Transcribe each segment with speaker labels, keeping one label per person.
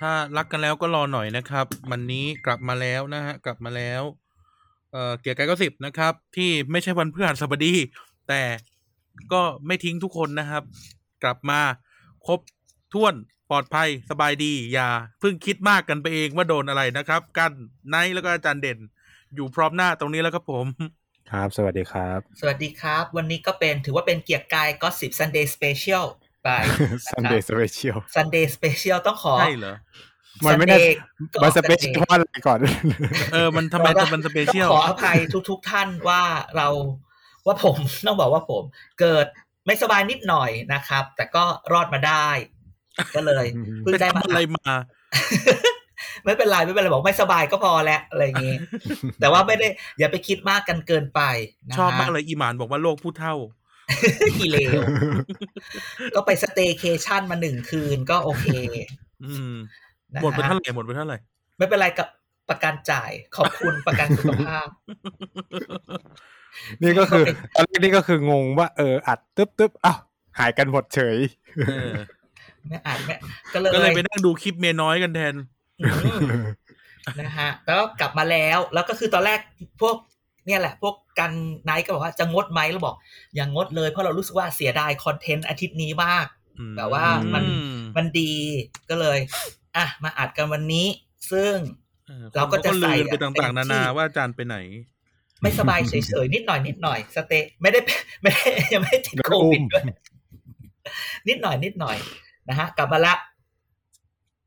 Speaker 1: ถ้ารักกันแล้วก็รอหน่อยนะครับ วันนี้กลับมาแล้วนะฮะ กลับมาแล้ว เอ่อเกียร์กายก็สิบนะครับ ที่ไม่ใช่วันพฤหัสบดี แต่ก็ไม่ทิ้งทุกคนนะครับ กลับมาครบถ้วนปลอดภัยสบายดี อย่าเพิ่งคิดมากกันไปเองว่าโดนอะไรนะครับ กันไนท์แล้วก็อาจารย์เด่น อยู่พร้อมหน้าตรงนี้แล้วครับผม
Speaker 2: ครับ สวัสดีครับ
Speaker 3: สวัสดีครับ วันนี้ก็เป็นถือว่าเป็นเกียร์กายก็สิบ Sunday Special ไป
Speaker 2: Sunday Special
Speaker 3: Sunday Special ต้องขอ
Speaker 1: ใช่เหรอ
Speaker 2: มันไม่ได้
Speaker 3: Sunday ก่อน
Speaker 2: มันสเปเชีย
Speaker 3: Sunday
Speaker 2: ลว่าอะไร ก่อน
Speaker 1: เออ มันทำไม
Speaker 3: ต้อง
Speaker 1: มันสเปเชียล
Speaker 3: ต้องขออภัยทุก ๆ ท่านว่าเราว่าผม ต้องบอกว่าผม เกิดไม่สบายนิดหน่อยนะครับ แต่ก็รอดมาได้ ก็เลย
Speaker 2: อืม
Speaker 3: เพิ่ง
Speaker 1: ไป
Speaker 3: ได้มา
Speaker 1: ทำอะไรมา
Speaker 3: ไม่เป็นไรไม่เป็นไรบอกไม่สบายก็พอแล้วอะไรอย่างงี้ แต่ว่าไม่ได้ อย่าไปคิดมากกันเกินไปนะฮะ
Speaker 1: ชอบมาก เลยอีหมานบอกว่าโลกผู้เท่า
Speaker 3: กี่เลวก็ไปสเตย์เคชั่นมาหนึ่งคืนก็โอเค
Speaker 1: อืม
Speaker 3: นะ
Speaker 1: หมดไป
Speaker 3: ฮะ
Speaker 1: เท่าไหร่หมดไปเท่าไหร่
Speaker 3: ไม่เป็นไรกับประกันจ่ายขอบ คุณประกันสุขภาพ
Speaker 2: นี่ก็คือตอนแรกนี่ก็คืองงว่าเอออัดตึ๊บตึ๊บอ้าวหายกันหมดเฉย
Speaker 1: เออ
Speaker 3: ไม่อ่านไม่ก็เลย
Speaker 1: ก็เลยไปนั่งดูคลิปเมียน้อยกันแทน
Speaker 3: อืมนะฮะ แล้วก็กลับมาแล้ว แล้วก็คือตอนแรกพวก เนี่ยแหละ พวกกันไนท์ก็บอกว่าจะงดไหมเราบอก อย่างงดเลยเพราะเรารู้สึกว่าเสียดายคอนเทนต์อาทิตย์นี้มาก
Speaker 1: อืม
Speaker 3: แต่ว่ามัน
Speaker 1: อื
Speaker 3: มันดีก็เลย อ่ะมาอัดกันวันนี้ ซึ่ง
Speaker 1: ออ
Speaker 3: เราก็จะ
Speaker 1: คน
Speaker 3: ใส่
Speaker 1: ลืน
Speaker 3: อะ
Speaker 1: ไปต่างๆ นา
Speaker 3: เต็มที่
Speaker 1: นาว่าอาจารย์ไปไหน
Speaker 3: ไม่สบายเฉยๆ นิดหน่อยนิดหน่อยสเตย์ไม่ได้ไม่ได้ยังไม่ได้ติด
Speaker 2: แล้ว
Speaker 3: โค
Speaker 2: ก็อุ้
Speaker 3: วิด
Speaker 2: ม
Speaker 3: ด้วยนิดหน่อยนิดหน่อยนะฮะกลับมาละ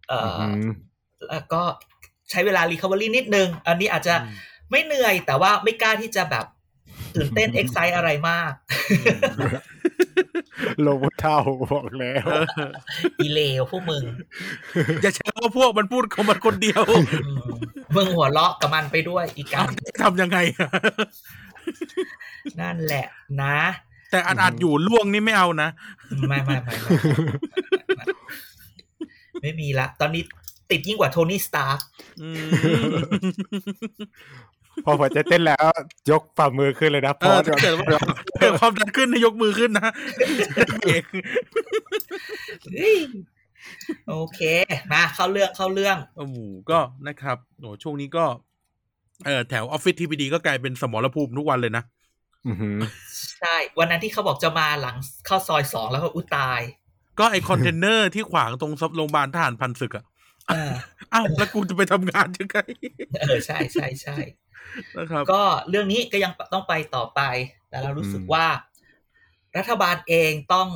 Speaker 3: เอ่ออ
Speaker 2: ม
Speaker 3: แล้วก็ใช้เวลารีคา v ว r y นิดนึง อันนี้อาจจะ
Speaker 1: อืม
Speaker 3: ไม่เหนื่อย แต่ว่าไม่กล้าที่จะแบบตื่นเต้นเอ็กไซอะไรมาก
Speaker 2: โลกผู้เท่าบอกแล้ว
Speaker 1: เออ
Speaker 3: อีเลวพวกมึง
Speaker 1: อย่าใช้คำว่าพวกมันพูดของมันคนเดียว
Speaker 3: อืมมึงหัวเราะกับมันไปด้วยอีกั
Speaker 1: เอา
Speaker 3: น
Speaker 1: จะทำยังไง
Speaker 3: นั่นแหละนะ
Speaker 1: แต่อัดอัดอยู่ล่วงนี่ไม่เอานะ
Speaker 3: ไม่ไม่ไม่ไม่ไม่ไม่มีละ ตอนนี้ติดยิ่งกว่าโทนี่สตาร์
Speaker 1: อืม
Speaker 2: พอหัวใจเต้นแล้วยกฝ่ามือขึ้นเลยนะ
Speaker 1: เอ
Speaker 2: พอ
Speaker 1: อ
Speaker 2: จะ
Speaker 1: ถ้าเกิดว่าเกิดความดันขึ้นให้ยกมือขึ้นนะเอง
Speaker 3: เฮ้ยโอเคมาเข้าเรื่องเข้าเรื่อง
Speaker 1: โอ้โหก็นะครับโอ้ช่วงนี้ก็เออแถวออฟฟิศทีพีดีก็กลายเป็นสมรภูมิทุกวันเลยนะ
Speaker 2: อื้อหือ
Speaker 3: ใช่ วันนั้นที่เขาบอกจะมาหลังเข้าซอยสองแล้วก็อุยตาย
Speaker 1: ก็ไอคอนเทนเนอร์ที่ขวางตรงโรงพยาบาลทหารพันศึกอะ
Speaker 3: เออ
Speaker 1: อ้าวแล้วกูจะไปทำงานยังไง
Speaker 3: เออใช่ใช่ใช่
Speaker 1: นะครับ
Speaker 3: ก็เรื่องนี้ก็ยังต้องไปต่อไป แต่เรารู้สึกว่า รัฐบาลเองต้อง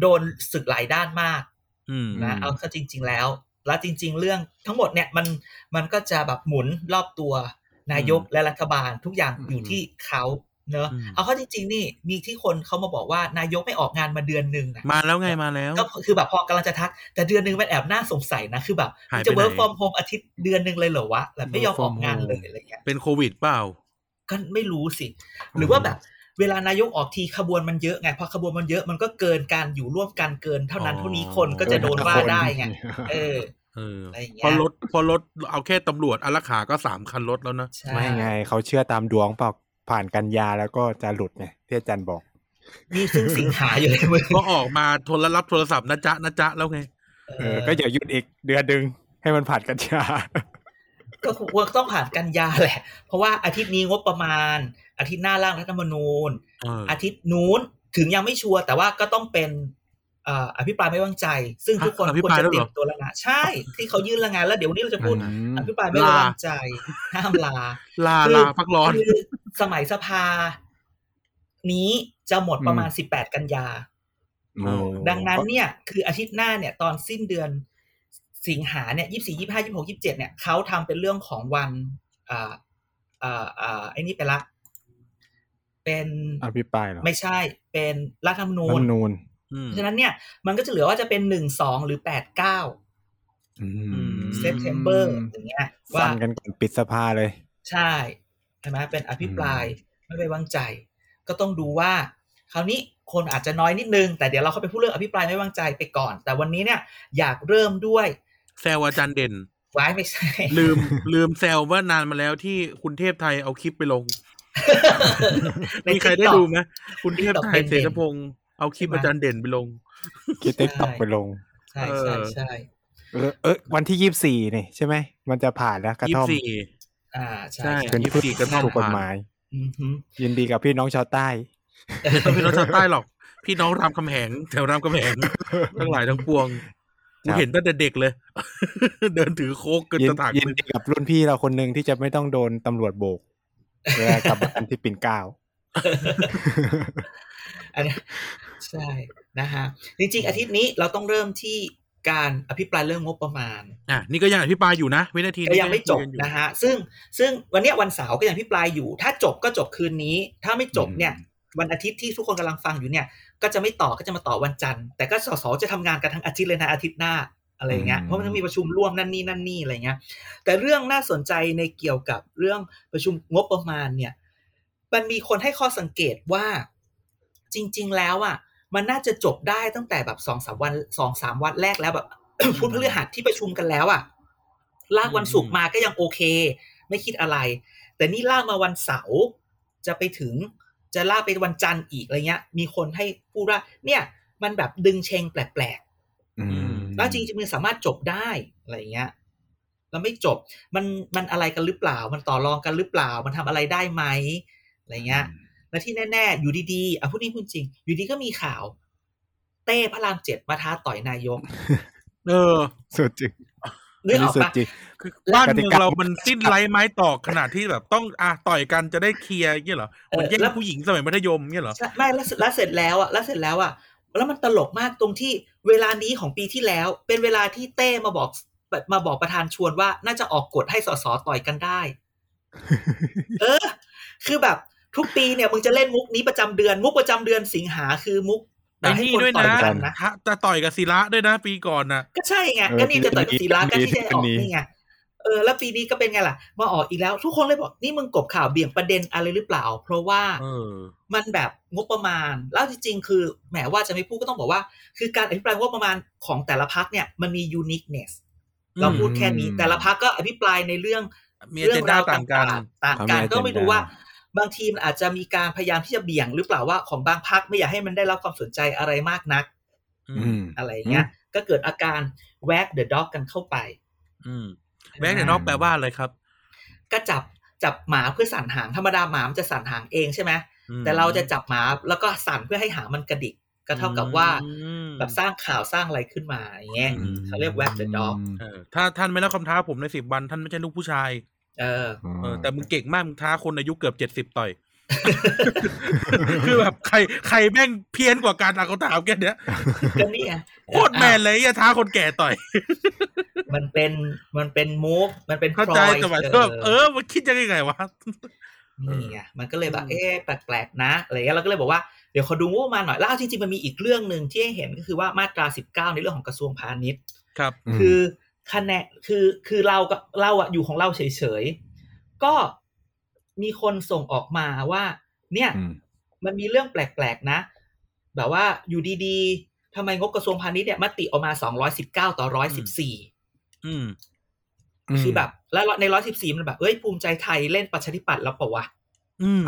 Speaker 3: โดนศึกหลายด้านมาก
Speaker 1: อืม
Speaker 3: นะเอาเข้าจริง ๆ แล้ว แล้วจริง ๆ เรื่องทั้งหมดเนี่ยมันมันก็จะแบบหมุนรอบตัวนายกและรัฐบาลทุกอย่างอยู่ที่เขาเนอะ
Speaker 1: อืม
Speaker 3: เอาเข้าจริง ๆ นี่มีที่คนเขามาบอกว่านายกไม่ออกงานมาเดือนหนึ่งนะ
Speaker 1: มาแล้วไงมาแล้ว
Speaker 3: ก็คือแบบพอกำลังจะทัก แต่เดือนหนึงมันแอบน่าสงสัยนะ คือแบบ
Speaker 1: หายไป
Speaker 3: จะ work
Speaker 1: ไหน
Speaker 3: from home อาทิตย์เดือนหนึงเลยเหรอวะแบบไม่ยอม
Speaker 2: Work
Speaker 3: อ
Speaker 2: from
Speaker 3: อกงานเลย
Speaker 2: home
Speaker 3: อะไรเงี้ย
Speaker 1: เป็นโควิดเปล่า
Speaker 3: ก็ไม่รู้สิ หรือว่าแบบเวลานายกออกทีขบวนมันเยอะไงพอขบวนมันเยอะมันก็เกินการอยู่ร่วมกันเกินเท่านั้น
Speaker 1: อ๋อ
Speaker 3: เท่านี้คนก็จะโดนว่าได้ไงเออ
Speaker 1: เออ
Speaker 3: อะไรอย่างเงี้ย
Speaker 1: พอรถพอรถเอาแค่ตำรวจอารักขาก็สามคันรถแล้วนะ
Speaker 3: ใช่
Speaker 2: ไม่ไงเขาเชื่อตามดวงเปล่าผ่านกันยาแล้วก็จะหลุดไงที่อาจารย์บอก
Speaker 3: นี่ซึ่งสิงหาอยู่เลยมึง
Speaker 1: ก็ออกมาโทรรับโทรศัพท์นะจ๊ะนะจ๊ะแล้วไง
Speaker 2: เออ ก็อย่าหยุดอีกเดือนดึงให้มันผ่านกันยา
Speaker 3: ก็คือว่าต้องผ่านกันยาแหละ เพราะว่าอาทิตย์นี้งบประมาณ อาทิตย์หน้าร่างรัฐธรรมนูญ
Speaker 1: เออ
Speaker 3: อาทิตย์นู้นถึงยังไม่ชัวร์แต่ว่าก็ต้องเป็นเอ่ออภิปรายไม่ไว้วางใจ ซึ่งทุกคน
Speaker 1: อ่ะอภิ
Speaker 3: ควร
Speaker 1: ปราย
Speaker 3: จะ
Speaker 1: แล้วเห
Speaker 3: เต
Speaker 1: รอ
Speaker 3: รียมตัวแล้วนะใช่ ที่เขายื่นละงานแล้วเดี๋ยววันนี้เราจะพูด
Speaker 2: อืม
Speaker 3: อภิปรายไม่ไว้วางใจห้ามลา
Speaker 1: ลา
Speaker 3: คือ
Speaker 1: ลาพักร้อน
Speaker 3: คือสมัยสภา นี้จะหมดประมาณ 18 กันยา
Speaker 2: เออ
Speaker 3: ดังนั้นเนี่ย คืออาทิตย์หน้าเนี่ย ตอนสิ้นเดือนสิงหาเนี่ยยี่สี่ยี่ห้ายี่หกยี่เจ็ดเนี่ยเขาทำเป็นเรื่องของวันอ่าอ่าอ่าไอ้นี่ไปละ เป็น
Speaker 2: อภิปรายเหรอ
Speaker 3: ไม่ใช่เป็นรัฐธรรมนู
Speaker 2: รัฐธ
Speaker 3: ญ
Speaker 2: รรมนูน
Speaker 1: อืม
Speaker 3: ฉะนั้นเนี่ยมันก็จะเหลือว่าจะเป็นหนึ่งสองหรือแปดเก้า
Speaker 2: อืม
Speaker 3: เซปเทมเบอร์อย่างเงี้ยว่า
Speaker 2: ฟันกันก่อนปิดสภาเลย
Speaker 3: ใช่ใช่ไหมเป็นอภิปรายไม่ไว้วางใจ ก็ต้องดูว่า คราวนี้คนอาจจะน้อยนิดนึง แต่เดี๋ยวเราเข้าไปพูดเรื่องอภิปรายไม่ไว้วางใจไปก่อน แต่วันนี้เนี่ยอยากเริ่มด้วย
Speaker 1: แซวอาจารย์เด่น
Speaker 3: ไว้ไม่ใช่
Speaker 1: ลืม ลืมแซวว่านานมาแล้วที่คุณเทพไทยเอาคลิปไปลง มีใครได้ดูไหมคุณเทพไทยเสรพงศ์เอาคลิปอาจารย์เด่นไปลง
Speaker 2: คิดติ๊กตอกไปลง
Speaker 3: ใช่ใช่ใช่
Speaker 2: เออเออวันที่ยี่สี่นี่ใช่ไหม มันจะผ่านแล้วกระ
Speaker 1: ยี่
Speaker 2: ท่อม
Speaker 1: สี่
Speaker 3: อ่าใช่
Speaker 1: ใช่
Speaker 3: ใช่
Speaker 2: เป็นพืช
Speaker 1: 24กระท่อม
Speaker 2: ถูกกฎหมาย
Speaker 3: อือฮึ
Speaker 2: ยินดีกับพี่น้องชาวใต้
Speaker 1: ไม่ต้องพี่น้องชาวใต้หรอก พี่น้องรามคำแหงแถวรามคำแหง ทั้งหลายทั้งปวง
Speaker 2: ค
Speaker 1: กู
Speaker 2: รับ
Speaker 1: เห็นตั้งแต่เด็กเลย เดินถือโคกเกิน
Speaker 2: ยิน
Speaker 1: ตะถาง
Speaker 2: ยินดีกับรุ่นพี่เราคนหนึ่งที่จะไม่ต้องโดนตำรวจโบกเวลากลับมากันที่ปิ่นเกล้า
Speaker 3: อันนี้ใช่นะฮะจริงๆอาทิตย์นี้เราต้องเริ่มที่การอภิปรายเรื่องงบประมาณ
Speaker 1: อ่ะนี่ก็ยังอภิปรายอยู่นะวินาที
Speaker 3: ก็
Speaker 1: นี้
Speaker 3: ยังไม่จบ
Speaker 1: คุกัอยู่
Speaker 3: นะฮะซึ่งซึ่งวันเนี้ยวันเสาร์ก็ยังพิปรายอยู่ ถ้าจบก็จบคืนนี้ ถ้าไม่จบเนี่ย
Speaker 2: อืม
Speaker 3: วันอาทิตย์ที่ทุกคนกำลังฟังอยู่เนี่ย ก็จะไม่ต่อก็จะมาต่อวันจันทร์แต่ก็สสจะทำงานกันทั้งอาทิตย์เลยนะอาทิตย์หน้าอะไรอย่างเงี้ย
Speaker 2: อืม
Speaker 3: เพราะมันต้องมีประชุมร่วมนั่นนี่นั่นนี่อะไรเงี้ย แต่เรื่องน่าสนใจในเกี่ยวกับเรื่องประชุมงบประมาณเนี่ย มันมีคนให้ข้อสังเกตว่าจริง ๆ แล้วอ่ะ มันน่าจะจบได้ตั้งแต่แบบสองสามวันสองสามวันแรกแล้วแบบ พุธพฤหัสที่ประชุมกันแล้วอ่ะ ลากวันศุกร์มาก็ยังโอเค ไม่คิดอะไร แต่นี่ลากมาวันเสาร์จะไปถึงจะลากไปวันจันทร์อีกอะไรเงี้ย มีคนให้พูดว่า เนี่ย มันแบบดึงเชงแปลกๆ
Speaker 2: อืม
Speaker 3: แล้วจริงๆมันสามารถจบได้อะไรอย่างเงี้ยแล้วไม่จบมันมันอะไรกันหรือเปล่า มันต่อรองกันหรือเปล่า มันทำอะไรได้ไหมอะไรเงี้ยและที่แน่ๆอยู่ดีๆอ่ะพูดนี่พูดจริง อยู่ดีก็มีข่าว เต้พระรามเจ็ดมาท้าต่อยนายก
Speaker 1: เออ
Speaker 2: สุดจริง
Speaker 3: นึกอ
Speaker 2: นี่
Speaker 3: อก
Speaker 2: สุด
Speaker 3: ปะ
Speaker 2: จริง
Speaker 1: คือบ้านเมือก
Speaker 2: ติ
Speaker 1: ง
Speaker 2: กา
Speaker 1: เรามันสิ้นไร้ไม้ตอกขนาดที่แบบต้องอ่ะต่อยกันจะได้เคลียร์อย่างเงี้ยเหรอเหมันแย่งผู้หญิงสมัยมัธยมเงี้ยเหรอ
Speaker 3: ใช่ไม่แล้วแล้วเสร็จแล้วอ่ะแล้วเสร็จแล้วอ่ะแล้วมันตลกมากตรงที่เวลานี้ของปีที่แล้ว เป็นเวลาที่เต้มาบอกมาบอกประธานชวนว่า น่าจะออกกฎให้สสต่อยกันได้ เออ คือแบบทุกปีเนี่ยมึงจะเล่นมุกนี้ประจำเดือน มุกประจำเดือนสิงหาคือมุก
Speaker 1: ไอ้นี่ด้วย
Speaker 3: ต่
Speaker 1: นะ
Speaker 3: อยกั
Speaker 1: ฮะจะต่อยกับศิระด้วยนะปีก่อนน่ะ
Speaker 3: ก็ใช่ไง
Speaker 2: เออ
Speaker 3: ก็นี่จะต่อยกับ
Speaker 2: ปีนี้
Speaker 3: ศิลาก็ที่ได้ออก
Speaker 2: ปีนี้
Speaker 3: นี่ไงเออ แล้วปีนี้ก็เป็นไงล่ะ มาออกอีกแล้วทุกคนเลยบอกนี่มึงกบข่าวเบี่ยงประเด็นอะไรหรือเปล่า เพราะว่า
Speaker 1: เออ
Speaker 3: มันแบบงบประมาณ แล้วจริงๆ คือแหมว่าจะไม่พูดก็ต้องบอกว่า คือการอภิปรายงบประมาณของแต่ละพักเนี่ยมันมี uniqueness เราพูดแค่นี้
Speaker 2: อืม
Speaker 3: แต่ละพักก็อภิปรายในเรื่อง
Speaker 1: มี
Speaker 3: เรื่
Speaker 1: เจนด้าต่างกัน
Speaker 3: ๆต่างกันก็ไม่รู้ว่า บางทีมันอาจจะมีการพยายามที่จะเบี่ยงหรือเปล่าว่าของบางพักไม่อยากให้มันได้รับความสนใจอะไรมากนัก
Speaker 1: อื
Speaker 2: อื
Speaker 1: ม
Speaker 2: ม
Speaker 3: อะไรอย่างเงี้ยก็เกิดอาการแวกเดอะด็อกกันเข้าไป
Speaker 1: อืมแบงค์เดอะนอกแปลว่าอะไรครับ
Speaker 3: ก็จับจับหมาเพื่อสั่นหางธรรมดาหมามันจะสั่นหางเองใช่ไหมแต่เราจะจับหมาแล้วก็สั่นเพื่อให้หางมันกระดิกก็เท่ากับว่า
Speaker 1: อืม
Speaker 3: แบบสร้างข่าวสร้างอะไรขึ้นมาอย่างเงี้ย
Speaker 1: อืม
Speaker 3: เขาเรียก Wag the Dog
Speaker 1: เออถ้าท่านไม่รับคำท้าผมในสิบวัน ท่านไม่ใช่ลูกผู้ชาย
Speaker 3: เออ
Speaker 1: เออแต่มึงเก่งมากมึงท้าคนอายุเกือบเจ็ดสิบ70 ต่อย คือแบบใครใครแม่งเพี้ยนกว่าการอ่ะเขาถามแค่เนี้ย
Speaker 3: ก็นี่ไง
Speaker 1: โคตรแมนเลยอย่าท้าคนแก่ต่อย
Speaker 3: มันเป็นมันเป็นมูฟมันเป็น
Speaker 1: เข้าใจ
Speaker 3: ploy
Speaker 1: แต่แบบเออมันคิดยังไงวะ
Speaker 3: นี่ไงมันก็เลยแบบเอ๊ะแปลกๆนะอะไรเงี้ยเราก็เลยบอกว่าเดี๋ยวขอดูงบประมาณหน่อยแล้วเอาจริงๆมันมีอีกเรื่องหนึ่งที่ให้เห็นก็คือว่ามาตรา 19 ในเรื่องของกระทรวงพาณิชย์
Speaker 1: ครับ
Speaker 3: คือคะแนนคือคือเราก็เราอะอยู่ของเราเฉยๆ ก็มีคนส่งออกมาว่า เนี่ย มันมีเรื่องแปลกๆนะ แบบว่าอยู่ดีๆทำไมงบกระทรวงพาณิชย์เนี่ยมติออกมา 219 ต่อ 114
Speaker 1: อืม
Speaker 3: คือแบบ แล้วใน 114 มันแบบเอ้ยภูมิใจไทยเล่นประชาธิปัตย์แล้วเปล่าวะ
Speaker 1: อืม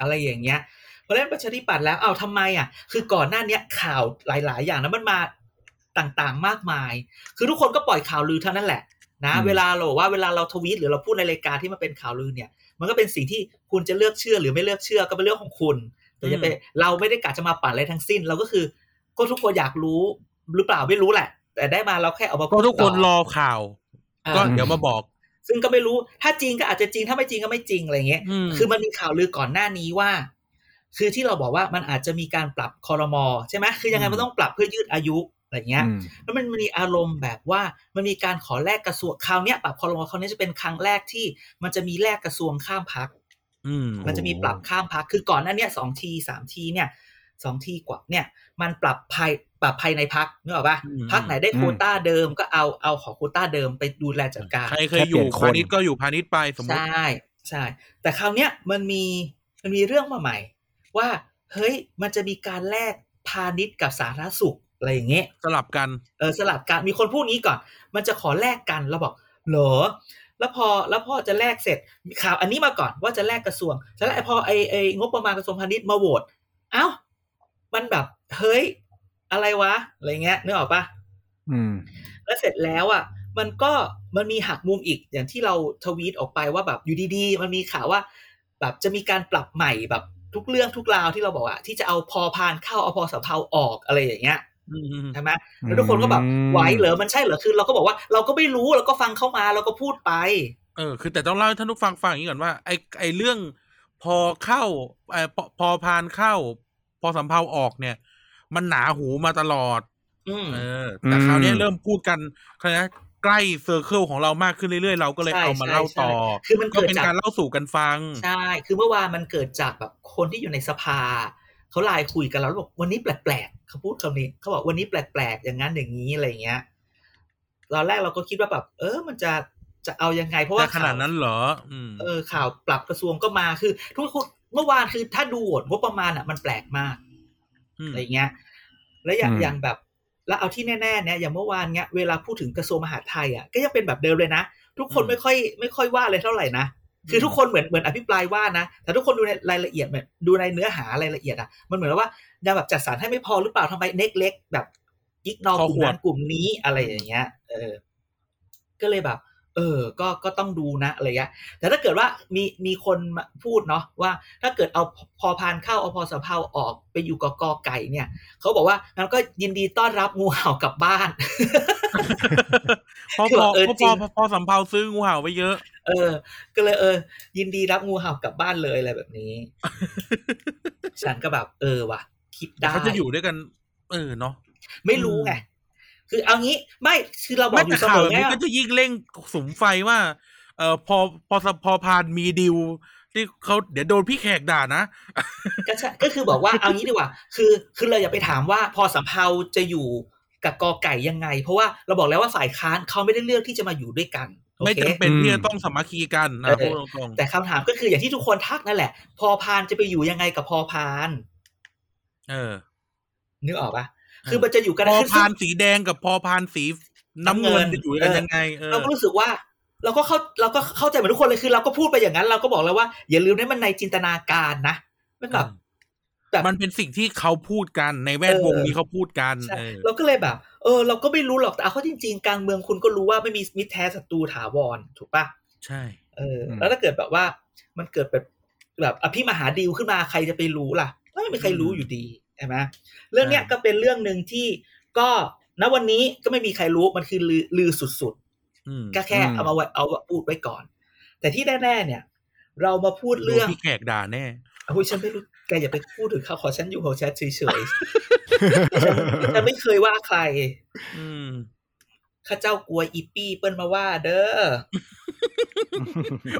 Speaker 3: อะไรอย่างเงี้ยพอเล่นประชาธิปัตย์แล้วอ้าวทำไมอ่ะ คือก่อนหน้าเนี้ยข่าวหลายๆ อย่างนะมันมาต่างๆมากมาย คือทุกคนก็ปล่อยข่าวลือเท่านั้นแหละ นะ
Speaker 2: อืม
Speaker 3: เวลาเราบอกว่าเวลาเราทวีตหรือเราพูดในรายการที่มันเป็นข่าวลือเนี่ย มันก็เป็นสิ่งที่คุณจะเลือกเชื่อหรือไม่เลือกเชื่อก็เป็นเรื่องของคุณ แต่อย่าไปเราไม่ได้กะจะมาปั่นอะไรทั้งสิ้น เราก็คือ ก็ทุกคนอยากรู้หรือเปล่าไม่รู้แหละ แต่ได้มาเราแค่เอามาพู
Speaker 1: ก็
Speaker 3: ด
Speaker 1: ทุกคนร
Speaker 3: ต่
Speaker 1: อข่าว
Speaker 3: อ่า
Speaker 1: ก็เดี๋ยวมาบอก
Speaker 3: ซึ่งก็ไม่รู้ถ้าจริงก็อาจจะจริงถ้าไม่จริงก็ไม่จริงอะไรอย่างเงี้ย
Speaker 1: อืม
Speaker 3: คือมันมีข่าวลือก่อนหน้านี้ว่า คือที่เราบอกว่ามันอาจจะมีการปรับคอรมอใช่ไหมคือยังไงมันต้องปรับเพื่อยืดอายุอะไรเงี้ยแล้วมันมีอารมณ์แบบว่ามันมีการขอแลกกระทรวงคราวเนี้ยปรับคอรมอคราวเนี้ยจะเป็นครั้งแรกที่มันจะมีแลกกระทรวงข้ามพัก
Speaker 1: อืม
Speaker 3: มันจะมีปรับข้ามพัก คือก่อนหน้าเนี้ยสองทีสามทีเนี่ยสองทีกว่าเนี่ย มันปรับภาย แบบภายในพักนึกออกปะ
Speaker 1: อืม
Speaker 3: พักไหนได้
Speaker 2: อืม
Speaker 3: โควต้าเดิมก็เอาเอาของโควต้าเดิมไปดูแลจัดการ
Speaker 1: ใครเคยอยู่
Speaker 2: แค่เปลี่ยนคน
Speaker 1: พาณิชย์ก็อยู่พาณิชย์ไปสมมติ
Speaker 3: ใช่ใช่ แต่คราวเนี้ยมันมีมันมีเรื่องมาใหม่ ว่าเฮ้ยมันจะมีการแลกพาณิชย์กับสาธารณสุขอะไรอย่างเงี้ย
Speaker 1: สลับกัน
Speaker 3: เออสลับกันมีคนพูดงี้ก่อน มันจะขอแลกกันเราบอกเหรอ แล้วพอแล้วพอจะแลกเสร็จข่าวอันนี้มาก่อนว่าจะแลกกระทรวงแล้วไอ้พอไอ้ไอ้งบประมาณกระทรวงพาณิชย์มาโหวตเอ้ามันแบบเฮ้ยอะไรวะอะไรเงี้ยนึกออกปะ
Speaker 2: อืม
Speaker 3: แล้วเสร็จแล้วอ่ะมันก็มันมีหักมุมอีกอย่างที่เราทวีตออกไปว่าแบบอยู่ดีๆ มันมีข่าวว่า แบบจะมีการปรับใหม่แบบทุกเรื่องทุกราวที่เราบอกอะที่จะเอาพอพานเข้าเอาพอสำเภาออกอะไรอย่างเงี้ย
Speaker 1: อืม
Speaker 3: ใช่ไหมแล้วทุกคนก็แบบ
Speaker 2: อืม
Speaker 3: ไหวเหรอมันใช่เหรอคือเราก็บอกว่าเราก็ไม่รู้เราก็ฟังเข้ามาเราก็พูดไป
Speaker 1: เออ คือแต่ต้องเล่าให้ท่านผู้ฟังฟังอย่างนี้ก่อนว่าไอไอเรื่องพอเข้าไอพอพอพานเข้า พอสำเภาออกเนี่ย มันหนาหูมาตลอด
Speaker 3: อืม
Speaker 1: เออ แต่
Speaker 2: อืม
Speaker 1: คราวเนี้ยเริ่มพูดกันคราวเนี้ยใกล้เซอร์เคิลของเรามากขึ้นเรื่อยๆ เราก็เลย
Speaker 3: ใช่
Speaker 1: เอามาเล่า
Speaker 3: ใช่
Speaker 1: ต่อ
Speaker 3: ใช่คือมันเกิ
Speaker 1: ก็
Speaker 3: ดจา
Speaker 1: เป็
Speaker 3: ก
Speaker 1: นการเล่าสู่กันฟัง
Speaker 3: ใช่คือเมื่อวานมันเกิดจากแบบคนที่อยู่ในสภาเขาไลน์คุยกันแล้วบอกวันนี้แปลกๆเขาพูดคำนี้เขาบอกวันนี้แปลกๆอย่างนั้นอย่างนี้อะไรอย่างเงี้ยตอนแรกเราก็คิดว่าแบบ เออมันจะจะเอายังไง เพราะ
Speaker 1: แต่
Speaker 3: ว่า
Speaker 1: ขนาดนั้นเหรอ อืม
Speaker 3: เออข่าวปรับกระทรวงก็มาคือ ทุกคนเมื่อวานคือถ้าดูโหวตงบประมาณอ่ะมันแปลกมาก อะไรเงี้ย แล้วอย่าง
Speaker 2: อืม
Speaker 3: อย่างแบบ แล้วเอาที่แน่ๆเนี่ยอย่างเมื่อวานเนี้ยเวลาพูดถึงกระทรวงมหาดไทยอ่ะก็ยังเป็นแบบเดิมเลยนะ ทุกคน
Speaker 1: อืม
Speaker 3: ไม่ค่อยไม่ค่อยว่าเลยเท่าไหร่นะ คือ
Speaker 1: ม
Speaker 3: ทุกคนเหมือนเหมือนอภิปรายว่านะ แต่ทุกคนดูในรายละเอียดแบบดูในเนื้อหารายละเอียดอ่ะ มันเหมือนว่ายังแบบจัดสรรให้ไม่พอหรือเปล่าทำไมเน็กเล็กแบบยิกนอกลุ่มนั้นกลุ่มนี้อะไรอย่างเงี้ย เออ ก็เลยแบบ เออ ก็ก็ต้องดูนะอะไรเงี้ย แต่ถ้าเกิดว่ามีมีคนมาพูดเนาะว่า ถ้าเกิดเอาพอพานเข้าเอาพอสะเพาออกไปอยู่กบกอไก่เนี่ย เขาบอกว่างั้นก็ยินดีต้อนรับงูเห่ากลับบ้าน
Speaker 1: เพราะ
Speaker 3: คือ
Speaker 1: พอ
Speaker 3: เออ
Speaker 1: เพราะ
Speaker 3: จริ
Speaker 1: พอง พอพอสำเภาซื้องูเห่าไว้เยอะ
Speaker 3: เออ ก็เลยเออ ยินดีรับงูเห่ากลับบ้านเลยอะไรแบบนี้ ฉันก็แบบเออว่ะ คิด
Speaker 1: แต่
Speaker 3: ได้
Speaker 1: เขาจะอยู่ด้วยกัน เออเนาะ
Speaker 3: ไม่รู้ไง คือเอางี้ไม่คือเราบอ
Speaker 1: ไม่
Speaker 3: กอ
Speaker 1: แต่
Speaker 3: ยู่เส
Speaker 1: ข่าม ว
Speaker 3: อ
Speaker 1: แบบ
Speaker 3: ไง
Speaker 1: นี้ก็
Speaker 3: ว่า
Speaker 1: จะยิ่งเร่งสุมไฟว่า เออพอพอสพอพานมีดิวที่เขาเดี๋ยวโดนพี่แขกด่านะ
Speaker 3: ก็ใช่ก็คือบอกว่า เอางี้ดีกว่า คือคือเราอย่าไปถามว่าพอสำเภาจะอยู่กับกอไก่ยังไง เพราะว่าเราบอกแล้วว่าฝ่ายค้านเขาไม่ได้เลือกที่จะมาอยู่ด้วยกันโอ
Speaker 1: ไม่
Speaker 3: เค
Speaker 1: จำเป็น
Speaker 2: อืม
Speaker 1: ที่จะต้องสามัคคีกันนะ
Speaker 3: เอ
Speaker 1: พู
Speaker 3: อ
Speaker 1: ดตรง
Speaker 3: แต่คำถามก็คืออย่างที่ทุกคนทักนั่นแหละ พอพานจะไปอยู่ยังไงกับพอพาน
Speaker 1: ๆเออ
Speaker 3: นึกออกปะ
Speaker 1: ออ
Speaker 3: คือมันจะอยู่กัน
Speaker 1: พอ
Speaker 3: ได้
Speaker 1: พานสีแดงกับพอพานสีน้ำเงินจะอยู่กันยังไง เออ
Speaker 3: เราก็รู้สึกว่า เราก็เข้าเราก็เข้าใจเหมือนทุกคนเลยคือเราก็พูดไปอย่างนั้น เราก็บอกแล้วว่าอย่าลืมนะมันในจินตนาการนะมันแบบ แบบ
Speaker 1: มันเป็นสิ่งที่เขาพูดกันในแวดวงนี้เขาพูดกัน
Speaker 3: ใช่
Speaker 1: เออ
Speaker 3: เราก็เลยแบบ เออ เราก็ไม่รู้หรอกแต่เอาเข้อจริงๆการเมืองคุณก็รู้ว่าไม่มีมิตรแท้ศัตรูถาวรถูกปะ
Speaker 1: ใช่
Speaker 3: เอออ
Speaker 2: ม
Speaker 3: แล้วถ้าเกิดแบบว่ามันเกิดแบบแบบอภิมหาดีลขึ้นมาใครจะไปรู้ล่ะก็ไม่มีใครรู้อยู่ดีใช่ไหมเรื่องเนี้ยก็เป็นเรื่องหนึ่งที่ก็ณวันนี้ก็ไม่มีใครรู้มันคือลือลือสุด
Speaker 1: อืม
Speaker 3: ๆก็แค่
Speaker 2: อืม
Speaker 3: เอามาไว้เอามาพูดไว้ก่อน แต่ที่แน่ๆเนี่ย เรามาพูด
Speaker 1: โด
Speaker 3: เรื่
Speaker 1: น
Speaker 3: อง
Speaker 1: พี่แขกด่าแน่
Speaker 3: โอ้ยฉันไม่รู้แกอย่าไปพูดถึงเขาขอฉันอยู่ของฉันเฉยๆฉัน ฉันไม่เคยว่าใคร
Speaker 1: อืม
Speaker 3: ข้าเจ้ากลัวอีปี้เปิ้นมาว่า เด้อ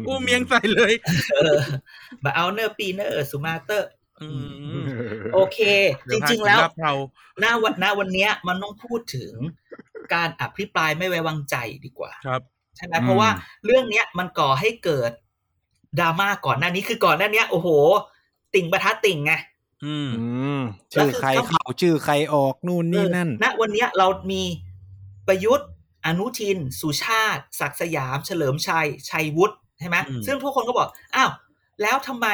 Speaker 1: อู้เมียงใส่เลย
Speaker 3: เออมาเอาเนอร์ปีเนอร์สุมาเตอร์
Speaker 1: อื
Speaker 2: อื
Speaker 1: ม
Speaker 2: ม
Speaker 3: โอเค จริง ๆ แล้ว
Speaker 1: เดี๋ยพากินลาบเทา
Speaker 3: หน้าวันหน้าวันเนี้ยมันต้องพูดถึงการอภิปรายไม่ไว้วางใจดีกว่า
Speaker 1: ครับ
Speaker 3: ใช่ไหม
Speaker 2: อืม
Speaker 3: เพราะว่าเรื่องเนี้ยมันก่อให้เกิดดราม่าก่อนหน้านี้คือก่อนหน้าเนี้ย โอ้โห ติ่งประทะติ่งไง
Speaker 1: อืม
Speaker 2: อืมชื่อใครเข้าชื่อใครออกนู่นนี่นั่น
Speaker 3: ณวันเนี้ยเรามีประยุทธ์ อนุทิน สุชาติ ศักดิ์สยาม เฉลิมชัย ชัยวุฒิใช่ไหม
Speaker 1: อืม
Speaker 3: ซึ่งทุกคนก็บอก อ้าว แล้วทำไม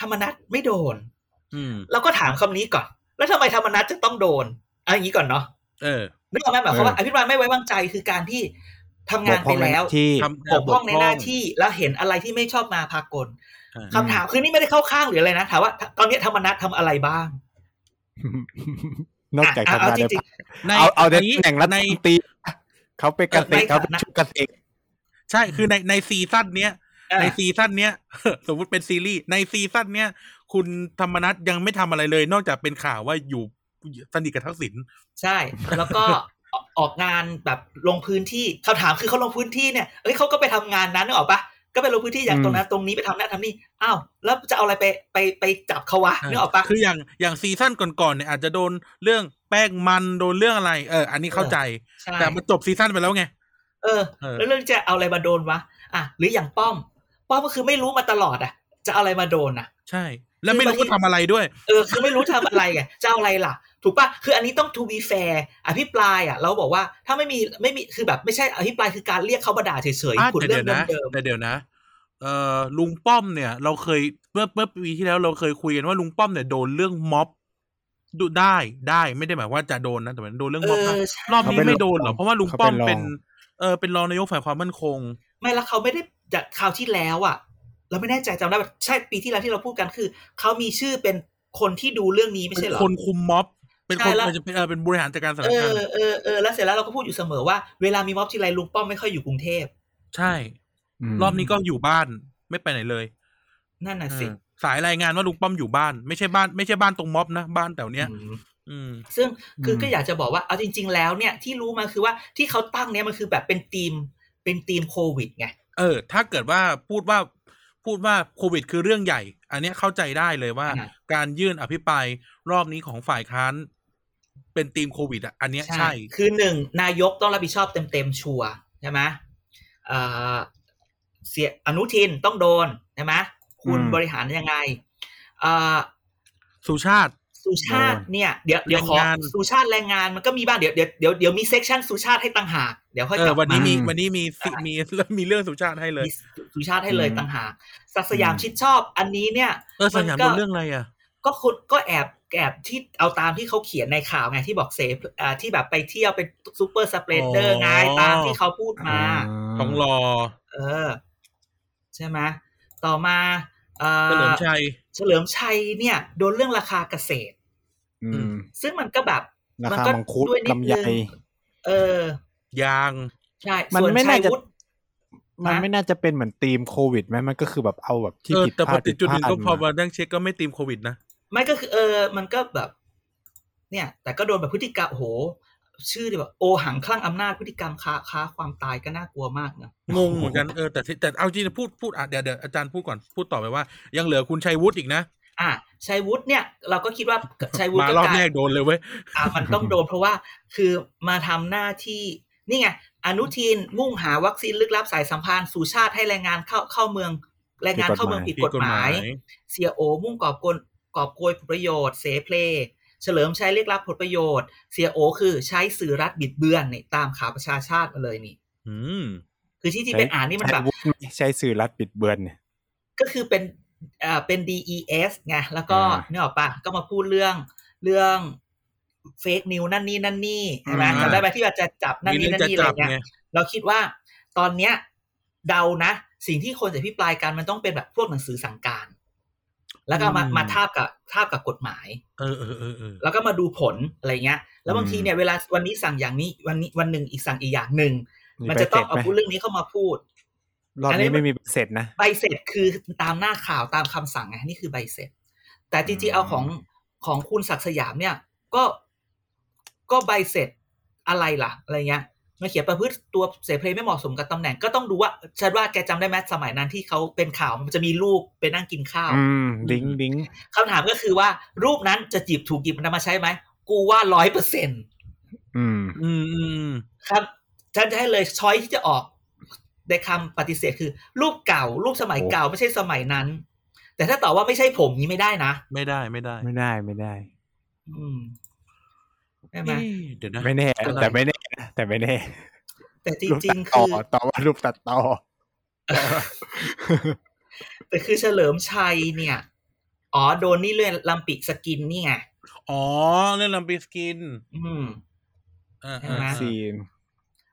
Speaker 3: ธรรมนัตไม่โดน
Speaker 1: อืม
Speaker 3: เราก็ถามคำนี้ก่อน แล้วทำไมธรรมนัตจะต้องโดนเอาอย่างนี้ก่อนเนาะ
Speaker 1: เออ
Speaker 3: นึกออกไหมหมายความว่าอภิปรายไม่ไว้วางใจคือการที่ทำงานไปแล้ว
Speaker 2: ที่
Speaker 1: ทำ
Speaker 3: ปกป้องในหน้าที่แล้วเห็นอะไรที่ไม่ชอบมาพากล
Speaker 1: อ่า
Speaker 3: คำถามคือนี่ไม่ได้เข้าข้างหรืออะไรนะถามว่าตอนนี้ธรรมนัตทำอะไรบ้าง
Speaker 2: นอกจาก
Speaker 3: ะ
Speaker 2: ทำงา
Speaker 3: จ
Speaker 2: นใน
Speaker 3: ริง
Speaker 2: พักเอาเอาใน
Speaker 1: นี้
Speaker 2: ตำแหน่งรัฐ
Speaker 1: ใน
Speaker 2: มนตรีเขาเป็นเกษตร
Speaker 3: เออใน
Speaker 2: เขาเป็น
Speaker 3: ฐานะ
Speaker 2: ชุดเกษตร
Speaker 1: ใช่คือในในซีซั่นเนี้ย
Speaker 3: ๆอ่ะ
Speaker 1: ในซีซั่นเนี้ย สมมุติเป็นซีรีส์ในซีซั่นเนี้ยคุณธรรมนัทยังไม่ทำอะไรเลย นอกจากเป็นข่าวว่าอยู่สนิทกับทักษิณ
Speaker 3: ใช่ แล้วก็ ออกออกงานแบบลงพื้นที่คำถามคือเขาลงพื้นที่เนี่ยเอ้ยเขาก็ไปทำงานนั้นนึกออกปะ ก็ไปลงพื้นที่อย่าง
Speaker 2: อืม
Speaker 3: ตรงนั้นตรงนี้ไปทำนั่นทำนี่อ้าวแล้วจะเอาอะไรไปไปไปจับเขาวะนึกออกปะ
Speaker 1: คืออย่างอย่างซีซั่นก่อนๆเนี่ยอาจจะโดนเรื่องแป้งมันโดนเรื่องอะไร เออ อันนี้เข้าใจ
Speaker 3: ใช่
Speaker 1: แต่มันจบซีซั่นไปแล้วไง
Speaker 3: เออ
Speaker 1: เออ
Speaker 3: แล้วเรื่องจะเอาอะไรมาโดนวะอ่ะหรืออย่างป้อม ป้อมก็คือไม่รู้มาตลอดอ่ะ จะเอาอะไรมาโดนอ่ะ
Speaker 1: ใช่ แล้วไม่รู้ว่าทำอะไรด้วย
Speaker 3: เออคือไม่รู้ทำอะไรอ่ะ จะเอาอะไรล่ะ ถูกปะคืออันนี้ต้อง to be fair อภิปรายอ่ะ เราบอกว่าถ้าไม่มีไม่มีคือแบบไม่ใช่อภิปรายคือการเรียกเขามาด่าเฉย
Speaker 1: อ่ะ
Speaker 3: ๆขุด
Speaker 1: แต่
Speaker 3: เรื่
Speaker 1: เดี๋
Speaker 3: อย ง
Speaker 1: วนะ
Speaker 3: เดิม
Speaker 1: แต่เดี๋ยวนะ เอ่อลุงป้อมเนี่ย เราเคยเมื่อเมื่อปีที่แล้วเราเคยคุยกันว่าลุงป้อมเนี่ยโดนเรื่องม็อบดูได้ได้ไม่ได้หมายว่าจะโดนนะแต่มันโดนเรื่อ
Speaker 3: ๆ
Speaker 1: ง
Speaker 3: เอ
Speaker 1: ม็อบนะ
Speaker 3: อใช่
Speaker 1: รอบนี้
Speaker 2: เขาเป็น
Speaker 1: ไม่โดนเหรอเพราะว่าลุงป้อม
Speaker 2: เขาเป็
Speaker 1: เป็น
Speaker 2: นรอง
Speaker 1: เออเป็นรองนายกฝ่ายความมั่นคง
Speaker 3: ไม่แล้วเขาไม่ได้จากคราวที่แล้วอ่ะ เราไม่แน่ใจจำได้ว่าใช่ปีที่แล้วที่เราพูดกันคือเขามีชื่อเป็นคนที่ดูเรื่องนี้ไม่
Speaker 1: เป็
Speaker 3: ใช่
Speaker 1: น
Speaker 3: เหรอ
Speaker 1: คนคุมม็อบ เป็นคน
Speaker 3: ใช่แล้ว
Speaker 1: อาจจะเป็นเออเป็นบริหารจัดการสถา
Speaker 3: เอน
Speaker 1: การ
Speaker 3: อ
Speaker 1: ณ์
Speaker 3: เออเออแล้วเสร็จแล้วเราก็พูดอยู่เสมอว่าเวลามีม็อบทีไรลุงป้อมไม่ค่อยอยู่กรุงเทพ
Speaker 1: ใช่ รอบนี้ก็อยู่บ้านไม่ไปไหนเลย
Speaker 3: นั่นน่ะ
Speaker 1: เอ
Speaker 3: สิ
Speaker 1: อสายรายงานว่าลุงป้อมอยู่บ้าน ไม่ใช่บ้านไม่ใช่บ้านตรงม็อบนะบ้านแถวเนี้ย
Speaker 3: อืม
Speaker 1: อืม
Speaker 3: ซึ่งคืออ
Speaker 2: ม
Speaker 3: ก็อยากจะบอกว่าเอาจริง ๆ แล้วเนี่ยที่รู้มาคือว่าที่เขาตั้งเนี่ยมันคือแบบเป็นทีมเป็นทีมโควิดไง
Speaker 1: เออ ถ้าเกิดว่าพูดว่าพูดว่าโควิดคือเรื่องใหญ่ อันเนี้ยเข้าใจได้เลยว่า
Speaker 3: อ่า
Speaker 1: การยื่นอภิปรายรอบนี้ของฝ่ายค้านเป็นธีมโควิดอ่ะ อันเนี้ยใช่
Speaker 3: คือหนึ่งนายกต้องรับผิดชอบเต็มๆชัวร์ใช่ไหมเอ่อเสียอนุทินต้องโดนใช่ไหมคุณ
Speaker 2: อืม
Speaker 3: บริหารยังไงเอ่อ
Speaker 1: สุชาติ
Speaker 3: สุชาติเนี่ย เดี๋ยวเดี๋ยวขอ
Speaker 1: แรงงาน
Speaker 3: สุชาติแรงงานมันก็มีบ้างเดี๋ยวเดี๋ยวเดี๋ยวเดี๋ยวมีเซ็กชันสุชาติให้ต่างหากเดี๋ยวค่อย
Speaker 1: เอก อ
Speaker 3: ลับ
Speaker 1: วันนี้
Speaker 3: มา
Speaker 1: มี
Speaker 2: อืม
Speaker 1: วันนี้มีสิมีมีเรื่องสุชาติให้เลย
Speaker 3: มีสุชาติให้เลย
Speaker 2: อืม
Speaker 3: ต่างหากศักดิ์สยาม
Speaker 2: อืม
Speaker 3: ชิดชอบอันนี้เนี่ย
Speaker 1: เออสยามโด
Speaker 3: ก็
Speaker 1: นเรื่องอะไรอ่ะ
Speaker 3: ก็คนก็แอบแอบที่เอาตามที่เขาเขียนในข่าวไงที่บอกเสพอ่าที่แบบไปเที่ยวเป็นซูเปอร์สเปรดเดอร์ไง
Speaker 1: อ๋อ
Speaker 3: ตามที่เขาพูดมา
Speaker 1: ทองรอ
Speaker 3: เออ ใช่ไหมต่อมาเอ่
Speaker 1: เฉ
Speaker 3: อ
Speaker 1: ลิมชัย
Speaker 3: เฉลิมชัยเนี่ย โดนเรื่องราคาเกษตร
Speaker 2: อืม
Speaker 3: ซึ่งมันก็แบบ
Speaker 2: รา
Speaker 3: มั
Speaker 2: คา
Speaker 3: ก็
Speaker 2: มังคุด
Speaker 3: ด้วยนิด
Speaker 2: ลำไย
Speaker 3: นึงเออ
Speaker 1: ยาง
Speaker 3: ใช่
Speaker 2: มัน
Speaker 3: ส่วน
Speaker 2: ไม่
Speaker 3: ชั
Speaker 2: น่ายจะ
Speaker 3: วุฒิ
Speaker 2: มัน
Speaker 3: นะ
Speaker 2: ไม่น่าจะเป็นเหมือนธีมโควิดไหมมันก็คือแบบเอาแบบที่
Speaker 1: เออ
Speaker 2: ผิด
Speaker 1: แต่
Speaker 2: พ
Speaker 1: พ
Speaker 2: ลา
Speaker 1: อ
Speaker 2: ด
Speaker 1: ติดจุด
Speaker 2: ผิ
Speaker 1: อื่น
Speaker 2: พลา
Speaker 1: ก็พอ
Speaker 2: มา
Speaker 1: มานั่งเช็คก็ไม่ธีมโควิดนะ
Speaker 3: ไม่ก็คือเออ มันก็แบบ เนี่ย แต่ก็โดนแบบพฤติกรรมโอ้โห ชื่อที่แบบโอหังคลั่งอำนาจพฤติกรรมค้าค้าความตายก็น่ากลัวมากนะ
Speaker 1: งงเหมือนกันเออแต่ที่แต่เอาจริงๆพูดพูดอ่ะเดี๋ยวเดี๋ยวอาจารย์พูดก่อนพูดต่อไปว่า ยังเหลือคุณชัยวุฒิอีกนะ
Speaker 3: อ่ะชัยวุฒิเนี่ย เราก็คิดว่าชัยวุฒิ
Speaker 1: มารอบ
Speaker 3: าย
Speaker 1: แรกโดนเลยเว้ย
Speaker 3: อ่ะมันต้องโดนเพราะว่าคือมาทำหน้าที่นี่ไงอนุทินมุ่งหาวัคซีนลึกลับสายสัมพันธ์สู่ชาติให้แรงงานเข้าเข้าเมืองแรงงานเข้าเมืองผิดกฎหมาย เสียโอมุ่งกอบโกนกอบโกยผลประโยชน์ เสเพลเฉลิมชัยเรียกรับผลประโยชน์ เสียโอคือใช้สื่อรัฐบิดเบือนนี่ตามข่าวประชาชาติมาเลยนี่
Speaker 1: อืม
Speaker 3: คือที่ที่
Speaker 2: ใช้
Speaker 3: ไปอ่านนี่มัน
Speaker 2: ใช้
Speaker 3: แบบ
Speaker 2: วุฒิไหมใช้สื่อรัฐปิดเบือนเนี่ย
Speaker 3: ก็คือเป็นเอ่อเป็น DES ไงแล้วก็
Speaker 2: อ่า
Speaker 3: เนี่ยหรอกปะก็มาพูดเรื่องเรื่องเฟกนิวนั่นนี่นั่นนี่ใช่ไหม
Speaker 2: อ่า
Speaker 3: จำได้ไหมที่ว่าจะจับนั่น
Speaker 1: มี
Speaker 3: นี่
Speaker 1: เรื่อง
Speaker 3: นั่น
Speaker 1: จะ
Speaker 3: นี่อะไร
Speaker 1: จับ
Speaker 3: เงี้ย
Speaker 1: ไง
Speaker 3: เราคิดว่าตอนเนี้ยเดานะ สิ่งที่คนจะพิปรายกันมันต้องเป็นแบบพวกหนังสือสั่งการ แล้วก็มา
Speaker 1: อืม
Speaker 3: มาทาบกับทาบกับกฎหมาย
Speaker 1: เออเออเออเออ
Speaker 3: แล้วก็มาดูผลอะไรเงี้ย แล้วบางที
Speaker 2: อืม
Speaker 3: เนี่ยเวลาวันนี้สั่งอย่างนี้วันนี้วันหนึ่งอีกสั่งอีกอย่างหนึ่ง มันจะต้องเอาพูดเรื่องนี้เข้ามาพูด
Speaker 2: รอบ
Speaker 3: อันนี้
Speaker 2: นี้ไม่มีเสร็จนะ
Speaker 3: ใบเสร็จคือตามหน้าข่าวตามคำสั่งไงนี่คือใบเสร็จ แต่จริงๆเอาของของคุณศักดิ์สยามเนี่ย ก็ก็ใบเสร็จอะไรล่ะ อะไรเงี้ยมาเขียนประพฤติตัวเสเพลไม่เหมาะสมกับตำแหน่งก็ต้องดูว่าฉันว่าแกจำได้ไหมสมัยนั้นที่เขาเป็นข่าวมันจะมีรูปไปนั่งกินข้าว
Speaker 2: อืมลิงลิง
Speaker 3: คำถามก็คือว่ารูปนั้นจะจีบถูกหยิบนำมาใช้ไหมกูว่าร้อยเปอร์เซ็นต์
Speaker 2: อืม
Speaker 1: อืมอืม
Speaker 3: ครับฉันจะให้เลยช้อยที่จะออกในคำปฏิเสธคือ รูปเก่า รูปสมัย
Speaker 2: โอ้
Speaker 3: เก่าไม่ใช่สมัยนั้น แต่ถ้าตอบว่าไม่ใช่ผมนี้ไม่ได้นะ
Speaker 1: ไม่ได้ไม่ได้
Speaker 2: ไม่ได้ไม่ได้
Speaker 3: อืมใช่ไหม
Speaker 1: เอ๊ะเดี๋ยวนะ
Speaker 2: ไม่แน่
Speaker 1: อะไร
Speaker 2: แต่ไม่แน่นะแต่ไม่แน่
Speaker 3: แต่จ
Speaker 2: รูป
Speaker 3: ริ
Speaker 2: ตั
Speaker 3: งๆคื
Speaker 2: ดต่
Speaker 3: อ อ
Speaker 2: ต่อว่ารูปตัดต่อ
Speaker 3: แต่คือเฉลิมชัยเนี่ย อ๋อโดนนี่เรื่องลัมปิสกินนี่ไง
Speaker 1: อ๋อเรื่องลำปีสกิน
Speaker 3: อืม
Speaker 1: อ่า
Speaker 3: ใช่ไหม
Speaker 1: อ่า
Speaker 2: ซีน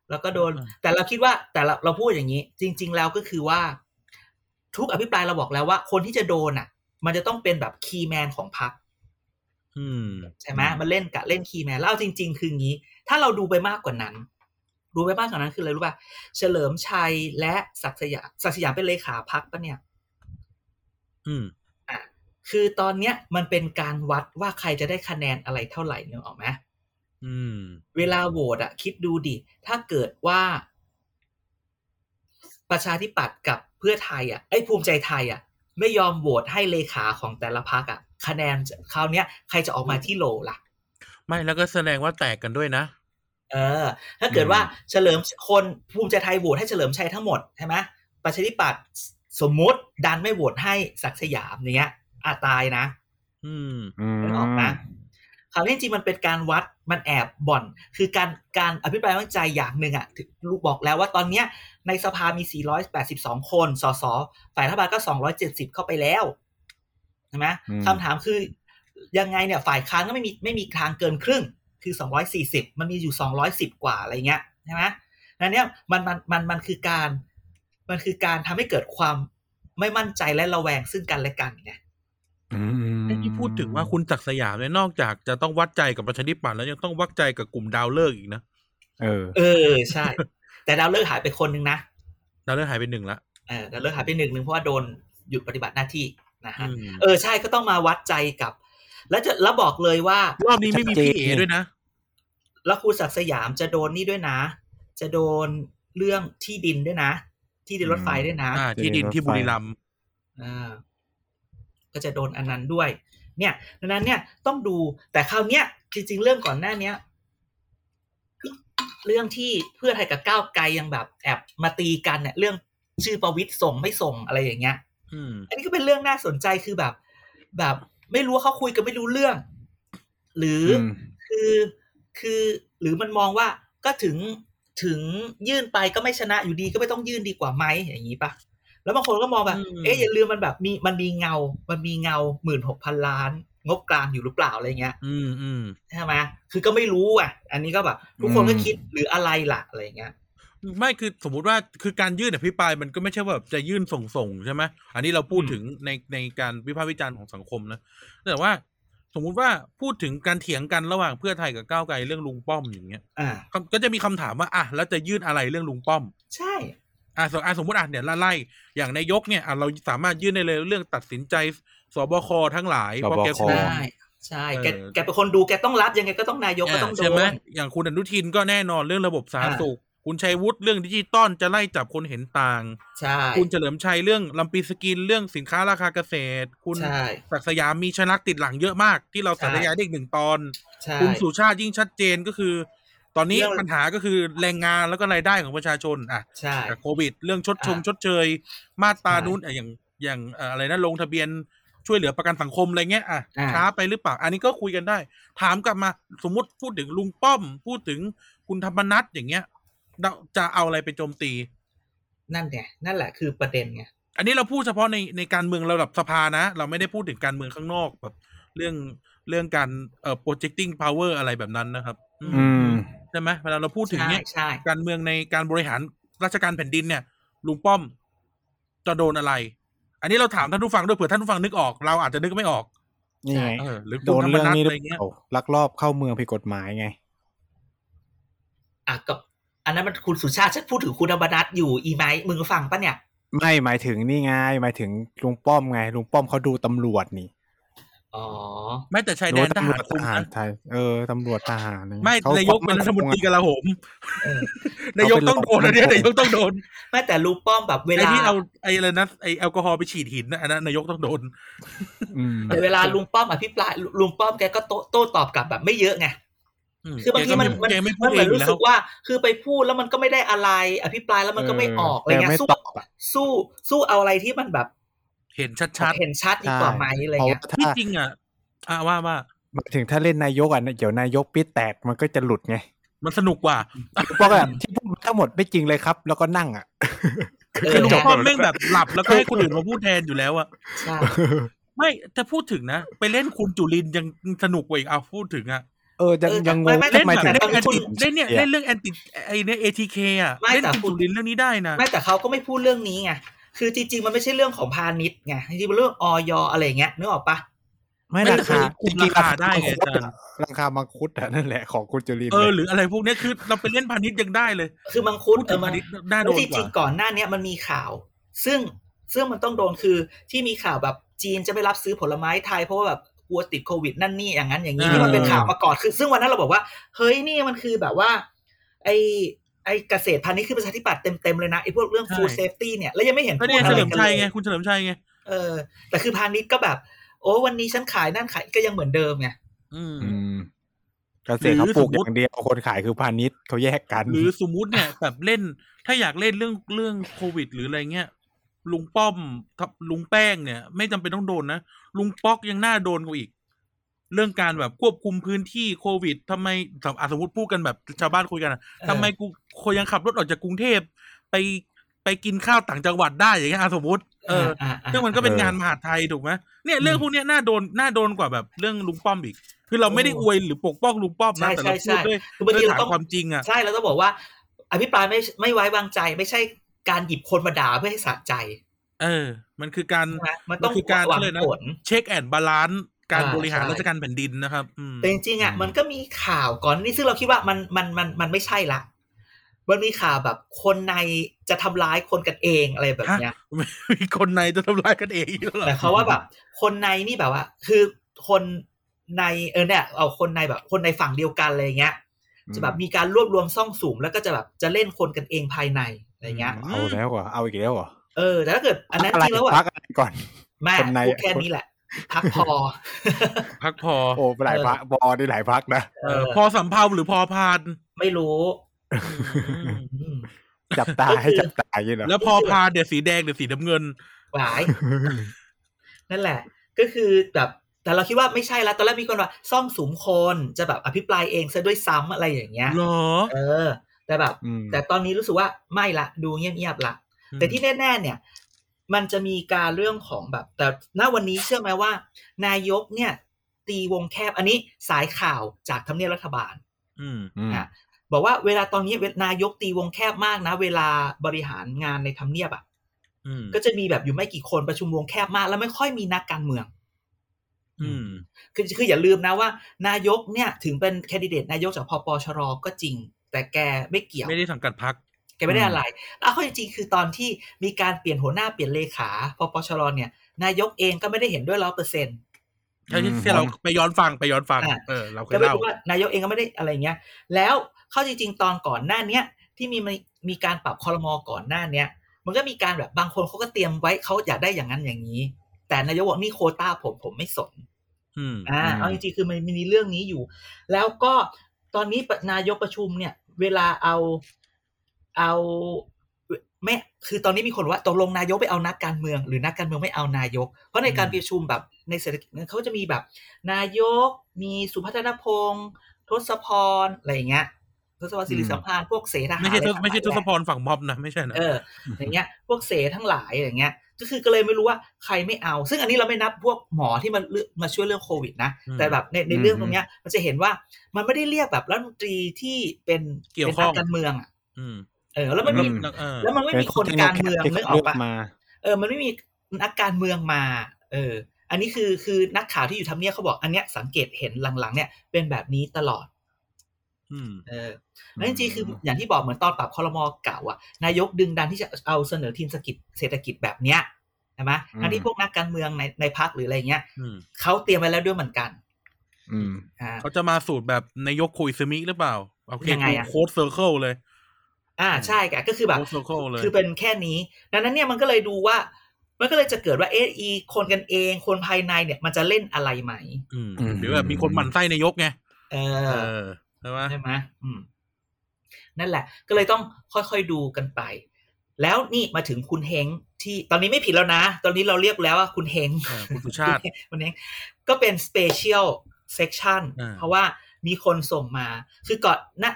Speaker 3: แล้วก็โดน
Speaker 1: อ่า
Speaker 3: แต่เราคิดว่าแต่เราเราพูดอย่างนี้ จริง ๆ แล้วก็คือว่า ทุกอภิปรายเราบอกแล้วว่า คนที่จะโดนอ่ะ มันจะต้องเป็นแบบคีย์แมนของพรรค
Speaker 1: อืม
Speaker 3: ใช่ไหม
Speaker 2: อืม
Speaker 3: มันเล่นกะเล่นคีย์แมนแล้วเอาจริง ๆ คืองี้ ถ้าเราดูไปมากกว่านั้น ดูไปมากกว่านั้นคืออะไรรู้ป่ะ เฉลิมชัยและศักดิ์สยามศักดิ์สยามเป็นเลขาพักปะเนี่ย
Speaker 1: อืม
Speaker 3: คือตอนเนี้ยมันเป็นการวัดว่าใครจะได้คะแนนอะไรเท่าไหร่เนี่ยออกไหม
Speaker 1: อืม
Speaker 3: เวลาโหวตอะคิดดูดิ ถ้าเกิดว่า ประชาธิปัตย์กับเพื่อไทยอ่ะไอ้ยภูมิใจไทยอ่ะ ไม่ยอมโหวตให้เลขาของแต่ละพรรคอ่ะ คะแนนจะคราวเนี้ยใครจะออกมาที่โหลล่ะ
Speaker 1: ไม่แล้วก็แสดงว่าแตกกันด้วยนะ
Speaker 3: เออ ถ้าเกิดว่า
Speaker 1: อืม
Speaker 3: เฉลิมคนภูมิใจไทยโหวตให้เฉลิมชัยทั้งหมดใช่ไหมประชาธิปัตย์สมมุติดันไม่โหวตให้ศักดิ์สยามอย่างเงี้ยอาตายนะ
Speaker 1: อืม
Speaker 2: อืม
Speaker 3: นึกออกนะคราวนี้จริงๆมันเป็นการวัดมันแอบบ่อน คือการการอภิปรายไม่ไว้วางใจอย่างหนึ่งอ่ะถึงรู้บอกแล้วว่าตอนเนี้ยในสภามี 482 คนสสฝ่ายรัฐบาลก็ 270 เข้าไปแล้วใช่ไหมคำถามคือยังไงเนี่ยฝ่ายค้านก็ไม่มีไม่มีทางเกินครึ่ง คือ 240 มันมีอยู่ 210 กว่าอะไรเงี้ยใช่ไหมนั่นเนี่ยมันมันมันมันคือการมันคือการทำให้เกิดความไม่มั่นใจและระแวงซึ่งกันและกันไง
Speaker 2: อืม
Speaker 1: ไอ้ที่พูดถึงว่าคุณศักดิ์สยามเนี่ยนอกจากจะต้องวัดใจกับประชาธิปัตย์แล้วยังต้องวัดใจกับกลุ่มดาวเลิกษ์อีกนะ
Speaker 2: เออ
Speaker 3: เออใช่ แต่ดาวเลิกษ์หายไปคนหนึ่งนะ
Speaker 1: ดาวเลิกษ์หายไปหนึ่งละ
Speaker 3: เออดาวเลิกษ์หายไปหนึ่งหนึ่งเพราะว่าโดนหยุดปฏิบัติหน้าที่นะฮะ
Speaker 1: อืม
Speaker 3: เออใช่ก็ต้องมาวัดใจกับ แล้วจะแล้วบอกเลยว่าร
Speaker 1: อบนี้ไม่มีพี่เอ
Speaker 2: ชัดเจน
Speaker 1: ด้วยนะ
Speaker 3: แล้วครูศักดิ์สยามจะโดนนี่ด้วยนะ จะโดนเรื่องที่ดินด้วยนะ ที่ดินรถไฟด้วยนะ
Speaker 1: อ่า ที่ดินที่บุรีรัมย์
Speaker 3: เออก็จะโดนอันนั้นด้วย เนี่ยดังนั้นเนี่ยต้องดูแต่คราวเนี้ยจริง ๆ เรื่องก่อนหน้าเนี้ยเรื่องที่เพื่อไทยกับก้าวไกลยังแบบแอบมาตีกันเนี่ยเรื่องชื่อประวิตรส่งไม่ส่งอะไรอย่างเงี้ย
Speaker 1: อืม
Speaker 3: อันนี้ก็เป็นเรื่องน่าสนใจคือแบบ แบบไม่รู้ว่าเขาคุยกันไม่รู้เรื่อง หรืออ
Speaker 2: ม
Speaker 3: คือคือหรือมันมองว่าก็ถึงถึงยื่นไปก็ไม่ชนะอยู่ดีก็ไม่ต้องยื่นดีกว่าไหมอย่างนี้ปะแล้วบางคนก็มองแบบ
Speaker 1: อืม
Speaker 3: เอ๊ะอย่าลืมมันแบบมีมันมีเงา มันมีเงาหมื่นหกพันล้าน งบกลางอยู่หรือเปล่าอะไรเงี้ย
Speaker 1: อืมอืม
Speaker 3: ใช่ไหมคือก็ไม่รู้อ่ะ อันนี้ก็แบบทุกคนก็
Speaker 2: อืม
Speaker 3: คิดหรืออะไรล่ะอะไรเงี้ย
Speaker 1: ไม่คือสมมุติว่าคือการยื่นอภิปรายมันก็ไม่ใช่ว่าแบบจะยื่นส่งส่งๆใช่ไหมอันนี้เราพูด
Speaker 3: อืม
Speaker 1: ถึงในในการวิพากษ์วิจารณ์ของสังคมนะแต่ว่า สมมุติว่าพูดถึงการเถียงกันระหว่างเพื่อไทยกับก้าวไกลเรื่องลุงป้อมอย่างเงี้ย
Speaker 3: อ่า
Speaker 1: คำก็จะมีคำถามว่าอ่ะแล้วจะยื่นอะไรเรื่องลุงป้อม
Speaker 3: ใช่
Speaker 1: อ่ะสมอ่ะสมมติอ่ะเนี่ยไล่ๆอย่างนายกเนี่ยอ่ะเราสามารถยื่นได้เลยเรื่องตัดสินใจสบคทั้งหลาย
Speaker 2: ส
Speaker 1: เพ
Speaker 2: บค
Speaker 1: ราะแก
Speaker 2: อ๋อ
Speaker 1: คุม
Speaker 3: ใช่ใช่แก
Speaker 1: เออ
Speaker 3: แกเป็นคนดูแกต้องรับยังไงก็ต้องนายกก็ต้องโด
Speaker 1: ใช่ไหม
Speaker 3: น
Speaker 1: อย่างคุณอนุทินก็แน่นอนเรื่องระบบสาธารณสุข คุณชัยวุฒิเรื่องดิจิตอลจะไล่จับคนเห็นต่าง
Speaker 3: ใช่
Speaker 1: คุณเฉลิมชัยเรื่องลำปีสกินเรื่องสินค้าราคาเกษตร คุณ
Speaker 3: ใช่
Speaker 1: ศักดิ์สยามมีชนักติดหลังเยอะมาก ที่เรา
Speaker 3: ใช่
Speaker 1: สาธยายได้อีกหนึ่งตอน
Speaker 3: ใช่
Speaker 1: คุณสุชาติยิ่งชัดเจนก็คือ ตอนนี้
Speaker 3: เรื่อง
Speaker 1: ปัญหาก็คือแรงงานแล้วก็รายได้ของประชาชนอ่ะ
Speaker 3: ใช่
Speaker 1: จากโควิด เรื่องชดชง
Speaker 3: อ่า
Speaker 1: ชดเชย มาตรา
Speaker 3: ใช่
Speaker 1: นู้นอ่ะอย่างอย่างเอ่ออะไรนะลงทะเบียนช่วยเหลือประกันสังคมอะไรเงี้ยอ่ะ
Speaker 3: อ่า
Speaker 1: ช้าไปหรือเปล่า อันนี้ก็คุยกันได้ ถามกลับมาสมมติพูดถึงลุงป้อม พูดถึงคุณธรรมนัทอย่างเงี้ยเราจะเอาอะไรไปโจมตี
Speaker 3: นั่นไงนั่นแหละคือประเด็นไง
Speaker 1: อันนี้เราพูดเฉพาะในในการเมืองระดับสภานะ เราไม่ได้พูดถึงการเมืองข้างนอกแบบเรื่องเรื่องการเอ่อ projecting power อะไรแบบนั้นนะครับอืม
Speaker 2: อืม
Speaker 1: ใช่ไหมเวลาเราพูดถึง
Speaker 3: ใช่
Speaker 1: เนี้ย
Speaker 3: ใช่
Speaker 1: การเมืองในการบริหารราชการแผ่นดินเนี่ยลุงป้อมจะโดนอะไร อันนี้เราถามท่านผู้ฟังด้วยเผื่อท่านผู้ฟังนึกออก เราอาจจะนึกไม่ออก
Speaker 2: นี่ไง
Speaker 1: เออหรือ
Speaker 2: โด
Speaker 1: คุณ
Speaker 2: น
Speaker 1: ธรรม
Speaker 2: เรื่อง
Speaker 1: นัฐ
Speaker 2: นี้ห
Speaker 1: อะ
Speaker 2: รือ
Speaker 1: ไร
Speaker 2: เป
Speaker 1: เงี้ย
Speaker 2: ล่าลักลอบเข้าเมืองผิดกฎหมายไง
Speaker 3: อ่ะก็อันนั้นมันคุณสุชาติฉันพูดถึงคุณธรรมนัทอยู่อีไหมมึงฟังปะเนี่ย
Speaker 2: ไม่หมายถึงนี่ไงหมายถึงลุงป้อมไงลุงป้อมเขาดูตำรวจนี่
Speaker 3: อ๋อ
Speaker 1: ไม่แต่ชายแด
Speaker 2: ดู
Speaker 1: นท
Speaker 2: ตำร
Speaker 1: หาว ร
Speaker 2: จท
Speaker 1: คุม
Speaker 2: หาร
Speaker 1: นะ
Speaker 2: ไทยเออตำรวจทหารอะรเงี้
Speaker 1: ไม่
Speaker 2: เขา
Speaker 1: นายกเป็นรัฐมนตรีกลาโหม
Speaker 3: เออน
Speaker 1: ายกต้อง โดนอันเนี้ยนายกต้องโดน
Speaker 3: ไม่แต่รูปป้อมแบบเว
Speaker 1: ไอ้
Speaker 3: ลา
Speaker 1: ที่เอาไอ้อะไรนะไอ้แอลกอฮอล์ไปฉีดหินนะอันนั้นนายกต้องโดน
Speaker 2: อืม
Speaker 3: แต่เวลาลุงป้อมอภิปรายลุงป้อมแกก็โต้โต้ตอบกลับแบบไม่เยอะไง คือบางทีมันมัน
Speaker 1: แกไม่พู
Speaker 3: มั
Speaker 1: ด
Speaker 3: นเห
Speaker 1: เออ
Speaker 3: มือง นรู้
Speaker 1: ยู่แล้
Speaker 3: สึ
Speaker 1: ว
Speaker 3: กว่า คือไปพูดแล้วมันก็ไม่ได้อะไร อภิปรายแล้วมันก็ไม่ออกอะไร
Speaker 2: แต่
Speaker 3: เงี้
Speaker 2: ไม่
Speaker 3: ยสู้
Speaker 2: ตอบอะ
Speaker 3: สู้สู้เอาอะไรที่มันแบบ
Speaker 1: เห็นชัด
Speaker 3: เห็นชัดดีกว่าไหมอะไร
Speaker 2: เพราะ
Speaker 3: เงี้
Speaker 2: ว่าย
Speaker 1: ๆที่
Speaker 2: ถ้า
Speaker 1: จริงอ่ะอ่ะว่าว่า
Speaker 2: หมายถึงถ้าเล่นนายกอ่ะเดี๋ยวนายกปิดแตกมันก็จะหลุดไง
Speaker 1: มันสนุกกว่า
Speaker 2: ลุงป้อมก็แบบที่พูดมาทั้งหมดไม่จริงเลยครับ แล้วก็นั่งอ่ะ
Speaker 3: เอ
Speaker 1: คือ
Speaker 3: อ
Speaker 1: ลุง
Speaker 3: ใช่
Speaker 1: ป้อมแม่งแบบหลับแล้วก็ให้คนอื่นมาพูดแทนอยู่แล้วอะ
Speaker 3: ใช่
Speaker 1: ไม่แต่พูดถึงนะ ไปเล่นคุณจุลินยังสนุกกว่าอีกเอาพูดถึงอะ
Speaker 2: เออยังยังงง
Speaker 1: เล่น
Speaker 2: ทำไม
Speaker 1: แบบ
Speaker 2: ถึง
Speaker 1: เล่น
Speaker 2: ตั้ง
Speaker 1: แอน
Speaker 2: ชื่
Speaker 1: ติ
Speaker 2: อ
Speaker 1: เล่นเนี่ยเล่นเรื่องแอนติไอเนี่ยเอทีเคอะเล่นคุณจุลินเรื่องนี้ได้นะ
Speaker 3: ไม่แต่เขาก็ไม่พูดเรื่องนี้ไงคือจริงๆมันไม่ใช่เรื่องของพาณิชย์ไงจริงๆมันเรื่องออยอะไรเงี้ยนึกออกปะ
Speaker 2: ไม่ราคาจริงๆราคาได้ไงอาจารย์ราคามังคุดอะนั่นแหละของคุณจุลินท
Speaker 1: เอ
Speaker 2: ร์
Speaker 1: อ
Speaker 2: เนี่ย
Speaker 1: หรืออะไรพวกเนี้ยคือเราไปเล่นพาณิชย์ยังได้เลย
Speaker 3: คือมังคุด
Speaker 1: พูด
Speaker 3: เอ
Speaker 1: ถึ
Speaker 3: อง มัน
Speaker 1: พาณิชย์น่าโด
Speaker 3: แล้ว
Speaker 1: น
Speaker 3: จ
Speaker 1: ก
Speaker 3: ริ
Speaker 1: ว่า
Speaker 3: งๆก่อนหน้าเนี้ยมันมีข่าว ซึ่งซึ่งมันต้องโดนคือที่มีข่าวแบบจีนจะไม่รับซื้อผลไม้ไทยเพราะว่าแบบกลัวติดโควิดนั่นนี่อย่างนั้นอย่างนี้
Speaker 1: อ่านี่
Speaker 3: นี่มันเป็นข่าวมาก่อนคือ ซึ่งวันนั้นเราบอกว่า เฮ้ยนี่มันคือแบบว่า ไอ ไอ้เกษตรพันธุ์นี่คือประชาธิปัตย์เต็มๆเลยนะไอ้พวกเรื่อง food
Speaker 1: ใช่
Speaker 3: safety เนี่ยแล้วยังไม่เห็น
Speaker 1: ก็เนี่ย
Speaker 3: พู
Speaker 1: เฉ
Speaker 3: ดอะไร
Speaker 1: ลิม
Speaker 3: กัน
Speaker 1: ชัย
Speaker 3: เล
Speaker 1: ไง
Speaker 3: ย
Speaker 1: คุณเฉลิมชัยไง
Speaker 3: เออ แต่คือพาณิชย์ก็แบบ โอ้วันนี้ฉันขายนั่นขายก็ยังเหมือนเดิมไง
Speaker 1: อืม
Speaker 2: อืมเกษตรเขาปลูก
Speaker 1: หรือสม
Speaker 2: อ
Speaker 1: มุติ
Speaker 2: ย่างเดียวคนขายคือพาณิชย์เขาแยกกัน
Speaker 1: หรือสมมุติ เนี่ยแบบเล่นถ้าอยากเล่นเรื่องเรื่องโควิด หรืออะไรเงี้ยลุงป้อมกับลุงแป้งเนี่ย ไม่จำเป็นต้องโดนนะลุงป๊อกยังน่าโดนกว่าอีก เรื่องการแบบควบคุมพื้นที่โควิดทำไมสมอ่ะสมมติพูดกันแบบชาวบ้านคุยกันอะ
Speaker 3: เออ
Speaker 1: ทำไมกูคนยังขับรถออกจากกรุงเทพไปไปกินข้าวต่างจังหวัดได้อย่างเงี้ยอ่ะสมมติเออ
Speaker 3: อ่าอ่า
Speaker 1: ซึ่งมันก็เป็นงานมหาดไทยถูกไหมเนี่ยเรื่องพวกเนี้ยน่าโดนน่าโดนกว่าแบบเรื่องลุงป้อมอีก คือเราไม่ได้อวยหรือปกป้องลุงป้อมนะ
Speaker 3: ใช่
Speaker 1: แต่เรา
Speaker 3: ใช่
Speaker 1: พูด
Speaker 3: ใช่
Speaker 1: ด้วย
Speaker 3: คือบาง
Speaker 1: ด้วย
Speaker 3: ที
Speaker 1: ฐาน
Speaker 3: เราต้อง
Speaker 1: ความจริงอ่ะ
Speaker 3: ใช่เราต้องบอกว่า อภิปรายไม่ไม่ไว้วางใจ ไม่ใช่การหยิบคนมาด่าเพื่อให้สะใจ
Speaker 1: เออ มันคือการ
Speaker 3: ใช่ไหมมันต้อง
Speaker 1: มันคือการ
Speaker 3: หวัง
Speaker 1: เขาเลยนะ
Speaker 3: ผล
Speaker 1: เช็คแอนบาลานซ์การ
Speaker 3: อ่า
Speaker 1: บริหาร
Speaker 3: ใช่
Speaker 1: ราชการแผ่นดินนะครับ อืม
Speaker 3: แต่จริงๆอ่ะมันก็มีข่าวก่อนนี่ซึ่งเราคิดว่ามันมันมันมันไม่ใช่ละมันมีข่าวแบบคนในจะทำร้ายคนกันเองอะไรแบบเนี้ย
Speaker 1: มีคนในจะทำลายกันเองอยู่แล้วเหรอ
Speaker 3: แต่เขาว่าแบบ คนในนี่แบบว่า คือคนในเออเนี่ยเอาคนในแบบ คนในฝั่งเดียวกันอะไรอย่างเงี้ยจะแบบมีการรวบรวมซ่องสูงแล้วก็จะแบบจะเล่นคนกันเองภายในอะไรเงี้ย
Speaker 2: เอาแล้วเหรอเอาอีกแล้วเหรอ
Speaker 3: เออแต่ถ้าเกิดอันนั้น
Speaker 2: พักะ
Speaker 3: จ
Speaker 2: ไร
Speaker 3: ริงแล้วอ่ะ
Speaker 2: พักอะไรก่อน
Speaker 3: แม่
Speaker 2: คนใน
Speaker 3: พูดแค่นี้แหละ พักพอ
Speaker 1: พักพอ
Speaker 2: โอ้หลายพักบอได้หลายพักนะ
Speaker 1: เออพอสำเพาหรือพอพาน
Speaker 3: ไม่รู้
Speaker 1: อืม
Speaker 3: อืม
Speaker 2: จับตา
Speaker 3: ก็คือ
Speaker 2: ให้จับตาอย่างนี้เหรอ
Speaker 1: แล้วพอพานเดี๋ยวสีแดงเดี๋ยวสีน้ำเงิน
Speaker 3: หวาย นั่นแหละ ก็คือแบบแต่เราคิดว่าไม่ใช่ละตอนแรกมีคนว่าซ่องสุมคนจะแบบอภิปรายเองซะด้วยซ้ำอะไรอย่างเงี้ย
Speaker 1: เหรอ
Speaker 3: เออ แต่แบบ
Speaker 2: อืม
Speaker 3: แต่ตอนนี้รู้สึกว่าไม่ละดูเงียบๆละแต่ที่แน่ๆเนี่ย มันจะมีการเรื่องของแบบ แต่ณวันนี้เชื่อไหมว่า นายกเนี่ย ตีวงแคบอันนี้สายข่าวจากทำเนียบรัฐบาล
Speaker 1: อืม
Speaker 2: อืม
Speaker 3: อ่ะ บอกว่าเวลาตอนนี้เวนายกตีวงแคบมากนะ เวลาบริหารงานในทำเนียบอ่ะ
Speaker 1: อืม
Speaker 3: ก็จะมีแบบอยู่ไม่กี่คนประชุมวงแคบมาก แล้วไม่ค่อยมีนักการเมือง
Speaker 1: อืม
Speaker 3: คือคืออย่าลืมนะว่า นายกเนี่ยถึงเป็นแคนดิเดตนายกจากพปชรก็จริง แต่แกไม่เกี่ยว
Speaker 1: ไม่ได้สังกัดพัก
Speaker 3: แกไม่ได้อะไรแล้วข้อจริงๆคือตอนที่มีการเปลี่ยนหัวหน้าเปลี่ยนเลขาพปชรเนี่ย นายกเองก็ไม่ได้เห็นด้วยร้อยเปอร์เซ็นต์
Speaker 1: ใช่ที่เราไปย้อนฟังไปย้อนฟัง
Speaker 3: อ่ะ
Speaker 1: เออเราเค
Speaker 3: ก็
Speaker 1: ย
Speaker 3: ไม่
Speaker 1: เล่า
Speaker 3: รู้ว่านายกเองก็ไม่ได้อะไรเงี้ย แล้วเข้อจริง ๆ ตอนก่อนหน้าเนี้ยที่มีมีการปรับคอรมอก่อนหน้าเนี้ย มันก็มีการแบบบางคนเขาก็เตรียมไว้เขาอยากได้อย่างนั้นอย่างนี้ แต่นายกบอกนี่โควต้าผมผมไม่สน
Speaker 1: อืม
Speaker 3: อ่าเอาจริงๆคือมันมีเรื่องนี้อยู่ แล้วก็ตอนนี้นายกประชุมเนี่ย เวลาเอาเอาไม่คือตอนนี้มีคนว่าตกลงนายกไปเอานักการเมือง หรือนักการเมืองไม่เอานายก เพราะในการประชุมแบบในเศรษฐกิจเนี่ยเขาจะมีแบบ นายกมีสุพัฒนพงศ์ทศพรอะไรอย่างเงี้ยทศพรสิริสัมพันธ์พวกเสนาหา
Speaker 1: ไม่ใช่
Speaker 3: อะไร
Speaker 1: ทศไม่ใช่ท
Speaker 3: ต่างๆ
Speaker 1: ศพรฝั่งม็อบนะไม่ใช่นะ
Speaker 3: เออ อย่างเงี้ย พวกเสทั้งหลายอย่างเงี้ย ก็คือก็เลยไม่รู้ว่าใครไม่เอา ซึ่งอันนี้เราไม่นับพวกหมอที่มันเลือกมาช่วยเรื่องโควิดนะ แต่แบบในในเรื่องตรงเนี้ย มันจะเห็นว่ามันไม่ได้เรียกแบบรัฐมนตรีที่เป็นป็นพรรคการเมืองอะ
Speaker 1: อืม
Speaker 3: เออ แล้วมันไมมี
Speaker 1: เออ
Speaker 3: แล้วมันไม่มีคนการเมือง
Speaker 2: ที่
Speaker 3: นึก
Speaker 2: เขา
Speaker 3: ออก
Speaker 2: เลือก
Speaker 3: ปะ
Speaker 2: มา
Speaker 3: เออ มันไม่มีนักการเมืองมา เออ อันนี้คือคือนักข่าวที่อยู่ทำเนียบเขาบอกอันเนี้ยสังเกตเห็นหลังๆ เนี่ยเป็นแบบนี้ตลอด
Speaker 1: อืม
Speaker 3: เออแล้วจริงๆคือ
Speaker 2: อืม
Speaker 3: อย่างที่บอกเหมือนตอนปรับคอรมอเก่าอ่ะ นายกดึงดันที่จะเอาเสนอทีมเศรษฐกิจเศรษฐกิจแบบเนี้ยใช่ไหมอันที่พวกนักการเมืองในในพักหรืออะไรเงี้ย
Speaker 1: อืม
Speaker 3: เขาเตรียมไว้แล้วด้วยเหมือนกัน
Speaker 2: อืม
Speaker 3: อ่า
Speaker 1: เขาจะมาสูตรแบบนายกคุยซึมิหรือเปล่าโอเค
Speaker 3: ยังไงอะ
Speaker 1: โค้ดเซอร์เคิลเลย
Speaker 3: อ่าใช่ค่ะก็คือแบบ
Speaker 1: โอ้ circle เลย
Speaker 3: คือเป็นแค่นี้ ดังนั้นเนี่ยมันก็เลยดูว่า มันก็เลยจะเกิดว่าเอไอคนกันเองคนภายในเนี่ยมันจะเล่นอะไรไหม
Speaker 1: อืม
Speaker 2: อืม
Speaker 1: หรือแบบมีคนหมั่นไส้นายกไง
Speaker 3: เอ
Speaker 1: เอ
Speaker 3: อ
Speaker 1: อใช่ไหม
Speaker 3: ใช่ไหมอืม นั่นแหละ ก็เลยต้องค่อยๆดูกันไป แล้วนี่มาถึงคุณเฮงที่ตอนนี้ไม่ผิดแล้วนะ ตอนนี้เราเรียกแล้วว่าคุณเฮง
Speaker 1: เออคุณสุชาติ
Speaker 3: คุณเฮงก็เป็น special section
Speaker 1: อ่า
Speaker 3: เพราะว่ามีคนส่งมา คือก่อนนะ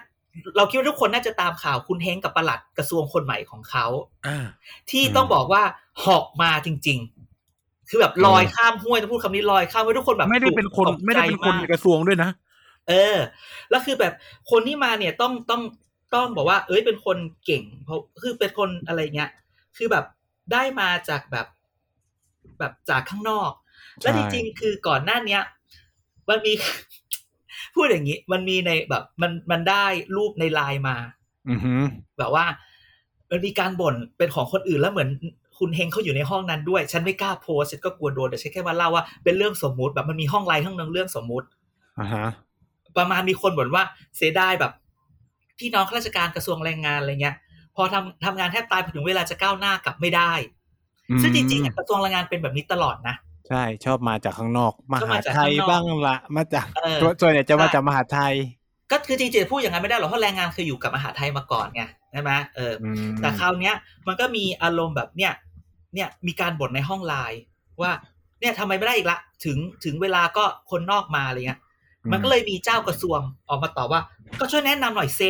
Speaker 3: เราคิดว่าทุกคนน่าจะตามข่าวคุณเฮงกับประหลัดกระทรวงคนใหม่ของเขา
Speaker 1: อ่า
Speaker 3: ที่ต้อง
Speaker 2: อืม
Speaker 3: บอกว่าหอกมาจริง ๆ คือแบบลอยข้ามห้วยต้องพูดคำนี้ลอยข้ามห้วยทุกคนแบบ
Speaker 1: ไม่ได้เป็นคน
Speaker 3: ตกใจ
Speaker 1: ไม่ได้เป็นคน
Speaker 3: มาก
Speaker 1: ในกระทรวงด้วยนะ
Speaker 3: เออ แล้วคือแบบคนที่มาเนี่ยต้องต้องต้องบอกว่า เอ้ยเป็นคนเก่ง เพราะคือเป็นคนอะไรเงี้ย คือแบบได้มาจากแบบ แบบจากข้างนอก และ
Speaker 2: ใช่
Speaker 3: จริงๆคือก่อนหน้าเนี้ย มันมี พูดอย่างนี้ มันมีในแบบ มันมันได้รูปในไลน์มา
Speaker 2: อือหือ
Speaker 3: แบบว่ามันมีการบ่นเป็นของคนอื่นแล้วเหมือนคุณเฮงเขาอยู่ในห้องนั้นด้วย ฉันไม่กล้าโพสต์ฉันก็กลัวโดนแต่ฉันแค่มาเล่าว่าเป็นเรื่องสมมุติแบบมันมีห้องไลน์ห้องนึงเรื่องสมมุติ
Speaker 2: อ่าฮะ
Speaker 3: ประมาณมีคนบ่นว่าเสียดายแบบ พี่น้องข้าราชการกระทรวงแรงงานอะไรเงี้ย พอทำทำงานแทบตายพอถึงเวลาจะก้าวหน้ากลับไม่ได้ ซึ่งจริงๆอะกระทรวงแรงงานเป็นแบบนี้ตลอดนะ
Speaker 2: ๆใช่ชอบมาจากข้างนอกม
Speaker 3: ชอบ
Speaker 2: หา
Speaker 3: มาจาก
Speaker 2: ไท
Speaker 3: ข้างนอก
Speaker 2: ยบ้างละมาจาก
Speaker 3: เออ
Speaker 2: ส่วนใหญ่จะมาจากมหาไทย
Speaker 3: ก็คือจริงๆจะพูดอย่างนั้นไม่ได้หรอกเพราะแรงงานเคยอยู่กับมหาไทยมาก่อนไงใช่ไหมเออ
Speaker 2: อืม
Speaker 3: แต่คราวเนี้ยมันก็มีอารมณ์แบบเนี่ยเนี่ยมีการบ่นในห้องไลน์ว่าเนี่ยทำไมไม่ได้อีกละ ถึงถึงเวลาก็คนนอกมาอะไรเงี้ย มันก็เลยมีเจ้ากระทรวงออกมาตอบว่า ก็ช่วยแนะนำหน่อยเซ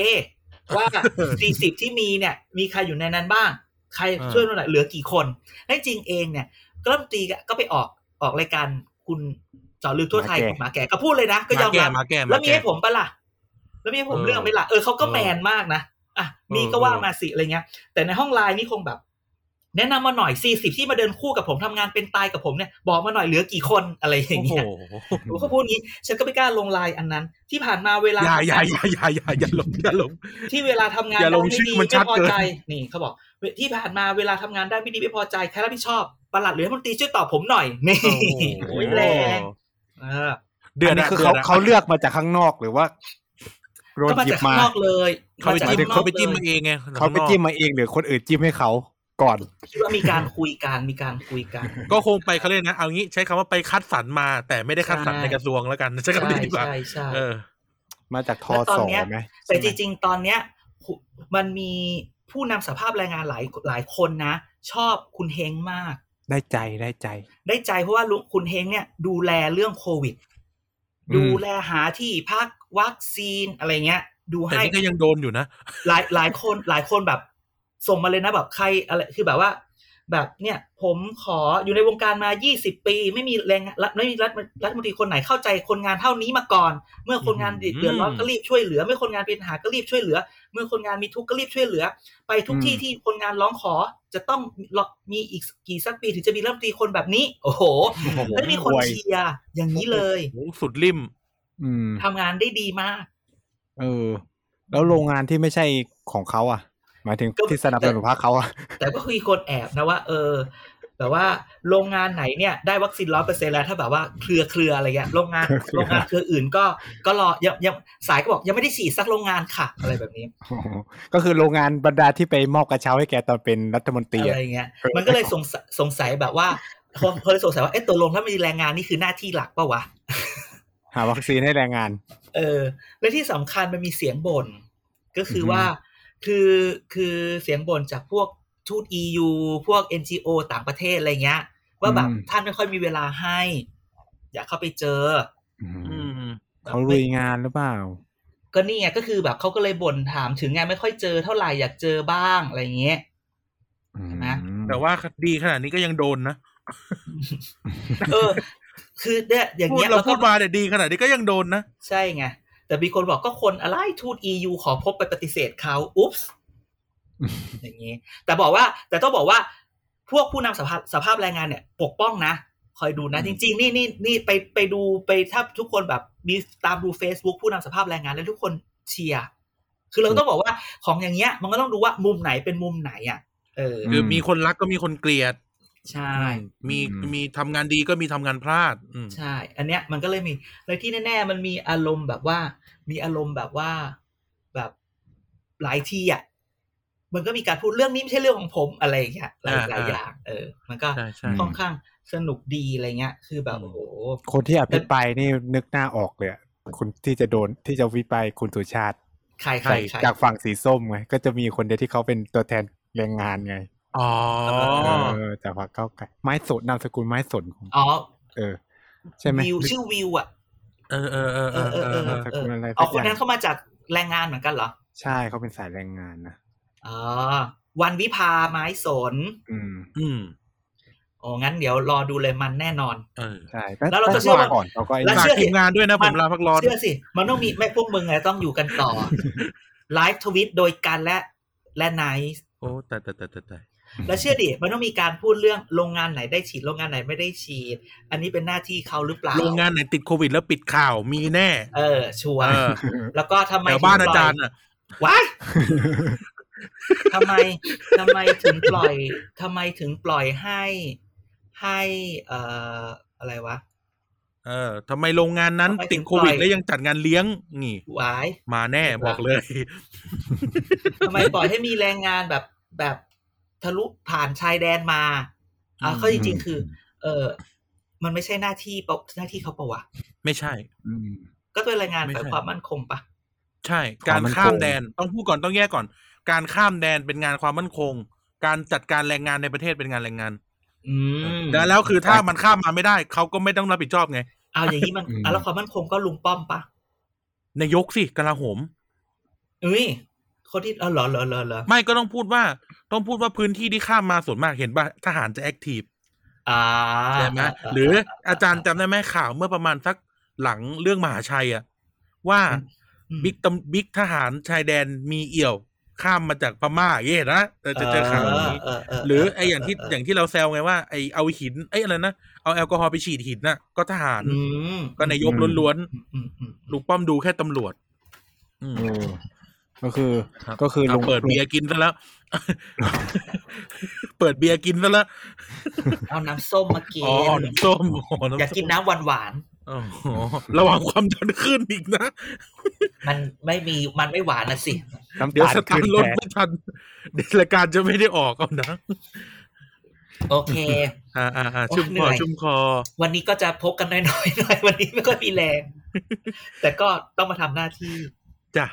Speaker 3: ว่า 40 ที่มีเนี่ย มีใครอยู่ในนั้นบ้าง ใครช่วยหน่อยเหลือกี่คนให้จริงเองเนี่ยกรัฐมนตรีก็ไปออกออกรายการคุณเจาะลึกทั่วไทยกับหมาแก่ก็พูดเลยนะ ก็ยอม
Speaker 1: แก้
Speaker 3: รับ
Speaker 1: มาแก้
Speaker 3: แล้
Speaker 1: มาว
Speaker 3: มี
Speaker 1: แก้
Speaker 3: ให้ผมปะล่ะ แล้วมีให้ผม
Speaker 1: เออ
Speaker 3: เลือกไหมล่ะ เออเขาก็แมนมากนะ อ่ะ นี่ก็
Speaker 1: เออ
Speaker 3: ว่ามาสิอะไรเงี้ย แต่ในห้องไลน์นี่คงแบบ แนะนำมาหน่อยสี่สิบที่มาเดินคู่กับผมทำงานเป็นตายกับผมเนี่ย บอกมาหน่อยเหลือกี่คนอะไรอย่าง
Speaker 1: โอ้โห
Speaker 3: เงี้ยผมก็พูดงี้ ฉันก็ไม่กล้าลงไลน์อันนั้น ที่ผ่านมาเวลา
Speaker 1: อย่าอย่าอย่าอย่าอย่าอย่าลงอย่าลง
Speaker 3: ที่เวลาทำงาน
Speaker 1: อย่าลง
Speaker 3: ได้
Speaker 1: ชื่อ
Speaker 3: ไม่ดี
Speaker 1: มันชัด
Speaker 3: ไม่พอ
Speaker 1: เกิน
Speaker 3: ใจ นี่เขาบอกที่ผ่านมาเวลาทำงานได้ไม่ดีไม่พอใจใครรับผิดชอบประหลัดหรือรัฐมนตรีช่วยตอบผมหน่อยนี่
Speaker 1: โอ้โห
Speaker 3: แรงเออ
Speaker 1: เดือด
Speaker 2: นนี้
Speaker 1: อะ
Speaker 2: คือ
Speaker 1: ดืดะ
Speaker 2: เขาเขาเลือกมาจากข้างนอกหรือว่าโด น
Speaker 3: ก็มา
Speaker 2: หยิ
Speaker 3: จากข้าม
Speaker 2: บาง
Speaker 3: นอกเลย
Speaker 1: เขาไป
Speaker 3: จก
Speaker 1: จิ้ม
Speaker 3: ข้งนอก
Speaker 1: เขาไปจิ้ม
Speaker 3: ลย
Speaker 1: มาเองไง
Speaker 2: เขาไปจิ้มมาเองหรือคนอื่นจิ้มให้เขาก่อน
Speaker 3: คิดว่ามีการคุยกันมีการคุย กัน
Speaker 1: ก็คงไปเขาเรียกนะ เอางี้ใช้คำว่าไปคัดสรรมา แต่ไม่ได้คัดสรร
Speaker 3: ใช่
Speaker 1: ในกระทรวงแล้วกันใช้คำนี้
Speaker 3: ใช่
Speaker 1: ดีกว่า
Speaker 3: ใช่ใช่
Speaker 1: เออ
Speaker 2: มาจากทอสอไหม
Speaker 3: แต่จริงๆ ตอนเนี้ยคุมันมีผู้นำสภาพแรงงานหลายหลายคนนะ ชอบคุณเฮงมาก
Speaker 2: ได้ใจได้ใจ
Speaker 3: ได้ใจเพราะว่าลุงคุณเฮงเนี่ย ดูแลเรื่องโควิด
Speaker 2: อืม
Speaker 3: ดูแลหาที่พักวัคซีนอะไรเงี้ย ดู
Speaker 1: แต่
Speaker 3: ให้
Speaker 1: นี่ก็ยังโดนอยู่นะ
Speaker 3: หลายหลายคนหลายคนแบบส่งมาเลยนะแบบใครอะไรคือแบบว่า แบบเนี่ย ผมขออยู่ในวงการมา 20 ปี ไม่มีแรงรัฐไม่มีรัฐรัฐมนตรีคนไหนเข้าใจคนงานเท่านี้มาก่อน เมื่อคนงาน
Speaker 1: อืม
Speaker 3: เดือดร้อนก็รีบช่วยเหลือ เมื่อคนงานเป็นปัญหาก็รีบช่วยเหลือ เมื่อคนงานมีทุกข์ก็รีบช่วยเหลือ ไปทุกที่
Speaker 2: อืม
Speaker 3: ที่คนงานร้องขอจะต้องมีอีกกี่สักปีถึงจะมีรัฐมนตรีคนแบบนี้ โอ้โหแล้วมีคน
Speaker 2: อวย
Speaker 3: เชียร์อย่างนี้เลย
Speaker 1: โอ้โหสุดริม
Speaker 2: อืม
Speaker 3: ทำงานได้ดีมาก
Speaker 2: เออ แล้วโรงงานที่ไม่ใช่ของเขาอ่ะ หมายถึง
Speaker 3: ก็
Speaker 2: ที่สนับสนุนพรรคเขาอ่ะ
Speaker 3: แต่ก็คือคนแอบนะว่า เออแบบว่าโรงงานไหนเนี่ยได้วัคซีนร้อยเปอร์เซ็นแล้วถ้าแบบว่าเครือเครืออะไรเงี้ยโรงง าน
Speaker 2: เครือ
Speaker 3: โรงงานเครืออื่นก็ก็รอยังยังสายก็บอกยังไม่ได้ฉีดสักโรงงานค่ะ อะไรแบบนี้
Speaker 2: โอ้โห ก็คือโรงงานบรรดาที่ไปมอบกระเช้าให้แกตอนเป็นรัฐมนตรี
Speaker 3: อะไร
Speaker 2: อะ
Speaker 3: เงี้ย
Speaker 2: เครือ
Speaker 3: มันก็เลยสงสัยสงสัยแบบว่าคนคนเลยสงสัยว่าเอ๊ะตัวลงถ้ามีแรงงานนี่คือหน้าที่หลักปะวะ
Speaker 2: หาวัคซีนให้แรงงาน
Speaker 3: เออ และที่สำคัญมันมีเสียงบ่นก็คือ
Speaker 2: อฮึ
Speaker 3: ว่าคือคือเสียงบ่นจากพวกทูต EU พวก NGO ต่างประเทศอะไรเงี้ย ว่าแบบท่านไม่ค่อยมีเวลาให้ อยากเข้าไปเจอ
Speaker 2: อืม
Speaker 1: อืม
Speaker 2: เขาลุยงานหรือเปล่า
Speaker 3: ก็นี่ไงก็คือแบบเขาก็เลยบ่นถามถึงไงานไม่ค่อยเจอเท่าไหร่อยากเจอบ้างอะไรอย่างเงี้ย
Speaker 2: อืม
Speaker 3: นะ
Speaker 1: แต่ว่าดีขนาดนี้ก็ยังโดนนะ
Speaker 3: เออ คือเนี่ยอย่าง
Speaker 1: พูด
Speaker 3: เงี้ย
Speaker 1: เรา
Speaker 3: แล้ว
Speaker 1: พู
Speaker 3: ก็
Speaker 1: ดมาแต่ยดีขนาดนี้ก็ยังโดนนะ
Speaker 3: ใช่ไงแต่มีคนบอกก็คนอะไรทูต EU ขอพบไปปฏิเสธเขาอุ๊ปส์อย่างงี้ แต่บอกว่า แต่ต้องบอกว่า พวกผู้นำสภาพสภาพแรงงานเนี่ย ปกป้องนะ คอยดูนะ จริง ๆ นี่นี่นี่ไปไปดูไปถ้าทุกคนแบบมีตามดู Facebook ผู้นำสภาพแรงงานแล้วทุกคนเชียร์คือเราก็ต้องบอกว่าของอย่างเงี้ย มันก็ต้องดูว่ามุมไหนเป็นมุมไหนอ่ะ เออ
Speaker 1: คือมีคนรักก็มีคนเกลียด
Speaker 3: ใช่
Speaker 1: มี
Speaker 2: อืม
Speaker 1: มีทำงานดีก็มีทำงานพลาด อืม
Speaker 3: ใช่ อันเนี้ยมันก็เลยมีเลยที่แน่ ๆ มันมีอารมณ์แบบว่า มีอารมณ์แบบว่า แบบหลายทีอ่ะ มันก็มีการพูดเรื่องนี้ไม่ใช่เรื่องของผมอะไรอย่างเงี้ยหลายหลายอย่าง เออ มันก็
Speaker 1: ใช่ใช่
Speaker 3: ค่อนข้างสนุกดีอะไรเงี้ย คือแบบโอ้โห
Speaker 2: คนที่อภิปรายนี่นึกหน้าออกเลยอะคนที่จะโดนที่จะวิปรายคุณสุชาติ
Speaker 3: ใครใค
Speaker 1: ใค
Speaker 3: ร
Speaker 1: ร
Speaker 3: ใคร
Speaker 2: จากฝั่งสีส้มไงก็จะมีคนเดียวที่เขาเป็นตัวแทนแรงงานไง
Speaker 1: อ๋อ
Speaker 2: เออจากฝั่งก้าวไกลไม้สนนามสกุลไม้สนของ
Speaker 3: อ๋อ
Speaker 2: เออ ใช่ไหม
Speaker 3: วิวชื่อวิวอ่ะ
Speaker 1: เออเออเออ
Speaker 3: เอ
Speaker 1: เอ
Speaker 3: อ
Speaker 1: อ
Speaker 3: เออ
Speaker 1: เอ
Speaker 3: เอ
Speaker 1: อ
Speaker 3: อ
Speaker 1: เออ
Speaker 3: เออเอาคนนั้นเข้ามาจากแรงงานเหมือนกันเหรอ
Speaker 2: ใช่เขาเป็นสายแรงงานนะ
Speaker 3: อ๋อ วันวิภาไม้สน
Speaker 2: อืม
Speaker 1: อืม
Speaker 3: โอ้งั้นเดี๋ยวรอดูเลยมันแน่นอน
Speaker 1: เออ
Speaker 2: ใช่
Speaker 3: แล้วเราจะเชื่อ
Speaker 2: ตั้ง
Speaker 3: ว่า
Speaker 2: ก่อนเราก็ไอ้
Speaker 3: แล้ว
Speaker 1: ฝาก
Speaker 3: เชื่อ
Speaker 1: ทีมงานด้วยนะ ผมลาพักร้อน
Speaker 3: เชื่อสิ มันต้องมีแม่พวกมึงไงต้องอยู่กันต่ อ ไลฟ์ทวิตโดยกันและและไนท์
Speaker 1: โอ้แต่แต่แต่แต่แต่
Speaker 3: แล้วเชื่อดิ มันต้องมีการพูดเรื่องโรงงานไหนได้ฉีดโรงงานไหนไม่ได้ฉีด อันนี้เป็นหน้าที่เขาหรือเปล่า
Speaker 1: โรงงานไหนติดโควิดแล้วปิดข่าวมีแน่
Speaker 3: เออ ชัวร์
Speaker 1: เออ
Speaker 3: แล้วก็ทำไม
Speaker 1: แถวบ้านอาจารย์
Speaker 3: ถึงปล่
Speaker 1: อ่ะ
Speaker 3: ว้ายทำไมทำไมถึงปล่อยทำไมถึงปล่อยให้ให้ เอ่ออะไรวะ
Speaker 1: เออทำไมโรงงานนั้น
Speaker 3: ทำไมถึง
Speaker 1: ติดโควิด
Speaker 3: ปล่อย
Speaker 1: แล้วยังจัดงานเลี้ยงนี่
Speaker 3: หวาย
Speaker 1: มาแน่บอกเลย
Speaker 3: ทำไมปล่อยให้มีแรงงานแบบแบบทะลุผ่านชายแดนมาอ่ะ
Speaker 1: อืม
Speaker 3: เขาจริง ๆ คือ เออมันไม่ใช่หน้าที่ปะหน้าที่เขาปะวะ
Speaker 1: ไม่ใช่
Speaker 2: อืม
Speaker 3: ก็เป็นแรงงาน
Speaker 1: ไม่ใช่
Speaker 3: ฝ่ายความมั่นคงปะ
Speaker 1: ใช่กาว
Speaker 2: คาม
Speaker 1: ร
Speaker 2: มั่นคง
Speaker 1: ข้ามแดนต้องพูดก่อนต้องแยกก่อน การข้ามแดนเป็นงานความมั่นคง การจัดการแรงงานในประเทศเป็นงานแรงงาน
Speaker 3: อืม
Speaker 1: แต่แล้วคือถ้ามันข้ามมาไม่ได้เขาก็ไม่ต้องรับผิดชอบไง
Speaker 3: เอาอย่างนี้มัน
Speaker 2: อืม
Speaker 3: อ่ะแล้วความมั่นคงก็ลุงป้อมปะ
Speaker 1: นายกสิกลาโหม
Speaker 3: เอ้ยคนที่เออเหรอเหรอเหรอเหรอ
Speaker 1: ไม่ก็ต้องพูดว่าต้องพูดว่าพื้นที่ที่ข้ามมาส่วนมากเห็นป่ะทหารจะแอคทีฟ
Speaker 3: อ่า
Speaker 1: ใช่ไหมหรืออาจารย์จำได้ไหมข่าวเมื่อประมาณสักหลังเรื่องมหาชัยอะว่า
Speaker 3: ม
Speaker 1: บิ๊กตำบิ๊กทหารชายแดนมีเอี่ยว ข้ามมาจากพม่าเย่นะเออจะเจอข่าวนี้
Speaker 3: เเ
Speaker 1: หรือไออย่างที่
Speaker 3: เ
Speaker 1: อย่างที่เราแซวไงว่าไอเอาหินไออะไรนะเอาแอลกอฮอล์ไปฉีดหินน่ะก็ทหาร
Speaker 3: อืม
Speaker 1: ก็นายก
Speaker 2: อืม
Speaker 1: ล้วน
Speaker 3: อืมอืม
Speaker 1: ๆลุงป้อมดูแค่ตำรวจ อืม
Speaker 2: เออก็คือ
Speaker 1: ครับ
Speaker 2: ก็คือลุง
Speaker 1: เปิดเบียร์กินซะแล้ว เปิดเบียร์กินซะแล้ว
Speaker 3: เอาน้ำส้มมากิน
Speaker 1: อ๋อน้ำส้มโโหำส้ม
Speaker 3: อยากกินน้ำหวานหวาน
Speaker 1: อ๋อระหว่างความดันขึ้นอีกนะ
Speaker 3: ๆมันไม่มีมันไม่หวานนะสิ
Speaker 2: น้ำ
Speaker 1: เดี๋ยว
Speaker 2: ตาล
Speaker 1: สตา
Speaker 2: ขึ้น
Speaker 1: ร์ทรถ
Speaker 2: แทน
Speaker 1: ไม่ทัน เดี๋ยวรายการจะไม่ได้ออกเอานะ
Speaker 3: โอเค
Speaker 1: อ่าอ่าอ่า
Speaker 3: โอ๊ย
Speaker 1: ชุ่ม
Speaker 3: เหนื่
Speaker 1: คอ
Speaker 3: อย
Speaker 1: ชุ่มคอ
Speaker 3: วันนี้ก็จะพบกันน้อยๆ หน่อยวันนี้ไม่ค่อยมีแรง แต่ก็ต้องมาทำหน้าที่
Speaker 1: จ้ะ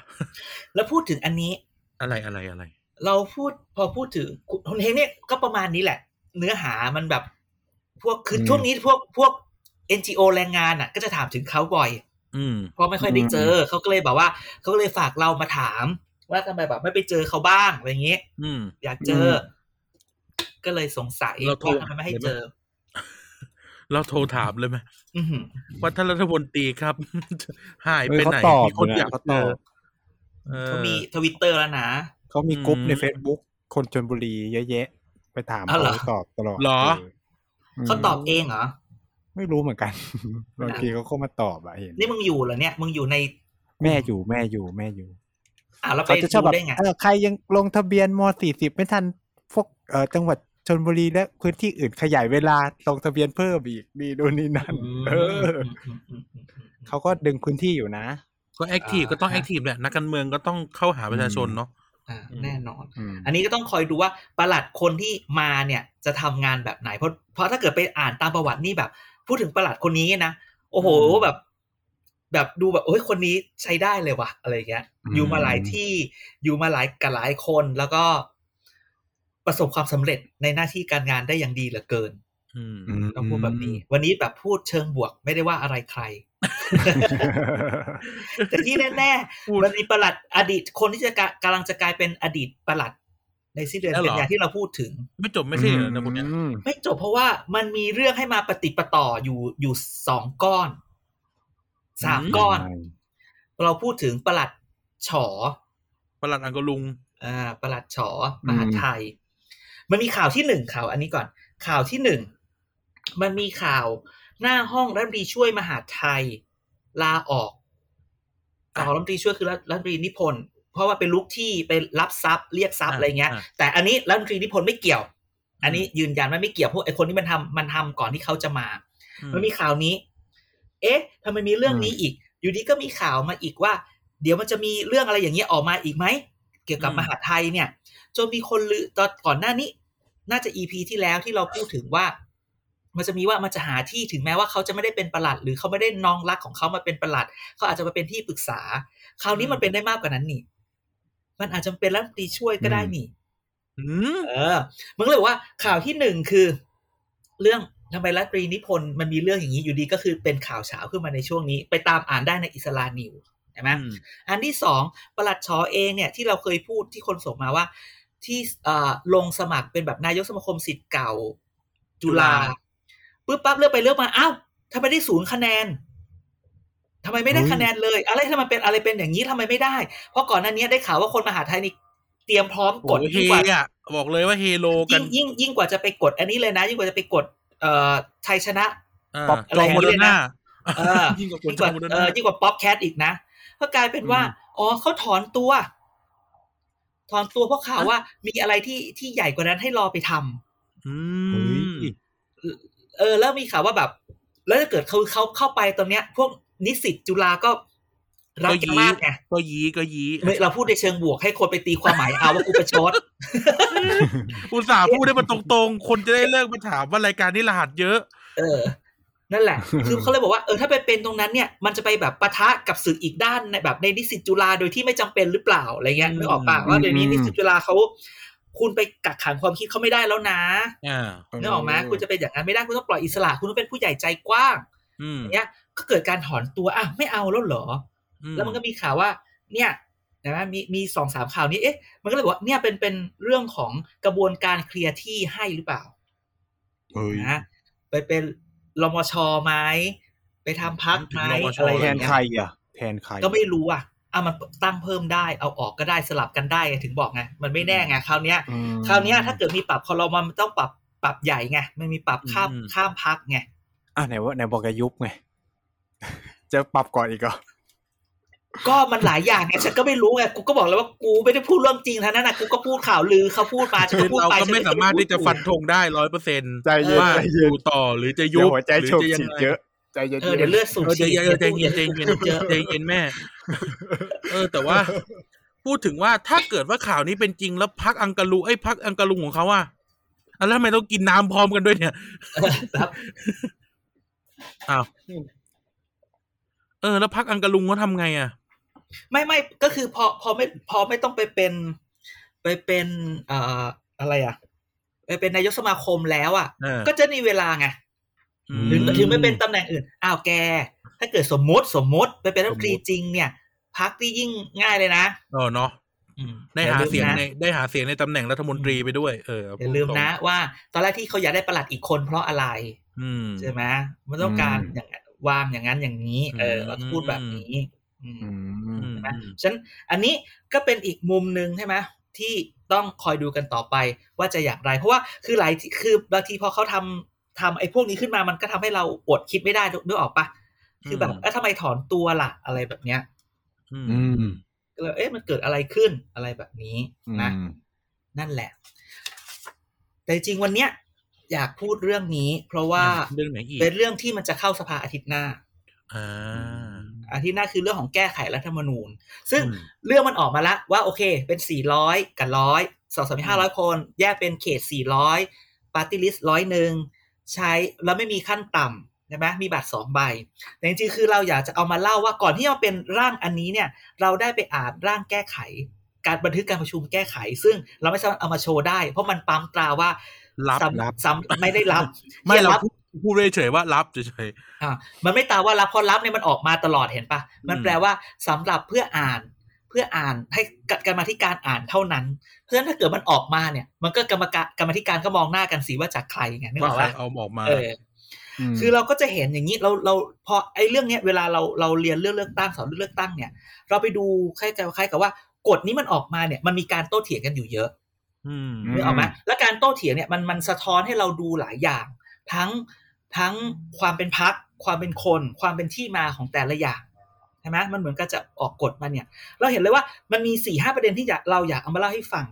Speaker 3: แล้วพูดถึงอันนี้
Speaker 1: อะไรอะไรอะไร
Speaker 3: เราพูดพอพูดถึงคุณเฮงเนี่ยก็ประมาณนี้แหละ เนื้อหามันแบบ พวกคือช่วงนี้พวกพวก NGO แรงงานอ่ะ ก็จะถามถึงเขาบ่อย
Speaker 1: อืม
Speaker 3: เพราะไม่ค่อยได้เจอ เขาก็เลยแบบว่า เขาก็เลยฝากเรามาถาม ว่าทำไมแบบไม่ไปเจอเขาบ้างอะไรอย่างเงี้ย
Speaker 1: อืม
Speaker 3: อยากเจออก็เลยสงสัย
Speaker 1: เราโทร
Speaker 3: ว่าทำไมไม่ให้เจอ
Speaker 1: เราโทรถามเลยไหม
Speaker 3: อือหือ
Speaker 1: ว่าท่านรัฐมนตรีครับ หาย
Speaker 2: เฮ้
Speaker 1: ไป
Speaker 2: ยเขา
Speaker 1: ไหน
Speaker 2: ตอบ
Speaker 1: มีคนอยาก
Speaker 2: เขา
Speaker 1: เจ
Speaker 2: ตอ
Speaker 1: อบ เออ
Speaker 3: เขามีทวิตเตอร์แล้วนะ
Speaker 2: เขามีกรุ๊ปใน
Speaker 1: อืม
Speaker 2: Facebook คนชนบุรีเยอะแยะ ไปถาม
Speaker 3: อ๋อเห
Speaker 2: เขา
Speaker 3: รอ
Speaker 2: ตอบตลอด
Speaker 1: เหรอ
Speaker 2: ม
Speaker 3: เขาตอบเองเหรอ
Speaker 2: ไม่รู้เหมือนกัน บางทีเขาก็มาตอบอะเห็น
Speaker 3: นี่มึงอยู่เหรอเนี่ย มึงอยู่ใน
Speaker 2: แม่อยู่แม่อยู่แม่อยู่
Speaker 3: อ่าเราไป
Speaker 2: เขาจะชอบแบบ
Speaker 3: ได้ไง
Speaker 2: เออใครยังลงทะเบียนม .40 ไม่ทันพวกเอ่อจังหวัดชนบุรีและพื้นที่อื่นขยายเวลาลงทะเบียนเพิ่มอีกดีดูนนี่นั่นเอออ
Speaker 3: เขา
Speaker 2: เขาก็ดึงพื้นที่อยู่นะ
Speaker 1: ก็แอคทีฟ
Speaker 3: อ่า
Speaker 1: ก็ต้อง
Speaker 3: ฮะ
Speaker 1: แอคทีฟแหละนักการเมืองก็ต้องเข้าหาประชาชนเนาะ
Speaker 3: อ่าแน่นอน
Speaker 2: อืม
Speaker 3: อันนี้ก็ต้องคอยดูว่าประหลัดคนที่มาเนี่ยจะทำงานแบบไหน เพราะเพราะถ้าเกิดไปอ่านตามประวัตินี่แบบ พูดถึงประหลัดคนนี้นะโอ้โห
Speaker 1: อืม
Speaker 3: แบบ แบบดูแบบโอ้ยคนนี้ใช้ได้เลยว่ะอะไรอย่างเงี้ย
Speaker 2: อืม
Speaker 3: อยู่มาหลายที่อยู่มาหลายกับหลายคนแล้วก็ประสบความสำเร็จในหน้าที่การงานได้อย่างดีเหลือเกิน
Speaker 1: อืม
Speaker 2: อืม
Speaker 3: ต้องพูดแบบนี้ วันนี้แบบพูดเชิงบวกไม่ได้ว่าอะไรใคร แต่ที่แน่
Speaker 1: พูด
Speaker 3: ๆมันมีประหลัดอดีตคนที่จะกะกำลังจะกลายเป็นอดีตประหลัด ในสิ้นเดือน
Speaker 1: แล้วเหร
Speaker 3: กั
Speaker 1: อ
Speaker 3: นยาที่เราพูดถึง
Speaker 1: ไม่จบไม่ใช่เหรอนะคนเนี้ย
Speaker 2: อืม
Speaker 3: ไม่จบเพราะว่ามันมีเรื่องให้มาปฏิดปะต่ออยู่อยู่สองก้อนสามก้อน เราพูดถึงประหลัดฉอ
Speaker 1: ประหลัดอังกอลุง
Speaker 3: อ่าประหลัดฉอมหาไทย มันมีข่าวที่หนึ่งข่าว อันนี้ก่อน ข่าวที่หนึ่งมันมีข่าวหน้าห้องรัฐมนตรีช่วยมหาไทย ลาออก
Speaker 1: อ่ะ
Speaker 3: ข่าวรัฐมนตรีช่วยคือรัฐรัฐมนตรีนิพนธ์เพราะว่าเป็นลุกที่ไปรับทรัพย์เรียกทรัพย์
Speaker 1: อ่ะ
Speaker 3: อะไรเงี้ย
Speaker 1: อ่ะ
Speaker 3: แต่อันนี้รัฐมนตรีนิพนธ์ไม่เกี่ยว อันนี้ยืนยันว่าไม่เกี่ยวเพราะไอคนที่มันทำมันทำก่อนที่เขาจะมา
Speaker 1: อื
Speaker 3: มันมีข่าวนี้ เอ๊ะทำไมมีเรื่องนี้อีก อยู่ดีก็มีข่าวมาอีกว่า เดี๋ยวมันจะมีเรื่องอะไรอย่างเงี้ยออกมาอีกไหม เกี่ยวกับมหาไทยเนี่ย จนมีคนลือตอนก่อนหน้านี้ น่าจะ EP ที่แล้วที่เราพูดถึงว่า มันจะมีว่ามันจะหาที่ถึงแม้ว่าเขาจะไม่ได้เป็นประหลัด หรือเขาไม่ได้น้องรักของเขามาเป็นประหลัด เขาอาจจะมาเป็นที่ปรึกษา คราวนี้มันเป็นได้มากกว่านั้นนี่ มันอาจจะเป็นรัฐมนตรีช่วยก็ได้นี่
Speaker 1: อืม
Speaker 3: เออมึงเลยบอกว่าข่าวที่หนึ่งคือ เรื่องทำไมรัฐตรีนิพนธ์มันมีเรื่องอย่างนี้อยู่ดีก็คือเป็นข่าวเช้าขึ้นมาในช่วงนี้ ไปตามอ่านได้ในอิสลานิวใช่ไหม
Speaker 1: อืม
Speaker 3: อันที่สองประหลัดชอเองเนี่ยที่เราเคยพูดที่คนส่งมาว่า ที่เอ่อลงสมัครเป็นแบบนายกสมาคมสิทธิ์เก่า จุฬาปึ๊บปั๊บเลือกไปเลือกมาอ้าวทำไมได้ศูนย์คะแนนทำไมไม่ได้คะแนนเลย อะไรทำไมเป็นอะไรเป็นอย่างนี้ทำไมไม่ได้ เพราะก่อนหน้านี้ได้ข่าวว่าคนมหาไทยนี่เตรียมพร้อมก
Speaker 1: ก
Speaker 3: ด
Speaker 1: ดเฮ
Speaker 3: ยิ่งกว่า
Speaker 1: อ่ะบอกเลยว่าเฮโลกั
Speaker 3: ยิ่
Speaker 1: น
Speaker 3: งยิ่งยิ่งกว่าจะไปกดอันนี้เลยนะ ยิ่งกว่าจะไปกดเอ่อชัยชนะ
Speaker 1: อ่า
Speaker 2: ป๊อป
Speaker 1: จองโมเดอร์นา
Speaker 3: เออ
Speaker 1: ยิ่ งกว่าคน
Speaker 3: ยิ่ง
Speaker 1: จ
Speaker 3: ก
Speaker 1: อง
Speaker 3: ว่า
Speaker 1: โมเดอร์
Speaker 3: เอ
Speaker 1: นา
Speaker 3: อยิ่งกว่าป๊อปแคทอีกนะก็กลายเป็นว่า
Speaker 1: อืม
Speaker 3: อ๋อเขาถอนตัว ถอนตัวเพราะข่าวว่ามีอะไรที่ที่ใหญ่กว่านั้นให้รอไปทำ
Speaker 1: อื
Speaker 2: เฮ้
Speaker 1: ม
Speaker 2: ย
Speaker 3: เออ แล้วมีข่าวว่าแบบ แล้วถ้าเกิดเขาเขาเข้าไปตอนเนี้ย พวกนิสิตจุฬาก็รักกันมากไง
Speaker 1: ก็ยี้ก็ยี้
Speaker 3: ไม่เราพูดในเชิงบวกให้คนไปตีความหมายเอาว่ากูประชด
Speaker 1: อุตส่าห์พูดได้มันตรงๆ คนจะได้เลิกมาถามว่ารายการนี้รหัสเยอะ
Speaker 3: เออ นั่นแหละ คือเขาเลยบอกว่า เออ ถ้าไปเป็นตรงนั้นเนี่ย มันจะไปแบบปะทะกับสื่ออีกด้านในแบบในนิสิตจุฬาโดยที่ไม่จำเป็นหรือเปล่า อะไรเงี้ย
Speaker 1: อืม
Speaker 3: นึกออกปะว่าเดี๋ยวนี้
Speaker 2: อืม
Speaker 3: นิสิตจุฬาเขา คุณไปกักขังความคิดเขาไม่ได้แล้วนะ
Speaker 1: อ่า
Speaker 3: นึกออกไหมคุณจะเป็นอย่างนั้นไม่ได้ คุณต้องปล่อยอิสระ คุณต้องเป็นผู้ใหญ่ใจกว้าง
Speaker 1: อืม
Speaker 3: อย่างเนี้ย ก็เกิดการถอนตัว อ่ะ ไม่เอาแล้วเหรอ
Speaker 1: อื
Speaker 3: แล้วมันก็มีข่าวว่า เนี่ยนะมีมีสองสามข่าวนี้ เอ๊ะ มันก็เลยบอกว่า เนี่ยเป็นเป็นเรื่องของกระบวนการเคลียร์ที่ให้หรือเปล่า
Speaker 2: เอ้ย
Speaker 3: นะไปเป็นรมชไหมไปทำพักไหมอะไรอ
Speaker 2: แท
Speaker 3: ย่าน งเงี้
Speaker 2: ใคร
Speaker 3: ย
Speaker 2: อ่ะ แทนใคร
Speaker 3: ก็ไม่รู้อ่ะเอามันตั้งเพิ่มได้เอาออกก็ได้สลับกันได้ไงถึงบอกไงมันไม่แน่ไงคราวเนี้ย
Speaker 2: อืม
Speaker 3: คราวเนี้ยถ้าเกิดมีปรับคอรมมันต้องปรับปรับใหญ่ไงมันมีปรับข้ามข้ามพักไง
Speaker 2: อ่ะไหนว่าไหนบอกจะยุบไง จะปรับก่อนอีกเหรอ
Speaker 3: ก็มันหลายอย่างไงฉันก็ไม่รู้ไงกูก็บอกแล้วว่ากูไม่ได้พูดเรื่องจริงทั้งนั้นนะกูก็พูดข่าวลือเขาพูดมาฉัน
Speaker 1: คือ
Speaker 3: ก็พูด
Speaker 1: เรา
Speaker 3: ไป
Speaker 1: ก็
Speaker 3: ฉัน
Speaker 1: ไม่สามารถที่จะฟันธงได้ร้อยเปอร์เซ็นต์ว่าอยู่ต่อหรือจะยุ
Speaker 2: เดี๋ยว
Speaker 1: บ
Speaker 2: หัวใจ
Speaker 1: หรือ
Speaker 2: โฉบ
Speaker 1: จะยั
Speaker 2: ฉี
Speaker 1: ง
Speaker 2: ด
Speaker 1: ไง
Speaker 2: เยอะ ใจเย็น
Speaker 3: เออเดี๋ยวเลือดสูบ
Speaker 1: เออใจ
Speaker 3: ฉีด
Speaker 1: เย็น
Speaker 3: ดี๋ยว
Speaker 1: ใจเย็นใจเย็นใจเย็นใจเย็นแม่ เออ แต่ว่า พูดถึงว่าถ้าเกิดว่าข่าวนี้เป็นจริงแล้วพักอังกาลูไอ้ยพักอังกาลุงของเขาอะอ่ะแล้วทำไมต้องกินน้ำพร้อมกันด้วยเนี่ย
Speaker 3: ครับ
Speaker 1: อ้าวเออ แล้วพักอังกาลุงเขาทำไงอะ
Speaker 3: ไม่ไม่ก็คือพอพอไม่พอไม่ต้องไปเป็น ไปเป็นเอ่ออะไรอ่ะไปเป็นนายกสมาคมแล้วอ่ะ
Speaker 1: เออ
Speaker 3: ก็จะมีเวลาไง
Speaker 1: อื
Speaker 3: ถึง
Speaker 1: ม
Speaker 3: ถึงไม่เป็นตำแหน่งอื่น อ้าวแก ถ้าเกิดสมมติสมมติไปเป็นรัฐมนตรีจริงเนี่ยพักที่ยิ่งง่ายเลยนะ
Speaker 1: เออเนาะได้หาเสียงในได้หาเสียงในตำแหน่งรัฐมนตรีไปด้วย เออ
Speaker 3: อย่าลืมนะว่า ตอนแรกที่เขาอยากได้ประหลัดอีกคนเพราะอะไร
Speaker 1: อืม
Speaker 3: ใช่ไหมมันต้องการอย่างนั้นวางอย่างนั้นอย่างนี้ เออ
Speaker 1: อืม
Speaker 3: เราต้องพูดแบบนี้ อืม
Speaker 2: อืม
Speaker 1: อืม
Speaker 3: ฉะนันอันนี้ก็เป็นอีกมุมหนึ่งใช่ไหมที่ต้องคอยดูกันต่อไปว่าจะอย่างไร เพราะว่าคือหลายที่คือบางทีพอเขาทำทำไอ้พวกนี้ขึ้นมามันก็ทำให้เราอดคิดไม่ได้ด้วยออกปะ คือแบบเอ้าทำไมถอนตัวล่ะอะไรแบบเนี้ย
Speaker 1: อื
Speaker 2: อื
Speaker 1: ม
Speaker 2: ม
Speaker 3: ก็เลยเอ๊ะมันเกิดอะไรขึ้นอะไรแบบนี้นะ นั่นแหละ แต่จริงๆวันเนี้ยอยากพูดเรื่องนี้ เพราะว่า
Speaker 1: เรื่องไหนอีก
Speaker 3: เป็นเรื่องที่มันจะเข้าสภาอาทิตย์หน้า
Speaker 1: อ่า
Speaker 3: อาทิตย์หน้าคือเรื่องของแก้ไขรัฐธรรมนูญ ซึ่ง
Speaker 1: อืม
Speaker 3: เรื่องมันออกมาละว่าโอเค เป็นสี่ร้อยกับร้อยสองสามห้าร้อยคน แยกเป็นเขตสี่ร้อยปาร์ตี้ลิสต์ร้อยหนึ่งใช้แล้วไม่มีขั้นต่ำใช่ไหมมีบัตรสองใบ แต่จริงๆคือเราอยากจะเอามาเล่าว่าก่อนที่จะมาเป็นร่างอันนี้เนี่ย เราได้ไปอ่านร่างแก้ไข การบันทึกการประชุมแก้ไข ซึ่งเราไม่สามารถเอามาโชว์ได้ เพราะมันปั๊มตราว่า
Speaker 1: รั
Speaker 3: รับ
Speaker 1: รับ
Speaker 3: ซ้ำไม่ได้รับ
Speaker 1: ไม่
Speaker 3: อย่
Speaker 1: เรา
Speaker 3: บ
Speaker 1: พูดพูดเฉยๆว่ารับเฉย
Speaker 3: อ่ะมันไม่ตามว่ารับเพราะรับเนี่ยมันออกมาตลอดเห็นปะมัน
Speaker 1: อืม
Speaker 3: แปลว่าสำหรับเพื่ออ่านเพื่ออ่านให้กัดกรรมาธิการอ่านเท่านั้น เพราะฉะนั้นถ้าเกิดมันออกมาเนี่ย มันก็กรรมการกรรมาธิการก็มองหน้ากันสิว่าจากใครไงนึ
Speaker 1: ๆ
Speaker 3: กอ
Speaker 1: ว่า
Speaker 3: อก
Speaker 1: ใคร
Speaker 3: ปะ
Speaker 1: เอาออกมา
Speaker 3: เออ คือเราก็จะเห็นอย่างนี้เราเราพอไอ้เรื่องเนี้ยเวลาเราเราเรียนเรื่องเลือกตั้งสอนเรื่องเลือกตั้งเนี่ย เราไปดูคล้ายๆคล้ายๆกับว่ากฎนี้มันออกมาเนี่ยมันมีการโต้เถียงกันอยู่เยอะ
Speaker 1: อืม
Speaker 2: อื
Speaker 3: นึกออกไหมแล้วการโต้เถียงเนี่ยมันมันสะท้อนให้เราดูหลายอย่าง ทั้งทั้งความเป็นพัก ความเป็นคน ความเป็นที่มาของแต่ละอย่างใช่ไหมมันเหมือนกับจะออกกฎมาเนี่ย เราเห็นเลยว่ามันมีสี่ห้าประเด็นที่อยากเราอยากเอามาเล่าให้ฟัง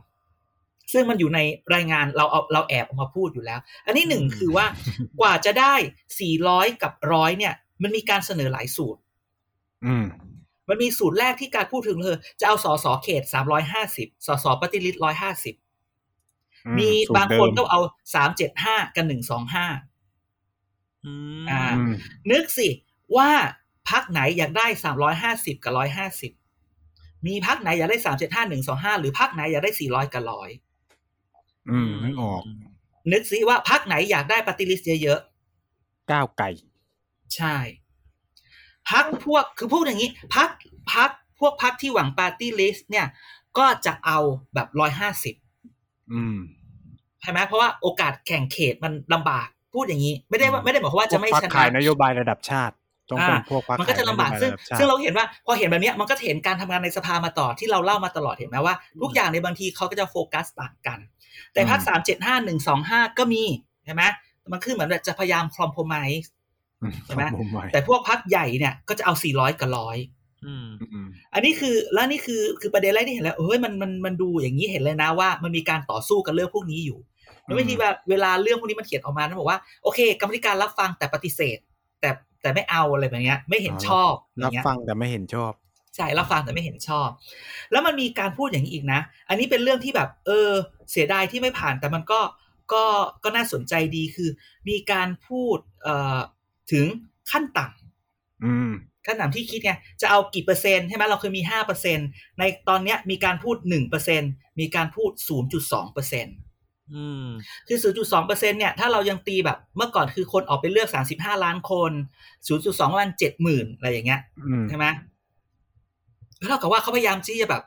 Speaker 3: ซึ่งมันอยู่ในรายงานเราเอาเราแอบเออกมาพูดอยู่แล้ว อันนี้หนึ่ง
Speaker 1: อืม
Speaker 3: คือว่ากว่าจะได้สี่ร้อยกับร้อยเนี่ย มันมีการเสนอหลายสูตร
Speaker 2: อืม
Speaker 3: มันมีสูตรแรกที่การพูดถึงเลยจะเอาสอสอเขตสามร้อยห้าสิบสอสอปฏิริษร้อยห้าสิบ มีบางคนก็เอาสามเจ็ดห้ากับหนึ่งสองห้า
Speaker 1: อืม
Speaker 3: อ่า นึกสิว่าพักไหนอยากได้สามร้อยห้าสิบกับร้อยห้าสิบมีพักไหนอยากได้สามเจ็ดห้าหนึ่งสองห้าหรือพักไหนอยากได้สี่ร้อยกับร้อย
Speaker 2: อืมนึกออก
Speaker 3: นึกสิว่าพักไหนอยากได้ปฏิริษีเยอะ
Speaker 2: ก้าวไก่
Speaker 3: ๆใช่ พักพวกคือพูดอย่างนี้พักพักพวกพักที่หวังปาร์ตี้ลิสต์เนี่ย ก็จะเอาแบบร้อยห้าสิบ
Speaker 2: อืม
Speaker 3: ใช่ไหมเพราะว่าโอกาสแข่งเขตมันลำบากพูดอย่างนี้ ไม่ได้ว่าไม่ได้หมายความว่าจะไม่
Speaker 2: พวก
Speaker 3: ช
Speaker 2: พรรค
Speaker 3: นะ
Speaker 2: ขายนโยบายระดับชาติ ต้องเป็น
Speaker 3: อ่า
Speaker 2: พวกพรรค
Speaker 3: มันก็จะลำบาก
Speaker 2: ขยนโยย
Speaker 3: ซึ่ง
Speaker 2: ระดัชติ
Speaker 3: ซึ่งเราเห็นว่าพอเห็นแบบเนี้ยมันก็จะเห็นการทำงานในสภามาต่อที่เราเล่ามาตลอดเห็นไหมว่า ทุกอย่างในบางทีเขาก็จะโฟกัสต่างกัน แต่พักสามเจ็ดห้าหนึ่งสองห้าก็มีใช่ไหมมันคือเหมือนแบบจะพยายามคอมโพม i s ์
Speaker 2: อื
Speaker 3: ใช่ไหม
Speaker 2: ผมว้
Speaker 3: แต่พวกพักใหญ่เนี่ยก็จะเอาสี่ร้อยกับร้อย
Speaker 1: อืม
Speaker 2: อืม
Speaker 3: อันนี้คือแล้วนี่คือคือประเด็นแรกที่เห็นแล้วเฮ้ยมันมันมันดูอย่างนี้เห็นเลยนะว่า มันมีการต่อสู้กันเรื่องพวกนี้อยู่แล้ววิธีแบบเวลาเรื่องพวกนี้มันเขียนออกมานะบอกว่าโอเค กรรมธิการรับฟังแต่ปฏิเสธ แต่แต่ไม่เอาอะไรแบบเนี้ย ไม่เห็นชอบอ
Speaker 2: รั
Speaker 3: ย่าง
Speaker 2: บ
Speaker 3: เงี้ย
Speaker 2: ฟังแต่ไม่เห็นชอบ
Speaker 3: ใช่รับฟังแต่ไม่เห็นชอบ แล้วมันมีการพูดอย่างนี้อีกนะ อันนี้เป็นเรื่องที่แบบ เออ เสียดายที่ไม่ผ่าน แต่มันก็ก็ก็น่าสนใจดีคือ มีการพูดเอ่อถึงขั้นต่
Speaker 2: อืม
Speaker 3: ำขั้นต่ำที่คิดไงจะเอากี่เปอร์เซ็นต์ใช่ไหมเราเคยมีห้าเปอร์เซ็นในตอนเนี้ยมีการพูดหนึ่งเปอร์เซ็นมีการพูดศูนย์จุดสองเปอร์เซ็น
Speaker 4: อืม
Speaker 3: คือ 0.2%เนี่ย ถ้าเรายังตีแบบเมื่อก่อนคือคนออกไปเลือก 35 ล้านคน 0.2 ล้าน 70,000 อะไรอย่างเงี้ย
Speaker 2: อืม
Speaker 3: ใช่ไหมแล้วเท่ากับว่าเขาพยายามที่จะแบบ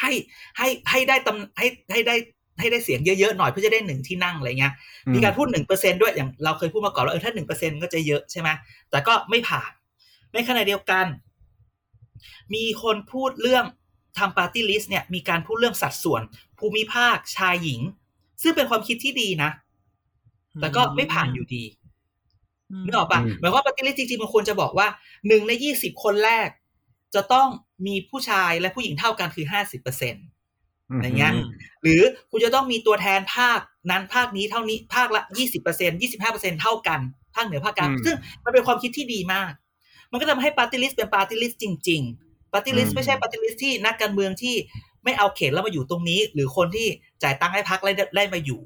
Speaker 3: ให้ให้ให้ได้ตำให้ให้ได้ให้ได้เสียงเยอะๆหน่อยเพื่อจะได้หนึ่งที่นั่งอะไรเงี้ย มีการพูดหนึ่งเปอร์เซด้วยอย่างเราเคยพูดมาก่อนแล้วเออถ้าหนึ่งเปอร์เซ็นก็จะเยอะใช่ไหมแต่ก็ไม่ผ่าน ในขณะเดียวกัน มีคนพูดเรื่องทำปาร์ตี้ลิสต์เนี่ย มีการพูดเรื่องสัดส่วน ภูมิภาคชายหญิง ซึ่งเป็นความคิดที่ดีนะ แต่ก็ไม่ผ่านอยู่ดีนึกออกปะ
Speaker 2: อืม
Speaker 3: หมายความว่าปาร์ตี้ลิสต์จริงๆมันควรจะบอกว่าหนึ่งในยี่สิบคนแรก จะต้องมีผู้ชายและผู้หญิงเท่ากันคือห้าสิบเปอร์เซ็น
Speaker 2: ม
Speaker 3: อะไรเงี้ย หรือคุณจะต้องมีตัวแทนภาคนั้นภาคนี้เท่านี้ภาคละยี่สิบเปอร์เซ็นยี่สิบห้าเปอร์เซ็นเท่ากันภาคเหนือภาคกลาง
Speaker 2: อืม
Speaker 3: ซึ่งมันเป็นความคิดที่ดีมาก มันก็ทำให้ปาร์ตี้ลิสต์เป็นปาร์ตี้ลิสต์จริง ๆปาร์ตี้ลิส
Speaker 2: อื
Speaker 3: ต์
Speaker 2: ม
Speaker 3: ไม่ใช่ปาร์ตี้ลิสต์ที่นักการเมืองที่ไม่เอาเขตแล้วมาอยู่ตรงนี้ หรือคนที่จ่ายตังค์ให้พรรคไล่ไล่มาอยู่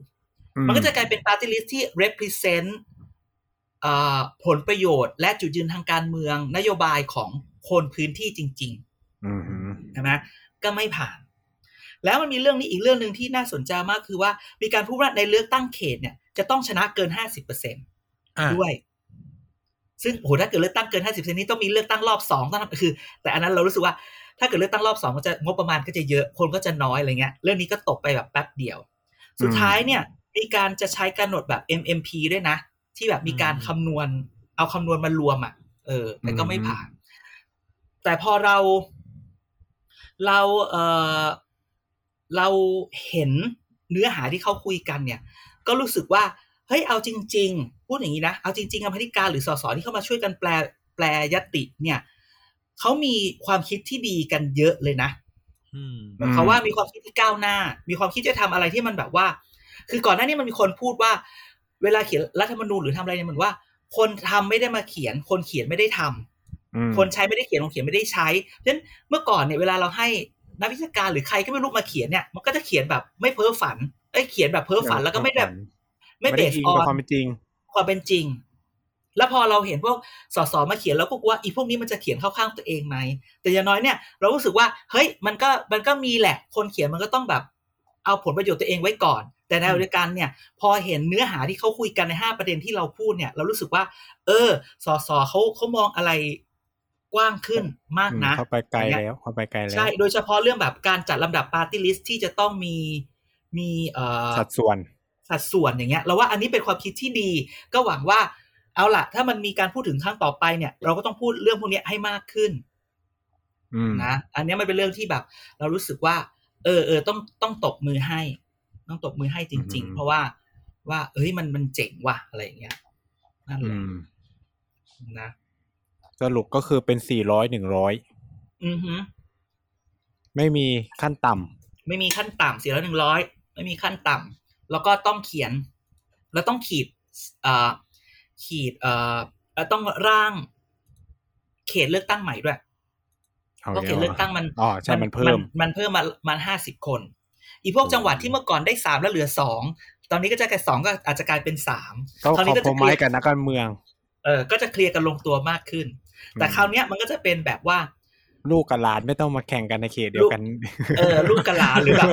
Speaker 2: อื
Speaker 3: มันก็จะกลายเป็นปาร์ตี้ลิสต์ที่ represent เอ่อผลประโยชน์ และจุดยืนทางการเมืองนโยบายของคนพื้นที่จริง ๆ
Speaker 2: อืมอืม
Speaker 3: ใช่ไหมก็ไม่ผ่าน แล้วมันมีเรื่องนี้อีกเรื่องหนึ่งที่น่าสนใจมากคือว่า มีการพูดว่าในเลือกตั้งเขตเนี่ยจะต้องชนะเกินห้าสิบเปอร์เซ็น
Speaker 1: อ่ะ
Speaker 3: ด้วย ซึ่งโอ้โหถ้าเกิดเลือกตั้งเกินห้าสิบเซนนี้ต้องมีเลือกตั้งรอบสองต้องทำคือ แต่อันนั้นเรารู้สึกว่าถ้าเกิดเลือกตั้งรอบสองก็จะงบประมาณก็จะเยอะคนก็จะน้อยอะไรเงี้ย เรื่องนี้ก็ตกไปแบบแป๊บเดียว สุดท้ายเนี่ย มีการจะใช้การหนดแบบ MMP ด้วยนะ ที่แบบมีการคำนวณ เอาคำนวณมารวมอ่ะ เออแต่ก็ไม่
Speaker 2: อืม
Speaker 3: ผ่าน แต่พอเรา เราเออเราเห็นเนื้อหาที่เขาคุยกันเนี่ย ก็รู้สึกว่าเฮ้ยเอาจริง ๆ พูดอย่างนี้นะเอาจริงๆกรรมาธิการหรือสสที่เข้ามาช่วยกันแปลแปลยติเนี่ยเขามีความคิดที่ดีกันเยอะเลยนะ
Speaker 4: อืม
Speaker 3: หมายความว่ามีความคิดที่ก้าวหน้า มีความคิดจะทำอะไรที่มันแบบว่า คือก่อนหน้านี้มันมีคนพูดว่า เวลาเขียนรัฐธรรมนูญหรือทำอะไรเนี่ยมันว่า คนทำไม่ได้มาเขียน คนเขียนไม่ได้ทำ
Speaker 2: อืม
Speaker 3: คนใช้ไม่ได้เขียน คนเขียนไม่ได้ใช้เพราะฉะนั้นเมื่อก่อนเนี่ยเวลาเราให้นักวิชาการหรือใครก็ไม่รู้มาเขียนเนี่ย มันก็จะเขียนแบบไม่เพ้อฝันเอ้ยเขียนแบบเพ้อฝันแล้วก็ไม่แบบไม่เบ
Speaker 2: ด้
Speaker 3: ส
Speaker 2: อิง
Speaker 3: ออ
Speaker 2: กับ
Speaker 3: น
Speaker 2: ความเป็นจริง
Speaker 3: ความเป็นจริง แล้วพอเราเห็นพวกสสมาเขียนแล้วก็กลัวว่าอีพวกนี้มันจะเขียนเข้าข้างตัวเองไหม แต่อย่างน้อยเนี่ย เรารู้สึกว่า เฮ้ย มันก็ มันก็มีแหละ คนเขียนมันก็ต้องแบบ เอาผลประโยชน์ตัวเองไว้ก่อน แต่ในเดียวกันเนี่ย พอเห็นเนื้อหาที่เขาคุยกันในห้าประเด็นที่เราพูดเนี่ย เรารู้สึกว่า เออ สสเขาเขามองอะไรกว้างขึ้นมากนะ
Speaker 2: เข้าไปไกลแล้วเข้าไปไกลแล้ว
Speaker 3: ใช่ โดยเฉพาะเรื่องแบบการจัดลำดับปาร์ตี้ลิสที่จะต้องมี มีเอ่อ
Speaker 2: สัดส่วน
Speaker 3: สัดส่วนอย่างเงี้ยเราว่าอันนี้เป็นความคิดที่ดี ก็หวังว่า เอาล่ะ ถ้ามันมีการพูดถึงครั้งต่อไปเนี่ย เราก็ต้องพูดเรื่องพวกเนี้ยให้มากขึ้น
Speaker 2: อืม
Speaker 3: นะอันเนี้ยมันเป็นเรื่องที่แบบ เรารู้สึกว่า เออเออต้องต้องตบมือให้ ต้องตบมือให้จริง
Speaker 2: อื
Speaker 3: ๆ
Speaker 2: ม
Speaker 3: เพราะว่า ว่า เอ้ยมันมันเจ๋งว่ะอะไรอย่างเงี้ยนั่นแห
Speaker 2: อื
Speaker 3: ละ
Speaker 2: ม
Speaker 3: นะ
Speaker 2: สรุปก็คือเป็นสี่ร้อยหนึ่งร้อย
Speaker 3: อือหือ
Speaker 2: ไม่มีขั้นต่ำ
Speaker 3: ไม่มีขั้นต่ำเสียละหนึ่งร้อยไม่มีขั้นต่ำแล้วก็ต้องเขียน แล้วต้องขีดเอ่อขีดเอ่อเอ่อต้องร่าง เขตเลือกตั้งใหม่ด้วย
Speaker 2: เอา
Speaker 3: เพราะเขตเลือกตั้งมัน
Speaker 2: อ๋อใช่มันเพิ่ม
Speaker 3: มันเพิ่มมามันห้าสิบคน อีพวกจังหวัดที่เมื่อก่อนได้สามแล้วเหลือสองตอนนี้ก็จะกลายสองก็อาจจะกลายเป็นสาม
Speaker 2: ก็
Speaker 3: คราว
Speaker 2: ขอ
Speaker 3: นี้ก็
Speaker 2: พ
Speaker 3: จะ
Speaker 2: ม
Speaker 3: เค
Speaker 2: ไม้
Speaker 3: ลียร์
Speaker 2: กับนักการเมือง
Speaker 3: เออก็จะเคลียร์กันลงตัวมากขึ้น แต่
Speaker 2: อืม
Speaker 3: คราวเนี้ยมันก็จะเป็นแบบว่า
Speaker 2: ลูกกับหลานไม่ต้องมาแข่งกันในเขตเดียวกัน
Speaker 3: เออลูกกับหลานหรือ แบบ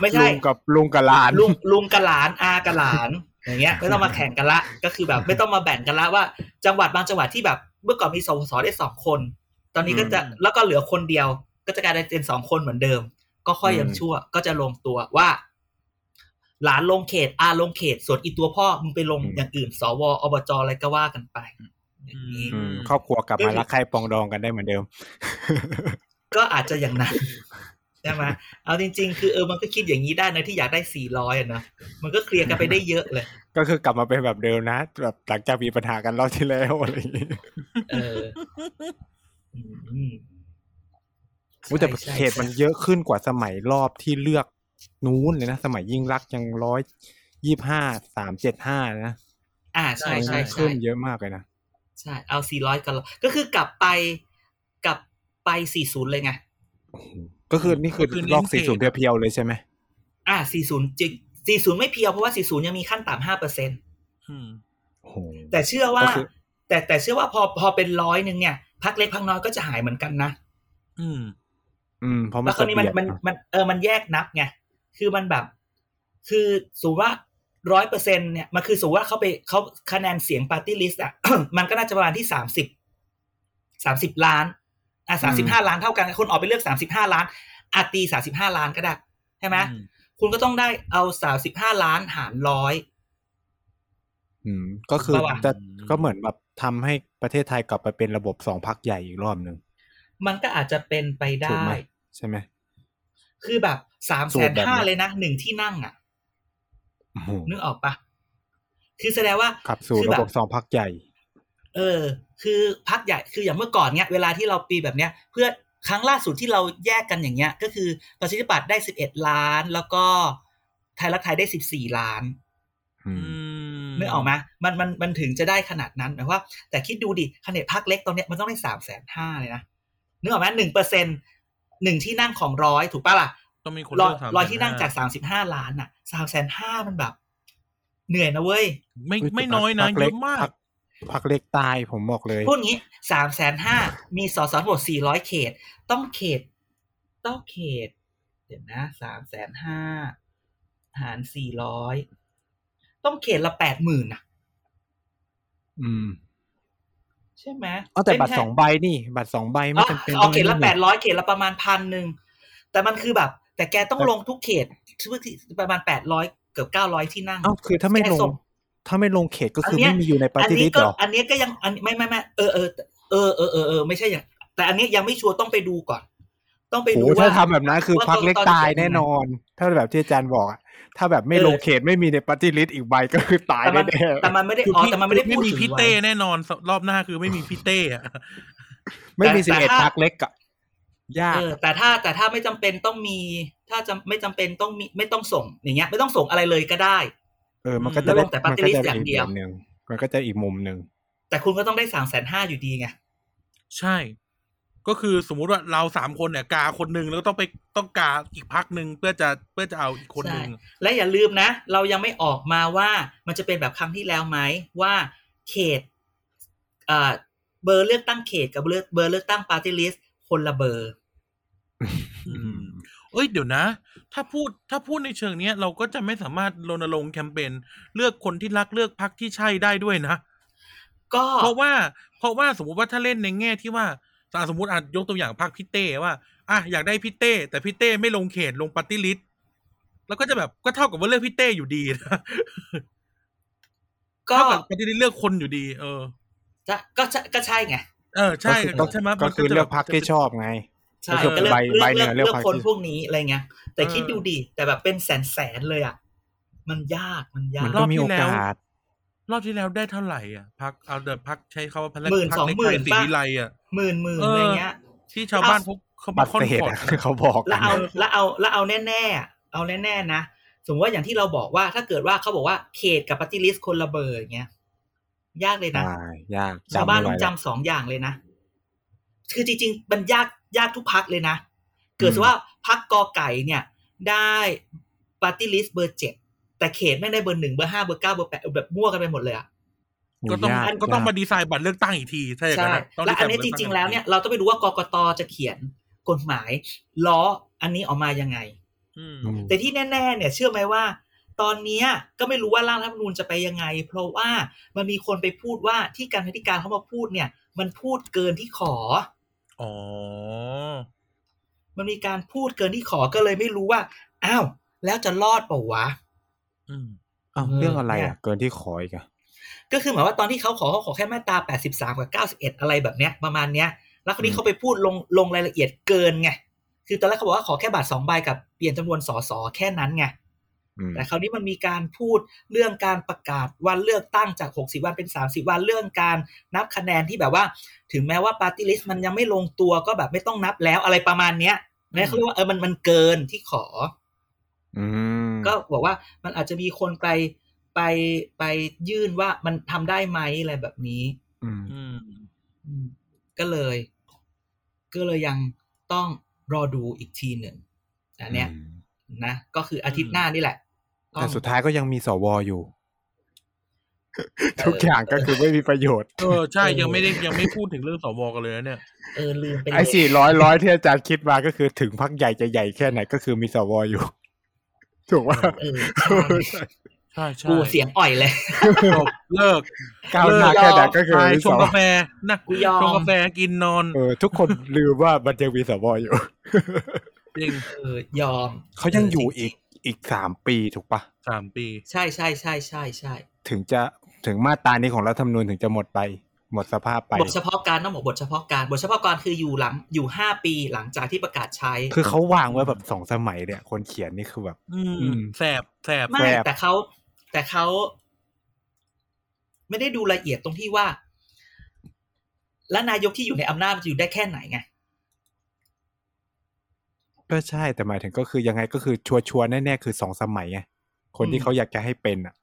Speaker 3: ไม่ใช่
Speaker 2: ลุงกับลุงกับหลาน
Speaker 3: ลุงลุงกับหลาน อากับหลาน อย่างเงี้ยไม่ต้องมาแข่งกันละ ก็คือแบบไม่ต้องมาแบ่งกันละว่า จังหวัดบางจังหวัดที่แบบ เมื่อก่อนมีสสได้สองคน ตอนนี้ก็จะแล้วก็เหลือคนเดียว ก็จะกลายเป็นสองคนเหมือนเดิม ก็ค่อยยังชั่วก็จะลงตัวว่า หลานลงเขตอาลงเขต ส่วนอีตัวพ่อมึงไปลงอย่างอื่น สวอบจอะไรก็ว่ากันไปอย่างนี้
Speaker 2: อืมครอบครัวกลับมารักใครปองดองกันได้เหมือนเดิม
Speaker 3: ก็อาจจะอย่างนั้น ใช่ไหมเอาจริง ๆ คือเออมันก็คิดอย่างนี้ได้นะที่อยากได้สี่ร้อยอะนะมันก็เคลียร์กันไปได้เยอะเลย
Speaker 2: ก็คือกลับมาเป็นแบบเดิมนะแบบหลังจากมีปัญหากันรอบที่แล้วอะไรอย่างงี้
Speaker 3: เอออืม
Speaker 2: อุ๊ยแต่
Speaker 3: ใช่
Speaker 2: เขตมันเยอะขึ้นกว่าสมัยรอบที่เลือกนู้นเลยนะ สมัยยิ่งรักษณ์ยังร้อยยี่ห้าสามเจ็ดห้านะ
Speaker 3: อ่าใช่ใช่
Speaker 2: เพิ่
Speaker 3: ใช่
Speaker 2: มเยอะมากเลยนะ
Speaker 3: ใช่ เอา 400 กันแล้วก็คือกลับไปกลับไป 40 เลยไง
Speaker 2: ก็คือนี่คือ
Speaker 1: ก็คือ
Speaker 2: ลอก
Speaker 1: เน้นเกรด
Speaker 2: 40 เพียวๆเลยใช่ไหม
Speaker 3: อ่า 40จริง40 ไม่เพียวเพราะว่า 40 ยังมีขั้นต่ำ5เปอร์เซ็น
Speaker 4: อืม
Speaker 2: โอ้โห
Speaker 3: แต่เชื่อว่า
Speaker 2: ก็คือ
Speaker 3: แต่แต่เชื่อว่าพอพอเป็นร้อยหนึ่งเนี่ย พักเล็กพักน้อยก็จะหายเหมือนกันนะ
Speaker 4: อืม
Speaker 2: อืมเพราะมั
Speaker 3: แล้
Speaker 2: น
Speaker 3: วคราวนี้มัน
Speaker 2: จะเบียด
Speaker 3: มันมันเออมันแยกนับไง คือมันแบบ คือสูว่าร้อยเปอร์เซ็นเนี่ย มันคือสูว่าเขาไปเขาคะแนนเสียงปาร์ตี้ลิสต์อ่ะ มันก็น่าจะประมาณที่สามสิบสามสิบล้าน อ่ะสามสิบห้าล้านเท่ากัน คนออกไปเลือกสามสิบห้าล้านอาตีสามสิบห้าล้านก็ได้ใช่ไหม
Speaker 4: อื
Speaker 3: คุณก็ต้องได้เอาสามสิบห้าล้านหารร้อย
Speaker 2: อืมก็คือ
Speaker 3: ระหว่าง
Speaker 2: จะก็เหมือนแบบทำให้ประเทศไทยกลับไปเป็นระบบสองพักใหญ่อีกรอบหนึ่ง
Speaker 3: มันก็อาจจะเป็นไป
Speaker 2: ถูก
Speaker 3: ได้
Speaker 2: ไหมใช่ไหม
Speaker 3: คือแบบสาม
Speaker 2: สู
Speaker 3: แส
Speaker 2: ต
Speaker 3: น
Speaker 2: รแบบนั้
Speaker 3: ห้าน เลยนะหนึ่งที่นั่งอ่ะ
Speaker 2: โอ้โห
Speaker 3: นึกออกปะคือแสดงว่า
Speaker 2: ขับสู่
Speaker 3: คือ
Speaker 2: ระ
Speaker 3: แบบ
Speaker 2: บบสองพักใหญ่
Speaker 3: เออ คือพักใหญ่ คืออย่างเมื่อก่อนเนี้ย เวลาที่เราปีแบบเนี้ย เพื่อครั้งล่าสุดที่เราแยกกันอย่างเงี้ย ก็คือประชาธิปัตย์ได้สิบเอ็ดล้าน แล้วก็ไทยรักไทยได้สิบสี่ล้าน
Speaker 2: อืม
Speaker 4: ม
Speaker 3: นึกออกไหมมันมันมันถึงจะได้ขนาดนั้นหมายความว่า แต่คิดดูดิคะแนนพักเล็กตอนเนี้ยมันต้องได้สามแสนห้าเลยนะนึกออกไหมหนึ่งเปอร์เซ็นหนึ่งที่นั่งของร้อยถูกปะล่ะ
Speaker 1: ต้องมีคน
Speaker 3: ร้
Speaker 1: เลื
Speaker 3: อย
Speaker 1: กสาม
Speaker 3: ร้อยที่นั่งจาก
Speaker 1: แส
Speaker 3: สามสิบห้าล้านอ่ะสามแสนห้ามันแบบ เหนื่อยนะเว้ย
Speaker 1: ไม่
Speaker 2: เฮ้ย
Speaker 1: ไม่
Speaker 2: แต่
Speaker 1: น้อยนะ
Speaker 2: พรรค
Speaker 1: เย
Speaker 2: ล็
Speaker 1: อะมาก
Speaker 2: พรรคพักเล็กตายผมบอกเลย
Speaker 3: พูดงี้สามแสนห้ามีสสทั้งหมดสี่ร้อยเขต ต้องเขต ต้องเขต เดี๋ยวนะสามแสนห้าหารสี่ร้อยต้องเขตละแปดหมื่นนะ
Speaker 2: อืม
Speaker 3: ใช่ไหม
Speaker 2: อ๋อแต่
Speaker 3: เย
Speaker 2: บัตร
Speaker 3: ไม่ใช่
Speaker 2: สองใบนี่ บัตรสองใบไม่
Speaker 3: อ๋อ
Speaker 2: จำเป็น
Speaker 3: เอาเขตละ
Speaker 2: อง
Speaker 3: แป
Speaker 2: นี่
Speaker 3: ด
Speaker 2: นี่
Speaker 3: ร้อยเขตละประมาณพันหนึ่งแต่มันคือแบบ แต่แกต้อง
Speaker 2: แต่
Speaker 3: ลงทุกเขตที่ประมาณแปดร้อยเกือบเก้าร้อยที่นั่ง
Speaker 2: อ้าวคือถ้าไม่ลง
Speaker 3: แกส่ง
Speaker 2: ถ้าไม่ลงเขตก็คืออน
Speaker 3: เนี้ย
Speaker 2: ไม่มีอยู่ในปาร์
Speaker 3: อัน
Speaker 2: ตี้
Speaker 3: นี้
Speaker 2: ลิสต์
Speaker 3: ก็
Speaker 2: หรอ
Speaker 3: อันนี้ก็ยังอันไม่ไม่ไม่เออเออเออเออเออเออไม่ใช่อย่าง แต่อันนี้ยังไม่ชัวร์ต้องไปดูก่อน ต้องไป
Speaker 2: โห
Speaker 3: ดู
Speaker 2: ถ้า
Speaker 3: ว่า
Speaker 2: ทำแบบนั้นคือ
Speaker 3: ว่า
Speaker 2: พักเล็ก
Speaker 3: ตอน
Speaker 2: ตาย
Speaker 3: ตอน
Speaker 2: แน่นอน ถ้าแบบที่อาจารย์บอกอะถ้าแบบไม่
Speaker 3: เออ
Speaker 2: ลงเขตไม่มีในปาร์ตี้ลิสต์อีกใบก็คือตาย
Speaker 3: แต่มัน
Speaker 2: แน่
Speaker 3: แต่มันไม่ได้
Speaker 1: คือ
Speaker 3: อ๋อ
Speaker 1: พี่
Speaker 3: แต่มันไม่ได้
Speaker 1: ไม่
Speaker 3: พูด
Speaker 1: มี
Speaker 3: ถึง
Speaker 1: พี่
Speaker 3: ไว้
Speaker 1: เต้แน่นอนรอบหน้าคือไม่มีพี่เต้อะ
Speaker 2: ๆไม่มี
Speaker 3: แต่
Speaker 2: สิบเอ็ด
Speaker 3: แต่ถ้า
Speaker 2: พักเล็กอะยาก
Speaker 3: เออ แต่ถ้าแต่ถ้าไม่จำเป็นต้องมี ถ้าจะไม่จำเป็นต้องมีไม่ต้องส่งอย่างเงี้ย ไม่ต้องส่งอะไรเลยก็ได้
Speaker 2: เออ มันก็จะได้
Speaker 3: ลงแต่
Speaker 2: มั
Speaker 3: party
Speaker 2: ก็จะ
Speaker 3: list อย่างเดียว
Speaker 2: กแบบหนึ่งมันก็จะอีกมุมหนึ่ง
Speaker 3: แต่คุณก็ต้องได้สามแสนห้าอยู่ดีไง
Speaker 1: ใช่ ก็คือสมมุติว่าเราสามคนเนี่ย กาคนหนึ่งแล้วก็ต้องไปต้องกาอีกพักหนึ่งเพื่อจะเพื่อจะเอาอีกคนหนึ่ง
Speaker 3: ใช่และอย่าลืมนะ เรายังไม่ออกมาว่ามันจะเป็นแบบครั้งที่แล้วไหมว่าเขตเอ่อเบอร์เลือกตั้งเขตกับเลือกเบอร์เลือกตั้งปาร์ตี้ลิสต์คนละเบอร์
Speaker 1: อืม เอ้ยเดี๋ยวนะ ถ้าพูดถ้าพูดในเชิงเนี้ยเราก็จะไม่สามารถรณรงค์แคมเปญเลือกคนที่รักเลือกพักที่ใช่ได้ด้วยนะ
Speaker 3: ก็
Speaker 1: เพราะว่าเพราะว่าสมมติว่าถ้าเล่นในแง่ที่ว่าอ่ะสมมติอาจยกตัวอย่างพรรคพี่เต้ว่าอ่ะอยากได้พี่เต้ แต่พี่เต้ไม่ลงเขตลงปาร์ตี้ลิสต์แล้วก็จะแบบก็เท่ากับว่าเลือกพี่เต้อยู่ดีนะ
Speaker 3: ก็
Speaker 1: เท่ากับปาร์ตี้ลิสต์เลือกคนอยู่ดี เออ
Speaker 3: จะก็ใช่ก็ใช่ไง
Speaker 1: เออใช่
Speaker 2: ก็คือ
Speaker 1: ใช่ไหม
Speaker 2: ก็
Speaker 1: มัน
Speaker 2: คือ
Speaker 1: จะ
Speaker 2: เลือกพักที่
Speaker 1: จะ
Speaker 2: ชอบไง
Speaker 3: ใช่
Speaker 1: ก็คือ
Speaker 3: ก็เลือก
Speaker 2: ใบ
Speaker 3: เลื
Speaker 2: ใบอก หนึ่
Speaker 3: เลือง ก
Speaker 2: เลือก
Speaker 3: เลือก
Speaker 2: พรรค
Speaker 3: คนพวกนี้อะไรเงี้ยแต่
Speaker 1: เออ
Speaker 3: คิดดูดิแต่แบบเป็นแสนแสนๆเลยอ่ะมันยากมันยา
Speaker 2: มั
Speaker 3: ก
Speaker 1: ร
Speaker 2: นก็
Speaker 1: อบ
Speaker 2: มี
Speaker 1: ที่
Speaker 2: โอ
Speaker 1: แล้ว
Speaker 2: กาส
Speaker 1: รอบที่แล้วได้เท่าไหร่อ่ะพักเอาเดพักใช้คำว่าพัก
Speaker 3: หมื่น
Speaker 1: พั
Speaker 3: สอง
Speaker 1: เล็ก
Speaker 3: หมื่น
Speaker 1: สี
Speaker 3: ป่ะ
Speaker 1: วิไลอ่ะ
Speaker 3: หมื่นหมื่น
Speaker 1: เอออ
Speaker 3: อะไรเงี้ย
Speaker 1: ที่ชาวบ้านเขาเขา
Speaker 2: บั
Speaker 1: มา
Speaker 2: ตร
Speaker 1: คอน
Speaker 2: เศษ
Speaker 1: คอร์ด
Speaker 2: อะเขาบอก
Speaker 3: แล้วน
Speaker 2: กั
Speaker 3: เอาแล้วเอาแล้วเอาแน่ๆอะเอาแน่ๆนะ สมมติว่าอย่างที่เราบอกว่าถ้าเกิดว่าเขาบอกว่าเขตกับปฏิริษคนละเบอร์อย่างเงี้ย ยากเลยนะ
Speaker 2: ตายยาก
Speaker 3: ชาวบ้าน
Speaker 2: ไม่
Speaker 3: ต้อง
Speaker 2: ไหวแล้ว
Speaker 3: จำสองอย่างเลยนะ คือจริงๆมันยากยากทุกพักเลยนะ เกิด
Speaker 2: อืม
Speaker 3: สมมุติว่าพักกอไก่เนี่ย ได้ปฏิริษเบอร์เจ็ดแต่เขตไม่ได้เบอร์หนึ่งเบอร์ห้าเบอร์เก้าเบอร์แปดแบบมั่วกันไปหมดเลยอะ
Speaker 1: ก็ต้อง
Speaker 2: ยาก
Speaker 1: ก็ต้อง
Speaker 2: ย
Speaker 1: มาดีไซน์บัตรเลือกตั้งอีกทีถ้าอย่าง
Speaker 3: ใช่
Speaker 1: นั้นอะต้อง
Speaker 3: และ
Speaker 1: ดีไซ
Speaker 3: อัน
Speaker 1: บั
Speaker 3: นี้
Speaker 1: ตอก
Speaker 3: จ
Speaker 1: ตั้
Speaker 3: ริง
Speaker 1: อี
Speaker 3: ๆ
Speaker 1: ก
Speaker 3: แล้วเนี่ยเราต้องไปดูว่ากกตจะเขียนกฎหมาย ล้ออันนี้ออกมายังไง
Speaker 1: อืม
Speaker 2: อืม
Speaker 3: แต่ที่แน่ ๆ เนี่ยเชื่อไหมว่า ตอนเนี้ยก็ไม่รู้ว่าร่างรัฐธรรมนูญจะไปยังไง เพราะว่ามันมีคนไปพูดว่าที่การพิธีการเขามาพูดเนี่ย มันพูดเกินที่ขอ
Speaker 1: อ๋อ
Speaker 3: มันมีการพูดเกินที่ขอก็เลยไม่รู้ว่าอ้าวแล้วจะรอดเปล่าวะ
Speaker 1: อืม
Speaker 2: อ้าว
Speaker 3: เออ
Speaker 2: เรื่องอะไร
Speaker 3: เนี่ย
Speaker 2: อ่ะ เกินที่ขออีกอะ
Speaker 3: ก็คือหมายว่าตอนที่เขาขอเขาขอแค่มาตรา83 กับ 91 อะไรแบบเนี้ยประมาณเนี้ย แล้วคนนี้เขาไปพูดลงลงรายละเอียดเกินไง คือตอนแรกเขาบอกว่าขอแค่บาทสองใบกับเปลี่ยนจำนวนสสแค่นั้นไง
Speaker 2: อืม
Speaker 3: แต่คราวนี้มันมีการพูดเรื่องการประกาศวันเลือกตั้งจาก 60 วันเป็น 30 วันเรื่องการนับคะแนนที่แบบว่า ถึงแม้ว่าปาร์ตี้ลิสต์มันยังไม่ลงตัวก็แบบไม่ต้องนับแล้วอะไรประมาณเนี้ยแม้เขาเรียกว่าเออมันมันเกินที่ขอ
Speaker 2: อืม
Speaker 3: ก็บอกว่ามันอาจจะมีคนไปไป ไปไปยื่นว่ามันทำได้ไหมอะไรแบบนี้
Speaker 2: อืม
Speaker 1: อืม
Speaker 3: อืมก็เลย ก็เลยยังต้องรอดูอีกทีหนึ่งอันเนี้ยนะก็คืออาทิตย์หน้านี่แหละ
Speaker 2: แต่สุ
Speaker 3: ต้อ
Speaker 2: ด
Speaker 3: ง
Speaker 2: ท้ายก็ยังมีสวอยู่
Speaker 3: เออ
Speaker 2: ทุกอย่างก็คือไม่มีประโยชน์
Speaker 1: เออใช่ยังไม่ได้ยังไม่พูดถึงเรื่องสวกันเลยนะเนี่ย
Speaker 3: เออลืมไป
Speaker 2: ไอ้สี่ร้อยร้อยที่อาจารย์คิดมาก็คือถึงพักใหญ่จะใหญ่แค่ไหนก็คือมีสวอยู่ ถูกว่า
Speaker 3: เออใช่
Speaker 1: ใช่ใช่
Speaker 3: กูเสียงอ่อยเลย
Speaker 1: จบเลิก
Speaker 2: ก้าวหน้าแค่ไหนก็คือ
Speaker 1: ไป
Speaker 2: มี
Speaker 1: ช
Speaker 2: ส
Speaker 1: ง
Speaker 2: ว
Speaker 1: กาแฟนะ
Speaker 3: กูยอม
Speaker 1: ชงกาแฟกินนอน
Speaker 2: เออทุกคนลืมว่ามันยังมีสวอยู่
Speaker 1: จริง
Speaker 3: เออยอม
Speaker 2: เขายังอยู่อีกอีกสามปีถูกปะ
Speaker 1: สามปี
Speaker 3: ใช่ใช่ใช่ใช่ใช่
Speaker 2: ถึงจะถึงมาตรานี้ของรัฐธรรมนูญถึงจะหมดไป หมดสภาพไป
Speaker 3: บทเฉพาะการต้องบอกบทเฉพาะการบทเฉพาะการคืออยู่หลังอยู่ห้าปีหลังจากที่ประกาศใช้
Speaker 2: คือเขาวางไว้แบบสองสมัยเนี่ย คนเขียนนี่คือแบบ
Speaker 1: อื
Speaker 2: อื
Speaker 1: ม
Speaker 2: ม
Speaker 1: แสบแสบ
Speaker 3: ไม่
Speaker 2: แบบ
Speaker 3: แต่เขาแต่เขา ไม่ได้ดูละเอียดตรงที่ว่า และนายกที่อยู่ในอำนาจมันจะอยู่ได้แค่ไหนไง
Speaker 2: ก็ใช่แต่หมายถึงก็คือยังไงก็คือชัวชัวร์ๆแน่ๆคือสองสมัยไงคนที่เขาอยากจะให้เป็นอ่ะ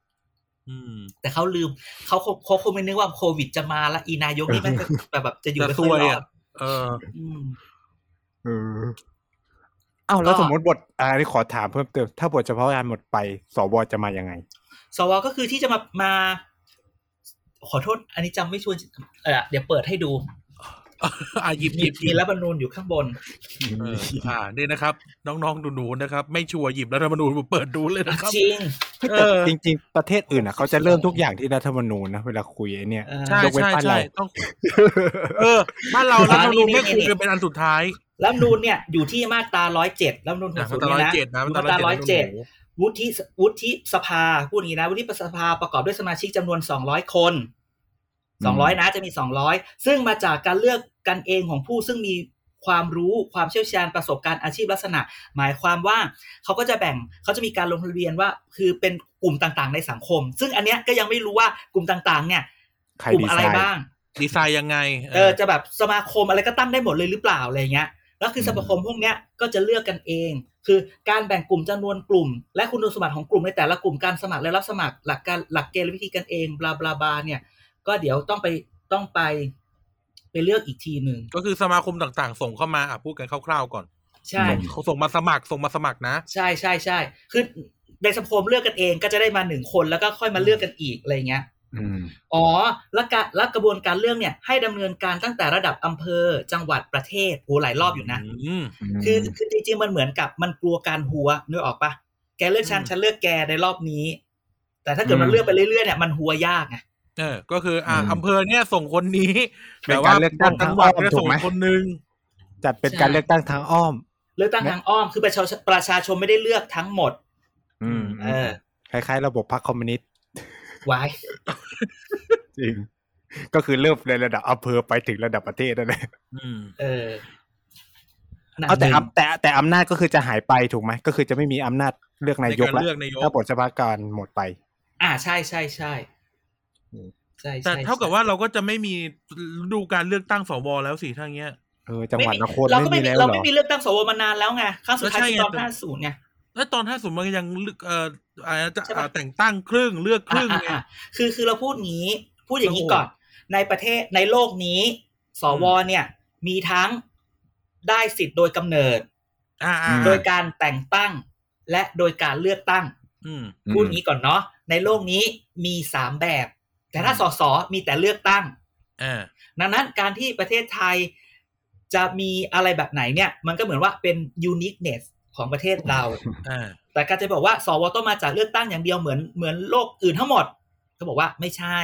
Speaker 1: อืม
Speaker 3: แต่เขาลืมเขาคงเขาคงไม่นึกว่าโควิดจะมาและอีนายกนี่มันจะ แบบแบบจะอยู่
Speaker 1: จะ
Speaker 3: ไม่
Speaker 1: ซ
Speaker 3: ค่อ
Speaker 1: วย ย
Speaker 3: รอ
Speaker 1: อ่ะ
Speaker 3: ด
Speaker 1: เออ
Speaker 3: อืม
Speaker 2: เอออ้าวแล้ว
Speaker 3: ก็
Speaker 2: สมมติบทอ่านี่ขอถามเพิ่มเติม ถ้าบทเฉพาะการหมดไปสวจะมายังไง
Speaker 3: สวก็คือที่จะมามา ขอโทษ อันนี้จำไม่ชวนเออเดี๋ยวเปิดให้ดู
Speaker 1: อ่ะหยิบห
Speaker 3: มี
Speaker 1: ยิบห
Speaker 3: มี
Speaker 1: ยิบ
Speaker 3: รัฐธรรมนูญอยู่ข้างบน
Speaker 1: เอออ่านี่นะครับ น้องๆหนูๆนะครับ ไม่ชัวร์หยิบรัฐธรรมนูญมาเปิดดูเลยนะครับ
Speaker 3: จริง
Speaker 2: เฮ้ยแต่
Speaker 1: เออ
Speaker 2: จริง ๆ ประเทศอื่นอ่ะเขาจะเริ่มทุกอย่างที่รัฐธรรมนูญนะเวลาคุยไอ้เนี่ย
Speaker 3: เออ
Speaker 1: ใช่
Speaker 2: ยกเว้น
Speaker 1: ใช่
Speaker 2: บ้าน
Speaker 1: ใช่
Speaker 2: เรา
Speaker 1: ต้อง เออบ้าน เรารัฐธรรมนูญไม่คุยกันเป็นอันสุดท้าย
Speaker 3: รัฐธรรมนูญเนี่ยอยู่ที่มาตราร้อยเจ็ดรัฐธรรมนูญ
Speaker 1: นะ
Speaker 3: หกศูนย์
Speaker 1: ตาร้อย
Speaker 3: นะ
Speaker 1: เจ็ดนะ
Speaker 3: มา
Speaker 1: ตา
Speaker 3: ตรา
Speaker 1: ร้
Speaker 3: ร้
Speaker 1: อ
Speaker 3: อย ย
Speaker 1: เจ็
Speaker 3: เจ็
Speaker 1: ด
Speaker 3: ด วุฒิสวุฒิสภาพูดอย่างนี้นะ วุฒิสภาประกอบด้วยสมาชิกจำนวน 200 คน
Speaker 2: อืม
Speaker 3: 200 นะจะมี 200 ซึ่งมาจากการเลือกกันเองของผู้ซึ่งมีความรู้ความเชี่ยวชาญประสบการณ์อาชีพลักษณะ หมายความว่าเขาก็จะแบ่งเขาจะมีการลงทะเบียนว่า คือเป็นกลุ่มต่างๆ ในสังคม ซึ่งอันเนี้ยก็ยังไม่รู้ว่ากลุ่มต่างๆ เนี่ย
Speaker 2: ใคร
Speaker 3: กลุ่ม
Speaker 2: ดี
Speaker 3: อะ
Speaker 2: ไซ
Speaker 3: ไร
Speaker 2: น์
Speaker 3: บ้าง
Speaker 1: ดีไซน์ยังไง
Speaker 3: เออจะแบบสมาคมอะไรก็ตั้งได้หมดเลยหรือเปล่าอะไรเงี้ยแล้วคือสมาคมพวกเนี้ยก็จะเลือกกันเอง คือการแบ่งกลุ่มจำนวนกลุ่ม และคุณสมบัติของกลุ่มในแต่ละกลุ่มการสมัครและรับสมัครหลักการหลักเกณฑ์และวิธีกันเองบลาบลาบาเนี่ย ก็เดี๋ยวต้องไปต้องไป ไปเลือกอีกทีหนึ่ง
Speaker 1: ก็คือสมาคมต่างๆ ส่งเข้ามาอ่ะพูดกันคร่าวๆก่อน
Speaker 3: ใช่
Speaker 1: เขาส่งมาสมัครส่งมาสมัครนะ
Speaker 3: ใช่ใช่ใช่คือในสมาคมเลือกกันเองก็จะได้มาหนึ่งคนแล้วก็ค่อยมาเลือกกันอีกอะไรเงี้ย
Speaker 2: อืม
Speaker 3: อ๋อและกะและกระบวนการเรื่องเนี่ย ให้ดำเนินการตั้งแต่ระดับอำเภอ จังหวัดประเทศโอ้หลายรอบอยู่นะ
Speaker 1: อืม
Speaker 3: คือคือจริงๆมันเหมือนกับมันกลัวการหัวนึกออกปะแกเลือกฉัน
Speaker 1: อืม
Speaker 3: ฉันเลือกแกในรอบนี้ แต่ถ้าเกิดมั
Speaker 2: อื
Speaker 3: น
Speaker 2: ม
Speaker 3: เลือกไปเรื่อยๆเนี่ยมันหัวยากไง
Speaker 1: เออ ก็คืออ่ะ
Speaker 2: อืม
Speaker 1: อำเภอเนี่ยส่งคนนี้
Speaker 2: เป็น
Speaker 1: แต่ว่า
Speaker 2: การเลือกตั้ง
Speaker 1: จังหวัด
Speaker 2: ทางอ้อม
Speaker 1: เนี่ย
Speaker 2: ถู
Speaker 1: ส่
Speaker 2: ก
Speaker 1: ง
Speaker 2: ไหม
Speaker 1: คนหนึ่ง
Speaker 2: จัดเป็นการเลือกตั้งทางอ้อม
Speaker 3: เลือกตั้ง
Speaker 2: และ
Speaker 3: ทางอ้อมคือประชาชนประชาชนไม่ได้เลือกทั้งหมด
Speaker 2: อืม
Speaker 3: เออ
Speaker 2: คล้ายๆ ระบบพรรคคอมมิวนิสต์
Speaker 3: ไว้
Speaker 2: จริง ก็คือเริ่มในระดับอำเภอไปถึงระดับประเทศนั่นแหละ
Speaker 1: อืม
Speaker 3: เออนั่น
Speaker 2: เอาแต่
Speaker 3: หนึ่ง
Speaker 2: อำแต่แต่อำนาจก็คือจะหายไปถูกไหมก็คือจะไม่มีอำนาจเลือกนายก
Speaker 1: ในการ
Speaker 2: แล้ว
Speaker 1: เลือกนายก
Speaker 2: ถ้าบทเฉพาะการหมดไป
Speaker 3: อ่าใช่ใช่ใช่ใช่ใช่
Speaker 1: แต่
Speaker 3: ใช่
Speaker 1: เท่ากับว่าเราก็จะไม่มีฤดูการเลือกตั้งสวแล้วสิถ้าอย่างเงี้ย
Speaker 2: เออจังหวัดนคร
Speaker 3: เราก็
Speaker 2: ไม่
Speaker 3: ไม่มี
Speaker 2: มีแล้ว
Speaker 3: เรา
Speaker 2: เหร
Speaker 3: ไม่
Speaker 2: อ
Speaker 3: มีเลือกตั้งสวมานานแล้วไงครั้งสุดท้า
Speaker 1: ก็
Speaker 3: ย
Speaker 1: ใช่
Speaker 3: คือตอน
Speaker 1: ไง
Speaker 3: ห้าศูนย์ไง
Speaker 1: แล้วตอนถ้าสมมติมันยังเลือกเอ่ออะไรนะจะ
Speaker 3: ใช่ปะ
Speaker 1: อ่าแต่งตั้งครึ่งเลือกค
Speaker 3: อ่ะ
Speaker 1: รึ่ง
Speaker 3: อ่ะ
Speaker 1: ไง
Speaker 3: อ่ะคือคือเราพูดงี้ พูดอย่างนี้
Speaker 1: โอ้
Speaker 3: ก่อน ในประเทศในโลกนี้ สวเนี่ย มีทั้งได้สิทธิ์โดยกำเนิด
Speaker 1: อ่าอ่า
Speaker 2: อืม
Speaker 3: โดยการแต่งตั้งและโดยการเลือกตั้ง
Speaker 1: อืม
Speaker 3: พูดงี้ก่อนเนาะในโลกนี้มีสามแบบ แต่ถ้า
Speaker 1: อืม
Speaker 3: สสมีแต่เลือกตั้ง
Speaker 1: อ่า
Speaker 3: ดังนั้นการที่ประเทศไทยจะมีอะไรแบบไหนเนี่ย มันก็เหมือนว่าเป็น uniqueness ของประเทศเรา
Speaker 1: อ่า
Speaker 3: แต่การจะบอกว่าสวต้องมาจากเลือกตั้งอย่างเดียวเหมือนเหมือนโลกอื่นทั้งหมด ก็บอกว่าไม่ใช่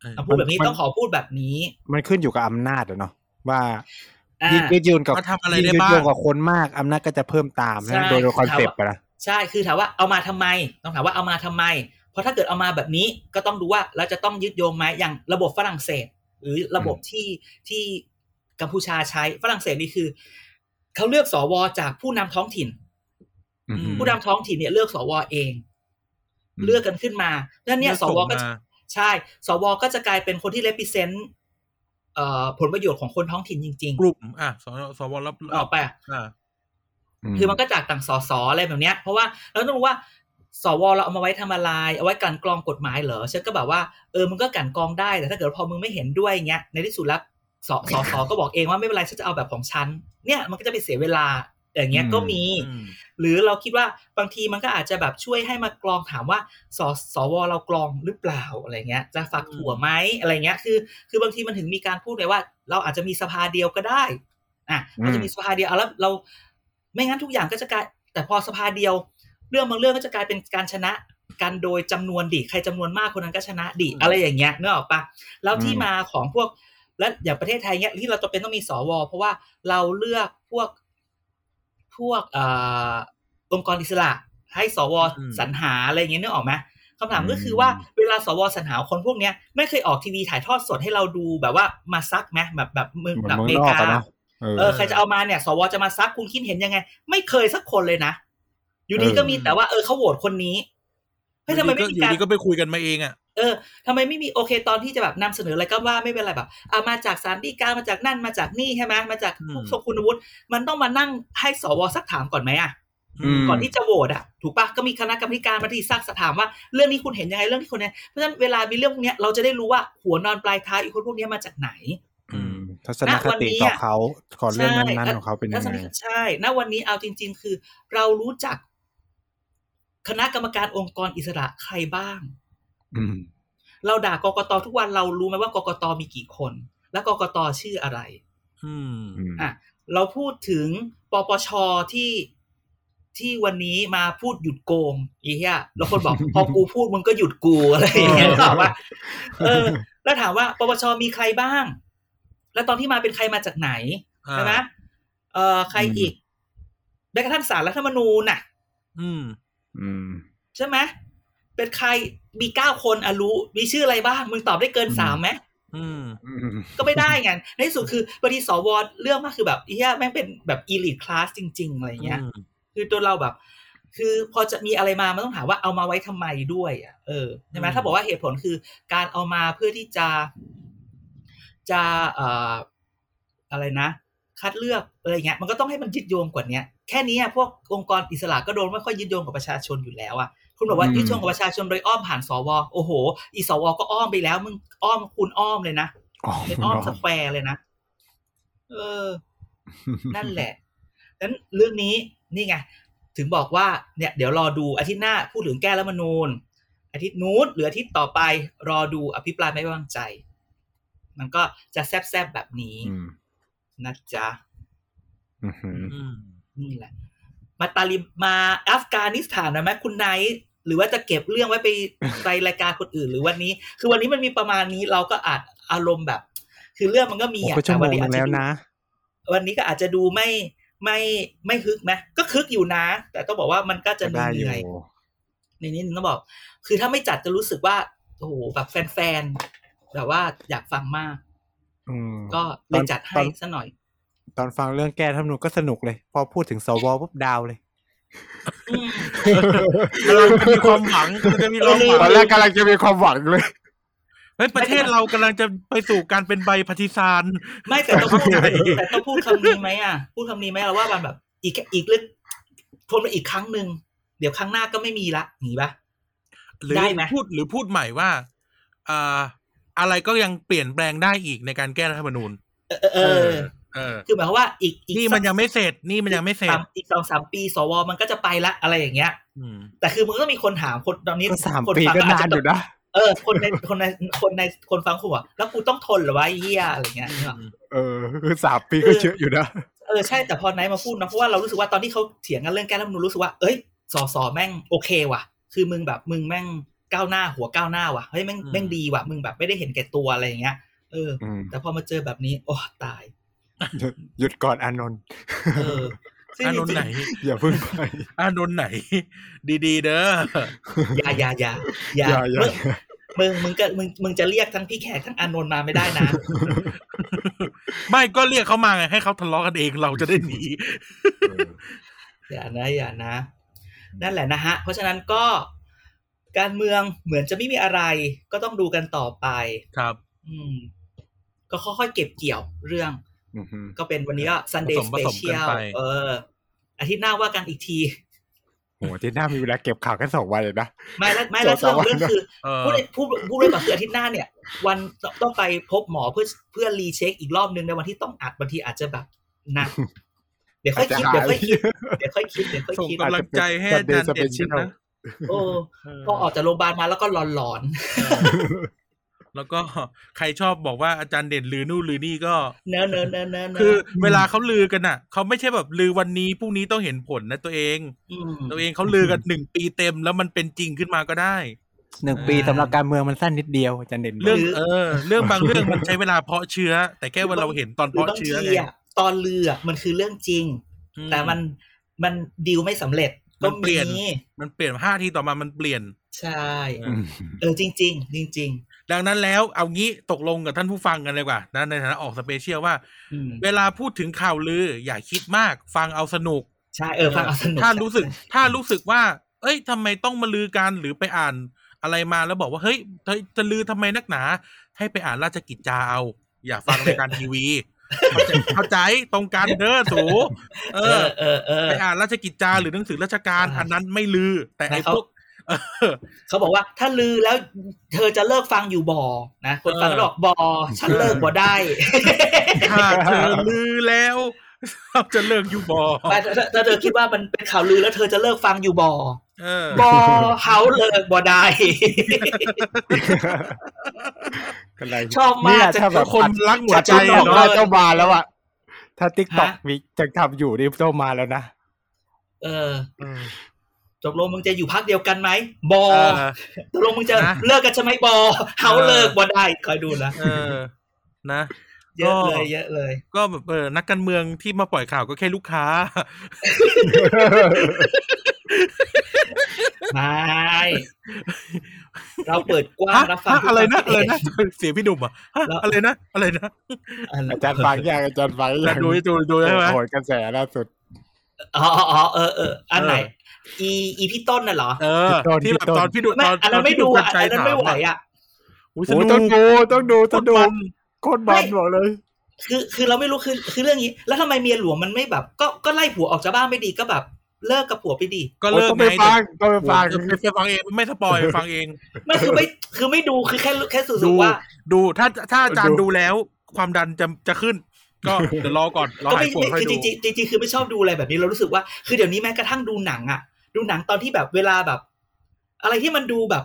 Speaker 1: เออ
Speaker 3: อ่ะพูดแบบนี้
Speaker 2: มัน
Speaker 3: ต้องขอพูดแบบนี้
Speaker 2: มันขึ้นอยู่กับอำนาจอะเนาะว่า
Speaker 3: อ่า
Speaker 2: ยิ่งยืดหยุ่นกับ
Speaker 1: ว่าทำอะไร
Speaker 2: ยิ่ง
Speaker 1: ได้
Speaker 2: ยืด
Speaker 1: บ้าง
Speaker 2: หยุ่นกับคนมากอำนาจก็จะเพิ่มตาม
Speaker 3: ใช่
Speaker 2: นะโดยโดยคอนเซปต์
Speaker 3: ครับ
Speaker 2: อะนะ
Speaker 3: ใช่ คือถามว่าเอามาทำไม ต้องถามว่าเอามาทำไม เพราะถ้าเกิดเอามาแบบนี้ก็ต้องดูว่าเราจะต้องยึดโยงไหมอย่างระบบฝรั่งเศส หรือระบบที่ที่กัมพูชาใช้ฝรั่งเศสนี่คือเขาเลือกสวจากผู้นำท้องถิ่น
Speaker 1: อืม
Speaker 3: ผู้นำท้องถิ่นเนี่ยเลือกสวเอง เลือกกันขึ้นมาแล้วเนี่ยสวก็
Speaker 1: ลือ
Speaker 3: จะ
Speaker 1: มา
Speaker 3: ใช่ สวก็จะกลายเป็นคนที่เลพิเซนต์ผลประโยชน์ของคนท้องถิ่นจริง
Speaker 1: กลุ่มอ่ะสวสวรับ
Speaker 3: ๆออกไปอะ
Speaker 1: อ่า
Speaker 3: คือมันก็จากต่างสอสออะไรแบบเนี้ย เพราะว่าเราต้องรู้ว่า สวเราเอามาไว้ทำอะไร เอาไว้กลันกรองกฎหมายเหรอฉันก็แบบว่าเออมันก็กลันกรองได้แต่ถ้าเกิดพอมึงไม่เห็นด้วยเงี้ยในที่สุดแล้วสสสก็บอกเองว่าไม่เป็นไรฉันจะเอาแบบของฉันเนี่ยมันก็จะไปเสียเวลาอย่างเงี้ยก็มี
Speaker 1: อืม
Speaker 3: หรือเราคิดว่าบางทีมันก็อาจจะแบบช่วยให้มากรองถามว่าสสวเรากรองหรือเปล่าอะไรเงี้ย จะฝักถั่วไหมอะไรเงี้ยคือ คือบางทีมันถึงมีการพูดเลยว่า เราอาจจะมีสภาเดียวก็ได้อ่ะก็จะมีสภาเดียวเอาแล้วเรา ไม่งั้นทุกอย่างก็จะกลายแต่พอสภาเดียว เรื่องบางเรื่องก็จะกลายเป็นการชนะกันโดยจำนวนดิใครจำนวนมากคนนั้นก็ชนะดิอะไรอย่างเงี้ยนึกออกปะแล้วที่มาของพวก และอย่างประเทศไทยเนี้ยที่เราจำเป็นต้องมีสว เพราะว่าเราเลือกพวกพวกเอ่อองค์กรอิสระให้สวสรรหาอะไรอย่างเงี้ยนึกออกไหมคำถามก็คือว่าเวลาสวสรรหาคนพวกเนี้ยไม่เคยออกทีวีถ่ายทอดสดให้เราดูแบบว่ามาซักไหมแบบแบบเมือง
Speaker 2: เหมือน
Speaker 3: แบบ
Speaker 2: เมือง
Speaker 3: เม
Speaker 2: นอก
Speaker 3: กา
Speaker 2: อะเนาะเออ
Speaker 3: เออใครจะเอามาเนี่ยสวจะมาซักคุณคิดเห็นยังไง ไม่เคยสักคนเลยนะ อยู่ดี
Speaker 2: เออ
Speaker 3: ก็มีแต่ว่าเออเขาโหวตคนนี้เฮ้ยทำไมไม่มี
Speaker 1: อยู่
Speaker 3: การ
Speaker 1: ดีก็ไปคุยกันมาเองอ่ะ
Speaker 3: เออทำไมไม่มีโอเคตอนที่จะแบบนำเสนออะไรก็ว่าไม่เป็นไรแบบเอามาจากสารดีกามาจากนั่นมาจากนี่ใช่ไหมมาจาก
Speaker 1: อืม
Speaker 3: ผู้ทรงคุณวุฒิมันต้องมานั่งให้สวสักถามก่อนไหมอ่ะ
Speaker 2: อืม
Speaker 3: ก่อนที่จะโหวตอ่ะถูกปะก็มีคณะกรรมการมาที่ซักถามว่าเรื่องนี้คุณเห็นยังไงเรื่องที่คนเนี้ยเพราะฉะนั้นเวลามีเรื่องพวกเนี้ยเราจะได้รู้ว่าหัวนอนปลายเท้าอีกคนพวกเนี้ยมาจากไหน
Speaker 2: อืมทัศนคติต่อเขาขอเรื่องนั้นๆของเขาเป็นยัง
Speaker 3: ทัศ
Speaker 2: ไง
Speaker 3: คติใช่ ณ วันนี้เอาจริง ๆ คือ เรารู้จัก คณะกรรมการองค์กรอิสระใครบ้าง
Speaker 2: อืม
Speaker 3: เราด่ากกตทุกวันเรารู้ไหมว่ากกตมีกี่คน และกกตชื่ออะไร
Speaker 1: อืม
Speaker 2: อืม
Speaker 3: อ่ะ เราพูดถึงปปชที่ที่วันนี้มาพูดหยุดโกงอีเหี้ยแล้วคนบอก พอกูพูดมึงก็หยุดกูอะไรอย่างเงี้ยตอบว่า เออ แล้วถามว่าปปชมีใครบ้าง แล้วตอนที่มาเป็นใครมาจากไหน ใช่ไหมเอ่อใคร
Speaker 2: อืม
Speaker 3: อีกแม้กระทั่งสารรัฐธรรมนูญน่ะ
Speaker 1: อืม
Speaker 2: อืม
Speaker 3: ใช่ไหมเป็นใครมีเก้าคนอะรู้ มีชื่ออะไรบ้าง มึงตอบได้เกิน
Speaker 2: อืม
Speaker 3: สามไหม
Speaker 1: อืม
Speaker 2: อืม
Speaker 3: ก็ไม่ได้ไง ในที่สุดคือบางทีสวเรื่องมากคือแบบเฮียแม่งเป็นแบบอีลิทคลาสจริง ๆ อะไรเงี้ย คือตัวเราแบบ คือพอจะมีอะไรมามันต้องถามว่าเอามาไว้ทำไมด้วยอ่ะเออใช่ไหม
Speaker 1: อืม
Speaker 3: ถ้าบอกว่าเหตุผลคือการเอามาเพื่อที่จะ จะเอ่ออะไรนะ คัดเลือกอะไรเงี้ย มันก็ต้องให้มันยึดโยงกว่าเนี้ยแค่นี้อะพวกองค์กรอิสระก็โดนไม่ค่อยยึดโยงกับประชาชนอยู่แล้วอ่ะคุณบอกว่า
Speaker 2: อืม
Speaker 3: ยึดโยงกับประชาชนโดยอ้อมผ่านสวโอ้โห อีสวก็อ้อมไปแล้ว มึงอ้อมคุณอ้อมเลยนะ
Speaker 2: อ๋อ
Speaker 3: เป็นอ้อมสแควร์เลยนะเออ นั่นแหละนั้นเรื่องนี้นี่ไง ถึงบอกว่าเนี่ย เดี๋ยวรอดูอาทิตย์หน้าพูดถึงแก้รัฐธรรมนูญอาทิตย์นู้นหรืออาทิตย์ต่อไป รอดูอภิปรายไม่ไว้วางใจ มันก็จะแซบๆแบบนี้
Speaker 2: อืม
Speaker 3: นะจ๊ะ
Speaker 2: อืม
Speaker 1: อืม
Speaker 3: นี่แหละ มาตาลิมาอัฟกานิสถานหนะไหมคุณไนท์หรือว่าจะเก็บเรื่องไว้ไป ไปรายการคนอื่น หรือวันนี้ คือวันนี้มันมีประมาณนี้เราก็อาจอารมณ์แบบ คือเรื่องมันก็มี
Speaker 2: โอ้
Speaker 3: อะ
Speaker 2: ก็ชั่วโมง
Speaker 3: นี้
Speaker 2: หนึ่งแล้วนะ
Speaker 3: ดูวันนี้ก็อาจจะดูไม่ไม่ไม่ฮึกไหมก็คึกอยู่นะ แต่ต้องบอกว่ามันก็จะเห
Speaker 2: ก็ได้อยู่
Speaker 3: นื่อยในนี้ต้องบอก คือถ้าไม่จัดจะรู้สึกว่าโอ้โหแบบแฟนๆแบบว่าอยากฟังมาก
Speaker 2: อืม
Speaker 3: ก็เลยจัดให้
Speaker 2: ตอน
Speaker 3: ซะหน่อย
Speaker 2: ตอนฟังเรื่องแก้รัฐธรรมนูญก็สนุกเลย พอพูดถึงสวปุ๊บดาวเลย
Speaker 3: อืม
Speaker 1: กำลังจะมีความหวังกำลังจะมีความห
Speaker 2: ต
Speaker 1: วั
Speaker 2: อน
Speaker 1: ง
Speaker 2: แรกกำลังจะมีความหวัง เลย
Speaker 1: เฮ้ยประเทศเรากำลังจะไปสู่การเป็นใบพาธิซาน
Speaker 3: ไม่แต่ต้องพูดแต่ต้องพูดคำนี้ไหมอ่ะ พูดคำนี้ไหมเราว่ามันแบบ อีกอีกเรื่องทนไปอีกครั้งหนึ่งเดี๋ยวครั้งหน้าก็ไม่มีละอย่างนี้ปะ
Speaker 1: หรือ
Speaker 3: ได้ไหม
Speaker 1: พูดหรือพูดใหม่ว่าอ่าอะไรก็ยังเปลี่ยนแปลงได้อีกในการแก้รัฐธรรมนูญ
Speaker 3: เออเออเออ
Speaker 1: เออ
Speaker 3: คือหมายความว่าอีกอีก
Speaker 1: นี่มันยังไม่เสร็จ นี่มันยังไม่เสร็
Speaker 3: สา
Speaker 1: จ
Speaker 3: มอีกสองสามปีสวมันก็จะไปละอะไรอย่างเงี้ย
Speaker 1: อืม
Speaker 3: แต่คือมันก็ต้องมีคนถามคนตอนนี้
Speaker 2: ก็สาม
Speaker 3: คน
Speaker 2: ปี
Speaker 3: ฟัง
Speaker 2: ก็
Speaker 3: ก็อาจ
Speaker 2: นาน
Speaker 3: จะ
Speaker 2: อยู่นะ
Speaker 3: เออ คนในคนในคนในคนฟังคงบอกแล้วกูต้องทนเหรอวะไอ้เฮียอะไรเงี้ยนึกออกปะ
Speaker 2: เออคือสามปีก็เยอะอยู่นะ
Speaker 3: เออใช่แต่พอไนท์มาพูดเนอะเพราะว่าเรารู้สึกว่าตอนที่เขาเถียงกันเรื่องแก้รัฐธรรมนูญรู้สึกว่าเอ้ยสอสอแม่งโอเคว่ะ คือมึงแบบมึงแม่งก้าวหน้าหัวก้าวหน้าว่ะเฮ้ยแม่ง
Speaker 1: อืม
Speaker 3: แม่งดีว่ะมึงแบบไม่ได้เห็นแก่ตัวอะไรอย่างเงี้ยเออ
Speaker 2: อืม
Speaker 3: แต่พอมาเจอแบบนี้ โอ้ตาย
Speaker 2: หยุดหยุดก่อนอานนท์
Speaker 3: เออซึ่ง
Speaker 1: อาน
Speaker 3: จ
Speaker 1: นท์
Speaker 3: ริ
Speaker 1: ไหน
Speaker 3: ง
Speaker 2: อย่าเพิ่งไป
Speaker 1: อานนท์ไหน ดีๆ เด้อ
Speaker 3: ๆอย่าอย่าอย่าอย่า
Speaker 2: อย่าอย่า
Speaker 3: มึงมึงมึงก็มึงมึงจะเรียกทั้งพี่แขกทั้งอานนท์มาไม่ได้นะ
Speaker 1: ไม่ก็เรียกเขามาไงให้เขาทะเลาะกันเองเราจะได้หนี
Speaker 3: อย่านะอย่านะ นั่นแหละนะฮะ เพราะฉะนั้นก็การเมืองเหมือนจะไม่มีอะไร ก็ต้องดูกันต่อไป
Speaker 1: ครับ
Speaker 3: อืม ก็ค่อยๆเก็บเกี่ยวเรื่อง
Speaker 2: อือฮึ
Speaker 3: ก็เป็นวันนี้ก็ Sunday
Speaker 1: ผสมผสมกัน
Speaker 3: Special
Speaker 1: ไป
Speaker 3: เอออาทิตย์หน้าว่ากันอีกที
Speaker 2: โหอาที่หน้ามีเวลาเก็บข่าวแค่สองวันเลยนะ
Speaker 3: ไม่แล้วไม่แล้ว
Speaker 2: ส
Speaker 3: เรื่
Speaker 2: อ
Speaker 3: อง ง
Speaker 2: สามวัน
Speaker 3: เรื่องคือ
Speaker 1: เออ
Speaker 3: พูดเลยพูดพูดเลยก่อนคืออาทิตย์หน้าเนี่ย วันต้องต้องไปพบหมอเพื่อเพื่อรีเช็คอีกรอบนึงในวันที่ต้องอัดบางทีอาจจะแบบหนักเดี๋ยวค่อยคิดเดี๋ยวค่อยคิดเดี๋ยวค่อยคิดเดี๋ยวค่อย
Speaker 1: ส่ง
Speaker 3: คิด
Speaker 1: กำลังใจให้อาจารย์เด่นนะ
Speaker 3: โอ้พอออกจากโรงพยาบาลมาแล้วก็หลอนหลอน
Speaker 1: แล้วก็ใครชอบบอกว่าอาจารย์เด่นลือนู่นลือนี่ก็
Speaker 3: ๆเนอะเนอะเนอะเนอะเนอะ
Speaker 1: คือเวลาเขาลือกันอ่ะเขาไม่ใช่แบบลือวันนี้พรุ่งนี้ต้องเห็นผลนะตัวเอง
Speaker 3: ม
Speaker 1: ตัวเองเขาลือกันหนึ่งปีเต็มแล้วมันเป็นจริงขึ้นมาก็ได้
Speaker 2: หนึ่งปีสำหรับการเมืองมันสั้นนิดเดียวอาจันเด่น
Speaker 1: เรื่อง
Speaker 3: หรือ
Speaker 1: เออ เรื่องบางเรื่องมันใช้เวลาเพาะเชื้อ แต่แค่ว่าเราเห็นตอน
Speaker 3: หรือ
Speaker 1: เพาะ
Speaker 3: บาง
Speaker 1: เชื้อ
Speaker 3: ที
Speaker 1: ไง
Speaker 3: อะตอนเรืออะมันคือเรื่องจริง
Speaker 1: อื
Speaker 3: แต่มันมันดีลไม่สำเร็จก็
Speaker 1: มันเปลี่
Speaker 3: มี
Speaker 1: ยน มันเปลี่ยนห้าทีต่อมามันเปลี่ยน
Speaker 3: ใช่
Speaker 1: เอ
Speaker 2: อืม
Speaker 3: เออจริง ๆ จริง
Speaker 1: ดังนั้นแล้วเอางี้ตกลงกับท่านผู้ฟังกันเลยดีกว่านะในฐานะออกสเปเชียลว่า
Speaker 3: ๆ อืม
Speaker 1: เวลาพูดถึงข่าวลือ อย่าคิดมาก ฟังเอาสนุก
Speaker 3: ใช่เออฟังเอาสนุก
Speaker 1: ถ้ารู้สึกถ้ารู้สึกว่า เอ้ยทำไมต้องมาลือกันหรือไปอ่านอะไรมาแล้วบอกว่าเฮ้ยเธอจะลือทำไมนักหนา ให้ไปอ่านราชกิจจาเอา อย่าฟังรายการทีวีเข้าใจเข้าใจตรงกันเด้อสูเอ
Speaker 3: เอ
Speaker 1: อ
Speaker 3: อเออเออ
Speaker 1: ไปอ่านราชกิจจาหรือหนังสือราชการ
Speaker 3: อ่า
Speaker 1: อันนั้นไม่ลือ แต่ไอ้
Speaker 3: นะครับ
Speaker 1: พวกเออ
Speaker 3: เขาบอกว่าถ้าลือแล้วเธอจะเลิกฟังอยู่บ่อนะคนฟังก็บอกบ่อฉันเลิกบ่ ได้
Speaker 1: ถ้าเธอลือแล้วเราจะเลิกอยู่บอ
Speaker 3: ไปถ้าถ้าถ้าเธอคิดว่ามันเป็นข่าวลือแล้วเธอจะเลิกฟังอยู่บ่อ
Speaker 1: เออ
Speaker 3: บ่อเฮาเลิกบ่ได้
Speaker 2: กันไร
Speaker 3: ชอบมาก
Speaker 2: เนี่ย
Speaker 3: จะ
Speaker 2: ถ้าแบบ
Speaker 1: คนรักหัวใจ
Speaker 2: ถ้า
Speaker 1: อะ
Speaker 2: TikTok ได้
Speaker 1: เนาะ
Speaker 2: เจ้ามาแล้วอ่ะ ถ้าติ๊กต็อก
Speaker 3: ฮะ
Speaker 2: มีจังทำอยู่นี่เจ้ามาแล้วนะ
Speaker 3: เออ
Speaker 1: เออ
Speaker 3: ตกลงมึงจะอยู่พักเดียวกันไหมบ่อ
Speaker 1: เออ
Speaker 3: ตกลงมึงจะ
Speaker 1: นะ
Speaker 3: เลิ กกันใช่ไหมบ่อเฮาเลิกบ่ได้คอยดูนะ
Speaker 1: เออนะ
Speaker 3: เยอะเลยเยอะเลย
Speaker 1: ก็แบบเออนักการเมืองที่มาปล่อยข่าวก็แค่ลูกค้า
Speaker 3: ไม่ เราเปิดกว้าง
Speaker 1: ฮะ
Speaker 3: รับฟัง
Speaker 1: ฮะอะไรนะ
Speaker 3: ทุ
Speaker 1: อะไร
Speaker 3: ก
Speaker 1: นะเสียงพี่ดุมอ่ะฮะอะไรนะ อะไรนะ
Speaker 3: ความคิดเห็น
Speaker 2: อาจารย์ฟังยังอาจารย์ฟัง
Speaker 1: แต่
Speaker 2: ยัง
Speaker 1: ดูดูดูใช่ไหม
Speaker 2: โหนกระแสล่าสุด
Speaker 3: อ๋ออ๋ออ๋อเออเอออันไหน
Speaker 1: เออ
Speaker 3: อีอีพี่ต้นน่ะเหรอ
Speaker 1: เออ
Speaker 2: พี่ต้น
Speaker 1: ที่แบบตอน
Speaker 2: พี่ต้น
Speaker 1: พี่ดุ
Speaker 3: ไม่
Speaker 1: ตอน
Speaker 3: อันนั้นไม่
Speaker 1: พี่
Speaker 3: ดู
Speaker 1: กั
Speaker 3: อ่ะ
Speaker 1: ญ
Speaker 3: อั
Speaker 1: ชัย
Speaker 3: นนั้นไม่ไหวอ่ะ
Speaker 1: อุ้ยส
Speaker 2: โอ้
Speaker 1: นุก
Speaker 2: ต้องดูต้องดูต้องดู
Speaker 1: มัน
Speaker 2: โคตรบอลบอกเลย
Speaker 3: คือคือเราไม่รู้คือคือเรื่องนี้ แล้วทำไมเมียหลวงมันไม่แบบ ก็ก็ไล่ผัวออกจากบ้านไม่ดีก็แบบเลิกกับผัวไปดี
Speaker 1: ก็เลิก
Speaker 2: ต้อง
Speaker 1: ไง
Speaker 2: ไปฟังต้องไป
Speaker 1: เดี๋ยว
Speaker 2: ฟั
Speaker 1: ไปฟั
Speaker 2: ง
Speaker 1: งเองไม่สปอยไปฟังเอง
Speaker 3: ไม่คือไม่คือไม่ดูคือแค่แค่สื่อ
Speaker 1: ดู
Speaker 3: ว่า
Speaker 1: ดูถ้าถ้าอาจาร
Speaker 2: ดู
Speaker 1: ย์ดูแล้ว ความดันจะจะขึ้น ก็เดี๋ยวรอก่อนรอ
Speaker 3: ก็
Speaker 1: หาย
Speaker 3: ไม่
Speaker 1: ปวด
Speaker 3: ไม่
Speaker 1: ค่อย
Speaker 3: คือ
Speaker 1: ดู
Speaker 3: จริงๆจริงๆคือไม่ชอบดูอะไรแบบนี้เรารู้สึกว่า คือเดี๋ยวนี้แม้กระทั่งดูหนังอ่ะ ดูหนังตอนที่แบบเวลาแบบ อะไรที่มันดูแบบ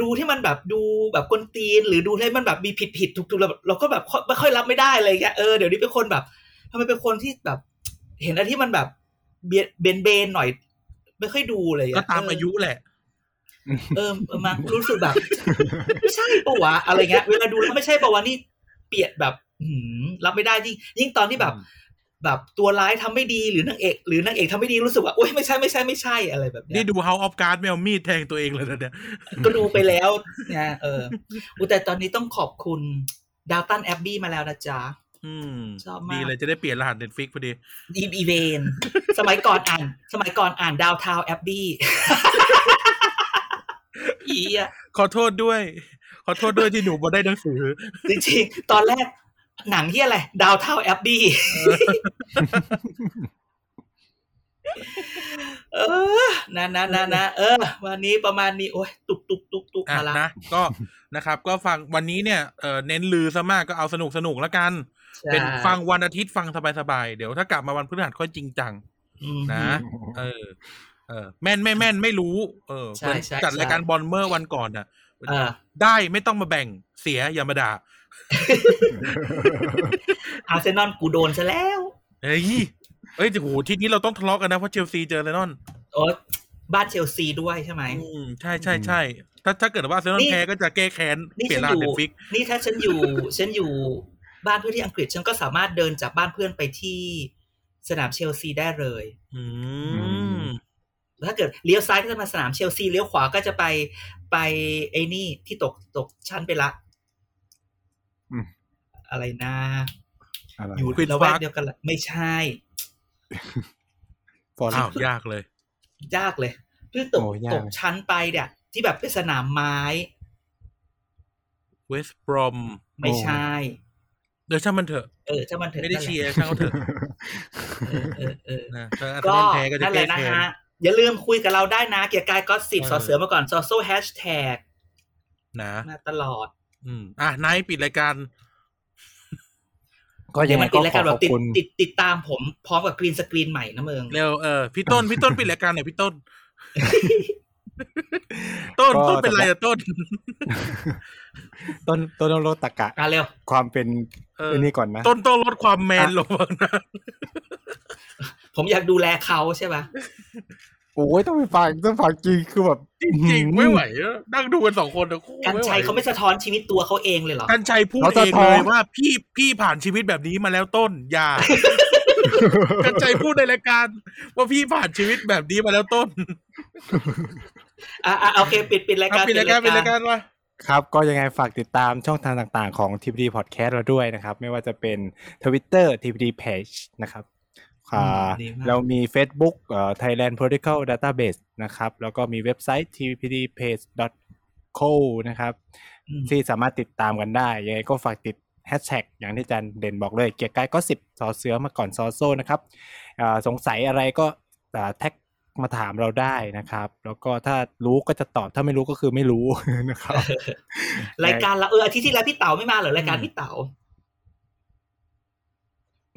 Speaker 3: ดูที่มันแบบดูแบบกลตีน หรือดูให้มันแบบมีผิดผิดถูกถูกเราเราก็แบบค่อยไม่ค่อยรับไม่ได้อะไรอย่างเงี้ยเออเดี๋ยวนี้เป็นคนแบบทำไมเป็นคนที่แบบ เห็นอะไรที่มันแบบเบียดเบนเบนหน่อย ไม่ค่อยดูเลยะ
Speaker 1: ก็ตามอายุแหละ
Speaker 3: เออเออมารู้สึกแบบ ไม่ใช่ปะวะอะไรเงี้ย เวลาดูแล้วไม่ใช่ปะวะนี่เปลียดแบบหืมรับไม่ได้ยิ่งยิ่งตอนที่แบบ แบบตัวร้ายทำไม่ดีหรือนางเอก หรือนางเอกทำไม่ดีรู้สึกว่าโอ๊ยไม่ใช่ไม่ใช่ไม่ใช่อะไรแบบ
Speaker 1: นี่
Speaker 3: เนี้ย
Speaker 1: ดู House of Cards ไม่เอามีดแทงตัวเองเลยนะเนี่ย
Speaker 3: ก็ดูไปแล้วนะเอออุยแต่ตอนนี้ต้องขอบคุณดาวตันแอบบี้มาแล้วนะจ๊ะ
Speaker 1: อืม
Speaker 3: ชอบมาก
Speaker 1: ดีเลยจะได้เปลี่ยนรหัสเ e ็ f ฟิกพอดี
Speaker 3: ดีอีเวนสมัยก่อนอ่าน สมัยก่อนอ่านดาวทาวแอบบี้ อีอะ
Speaker 1: ขอโทษด้วย ขอโทษด้วยที่ห นูบ่ได้หนังสือ
Speaker 3: จริงๆ ตอนแรกหนังที่อะไรดาวทาวแอบบี้ เออนะนะนะนะเออ วันนี้ประมาณนี้โอ้ยตุกตุกตุกตุก
Speaker 1: อ่ะ
Speaker 3: มาละ
Speaker 1: นะ ก็นะครับ ก็ฟังวันนี้เนี่ยเอ่อเน้นลือซะมากก็เอาสนุกสนุกแล้วกัน เป็นฟังวันอาทิตย์ฟังสบายๆ เดี๋ยวถ้ากลับมาวันพฤหัสค่อยจริงจัง นะ เออ เออ แม่นไม่แม่นไม่รู้ เออ
Speaker 3: ใช่ใช่
Speaker 1: จัดรายการ
Speaker 3: ใช่
Speaker 1: บอลเมอร์วันก่อนน่ะ
Speaker 3: เออ
Speaker 1: ได้ไม่ต้องมาแบ่งเสียอย่ามาด่า
Speaker 3: อาร์เซนอลกูโดนซะแล้ว
Speaker 1: เฮ้ยเอ้ยโหทีนี้เราต้องทะเลาะกันนะเพราะเชลซีเจอเลนอน
Speaker 3: โอ้บ้านเชลซีด้วยใช่ไหม
Speaker 1: อืมใช่ใช่ใช่ถ้าถ้าเกิดว่าอาร์เซนอล
Speaker 3: นี่
Speaker 1: แพ้ก็จะแก้แค้น
Speaker 3: นี่
Speaker 1: เปลี่ยนร
Speaker 3: ฉันอ
Speaker 1: หัส
Speaker 3: ยู่
Speaker 1: เดนฟิก
Speaker 3: นี่ถ้าฉันอยู่ ฉันอยู่บ้านเพื่อนที่อังกฤษ ฉันก็สามารถเดินจากบ้านเพื่อนไปที่สนามเชลซีได้เลย
Speaker 1: อืม
Speaker 3: แล้วถ้าเกิดเลี้ยวซ้ายก็จะมาสนามเชลซีเลี้ยวขวาก็จะไปไปไอ้นี่ที่ตกตกชั้นไปละ
Speaker 2: อืม
Speaker 3: อะไรนะ
Speaker 2: อะไร
Speaker 3: อยู่
Speaker 1: Queen's
Speaker 3: ระแวก
Speaker 1: Park
Speaker 3: เดียวกันละไม่ใช่
Speaker 2: ฟอร์ด
Speaker 1: อ้าวยากเลย
Speaker 3: ยากเลยเพื่อตก
Speaker 2: โอ้ยาก
Speaker 3: ตกชั้นไปเนี่ย ที่แบบเป็นสนามไม้
Speaker 1: เวสต์บรอม
Speaker 3: ไม่ใช่
Speaker 1: เดี๋ยวช่างมันเถอะ
Speaker 3: เออถ้ามันถึง
Speaker 1: ไม่ได้เชียร์ช่างเขาเถอะ
Speaker 3: เออเออเออ
Speaker 1: นะถ้าอาร์เซ
Speaker 3: ก็
Speaker 1: นอลแพ้ก็จะ
Speaker 3: นั่นแห
Speaker 1: แก้
Speaker 3: ละนะ
Speaker 1: แค้น
Speaker 3: ฮะ อย่าลืมคุยกับเราได้นะเกียร์กายก็สิบ
Speaker 1: เออ
Speaker 3: สอเสือมาก่อนสอโซ่แฮชแท็ก
Speaker 1: นะ
Speaker 3: มาตลอด
Speaker 1: อืมอ่ะนายปิดรายการ
Speaker 2: ก็ยังไง
Speaker 3: ติ
Speaker 2: ก็
Speaker 3: ดราย
Speaker 2: ข
Speaker 3: กา
Speaker 2: อ
Speaker 3: รแบ
Speaker 2: ขอ
Speaker 3: บบ ติด
Speaker 2: คุณ
Speaker 3: ติดติดตามผมพร้อมกับกรีนสกรีนใหม่นะเมือง
Speaker 1: เร็วเออพี่ ต้นพี่ต้นปิดรายการหน่อยพี่ต้น ต้นต้นเป็นไรอะต้น
Speaker 2: ต้นต้นโลตะกะ
Speaker 3: อ่ะเร็ว
Speaker 2: ความเป็น
Speaker 1: เออ
Speaker 2: ไอ้นี่ก่อนนะ
Speaker 1: ต้นต้องลดความแมนลงนะ
Speaker 3: ผมอยากดูแลเขาใช่ปะ
Speaker 2: โอ้ยต้องไปฟังต้องฟังจริงคือแบบ
Speaker 1: จริงๆไม่ไหวอะนั่งดูกันสองคนทั้งคู่
Speaker 3: กัน
Speaker 1: ไม่ไหว
Speaker 3: ชัยเขาไม่สะท้อนชีวิตตัวเขาเองเลยเหรอ
Speaker 1: กันชัยพูดเองเลยว่า พี่พี่ผ่านชีวิตแบบนี้มาแล้วต้นอย่า กันชัยพูดในรายการ ว่าพี่ผ่านชีวิตแบบนี้มาแล้วต้น
Speaker 3: อ่ะอ่ะโอเค ปิดปิดราย
Speaker 1: อ่ะ
Speaker 3: การ
Speaker 1: ปิดรายการปิดรายการว่า
Speaker 2: ครับ ก็ยังไงฝากติดตามช่องทางต่างๆ ของ TPD Podcast เราด้วยนะครับ ไม่ว่าจะเป็น Twitter TPD Page นะครับอ่า
Speaker 3: ดีมก
Speaker 2: เรามี Facebook เอ่อ Thailand Political Database นะครับ แล้วก็มีเว็บไซต์ tpdpage.co นะครับ
Speaker 3: อืม
Speaker 2: ที่สามารถติดตามกันได้ ยังไงก็ฝากติดแฮชแท็กอย่างที่อาจันเด่นบอกเลย เกียร์กายก็สิบสอเสือมาก่อนซอโซ่นะครับอ่าสงสัยอะไรก็อ่าแท็กมาถามเราได้นะครับ แล้วก็ถ้ารู้ก็จะตอบถ้าไม่รู้ก็คือไม่รู้ นะครับ
Speaker 3: รายการเราเอออาทิตย์ที่แล้วพี่เต๋าไม่มาเหรอรายการ
Speaker 1: อืม
Speaker 3: พี่เต๋า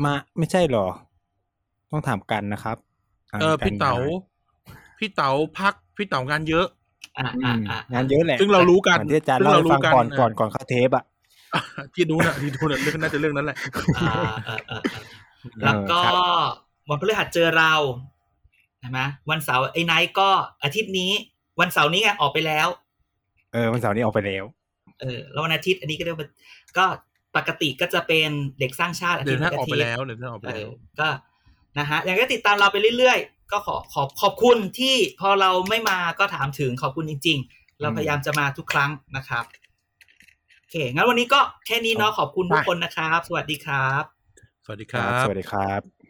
Speaker 2: มาไม่ใช่หรอ ต้องถามกันนะครับถม
Speaker 1: เออ
Speaker 2: กัน
Speaker 1: พี่เต๋า
Speaker 2: ได้
Speaker 1: พี่เต๋าพักพี่เต๋างานเยอะ
Speaker 3: อ่ะ
Speaker 2: อื
Speaker 3: อ่ะ
Speaker 2: ม
Speaker 3: อ่ะ
Speaker 2: งานเยอะแหละ
Speaker 1: ซึ่งเรารู้กัน
Speaker 2: เหมือนที่อาจารย์
Speaker 1: ซึ่
Speaker 2: เล่าให้ฟังก่อน
Speaker 1: เ
Speaker 2: ก่อนก่อนเข้าเทปอ่ะ
Speaker 1: ที่นู้นอ่ะที่นู้นอ่ะเรื่องน่าจะเรื่องนั้นแหละ
Speaker 3: อ่ะอ่ะอ่ะอ่ะแล้วก็
Speaker 2: เออครับ
Speaker 3: วันพฤหัสเจอเราใช่ไหมวันเสาร์ไอ้ไนท์ก็อาทิตย์นี้ วันเสาร์นี้ไงออกไปแล้ว
Speaker 2: เออวันเสาร์นี้ออกไปแล้ว
Speaker 3: เออแล้ววันอาทิตย์อันนี้ก็เรียกว่าก็ปกติก็จะเป็นเด็กสร้างชาติอา
Speaker 1: เดี๋
Speaker 3: ทิ
Speaker 1: ยว
Speaker 3: ตย์
Speaker 1: ถ้า
Speaker 3: อา
Speaker 1: ออก
Speaker 3: ทิ
Speaker 1: ไป
Speaker 3: ตย์
Speaker 1: แล้วเดี๋ยวถ้าออกไป
Speaker 3: เอ
Speaker 1: แล้
Speaker 3: อ
Speaker 1: ว
Speaker 3: ก็นะฮะยังไงก็ติดตามเราไปเรื่อยๆ ก็ขอขอบขอบคุณที่พอเราไม่มาก็ถามถึงขอบคุณจริง ๆ เรา
Speaker 2: อืม
Speaker 3: พยายามจะมาทุกครั้งนะครับโอเคงั้นวันนี้ก็แค่นี้เนาะขอบคุณทุก
Speaker 2: ได้
Speaker 3: คนนะครับ สวัสดีครับ
Speaker 1: สวัสดีครับ
Speaker 2: สวัสดีครับ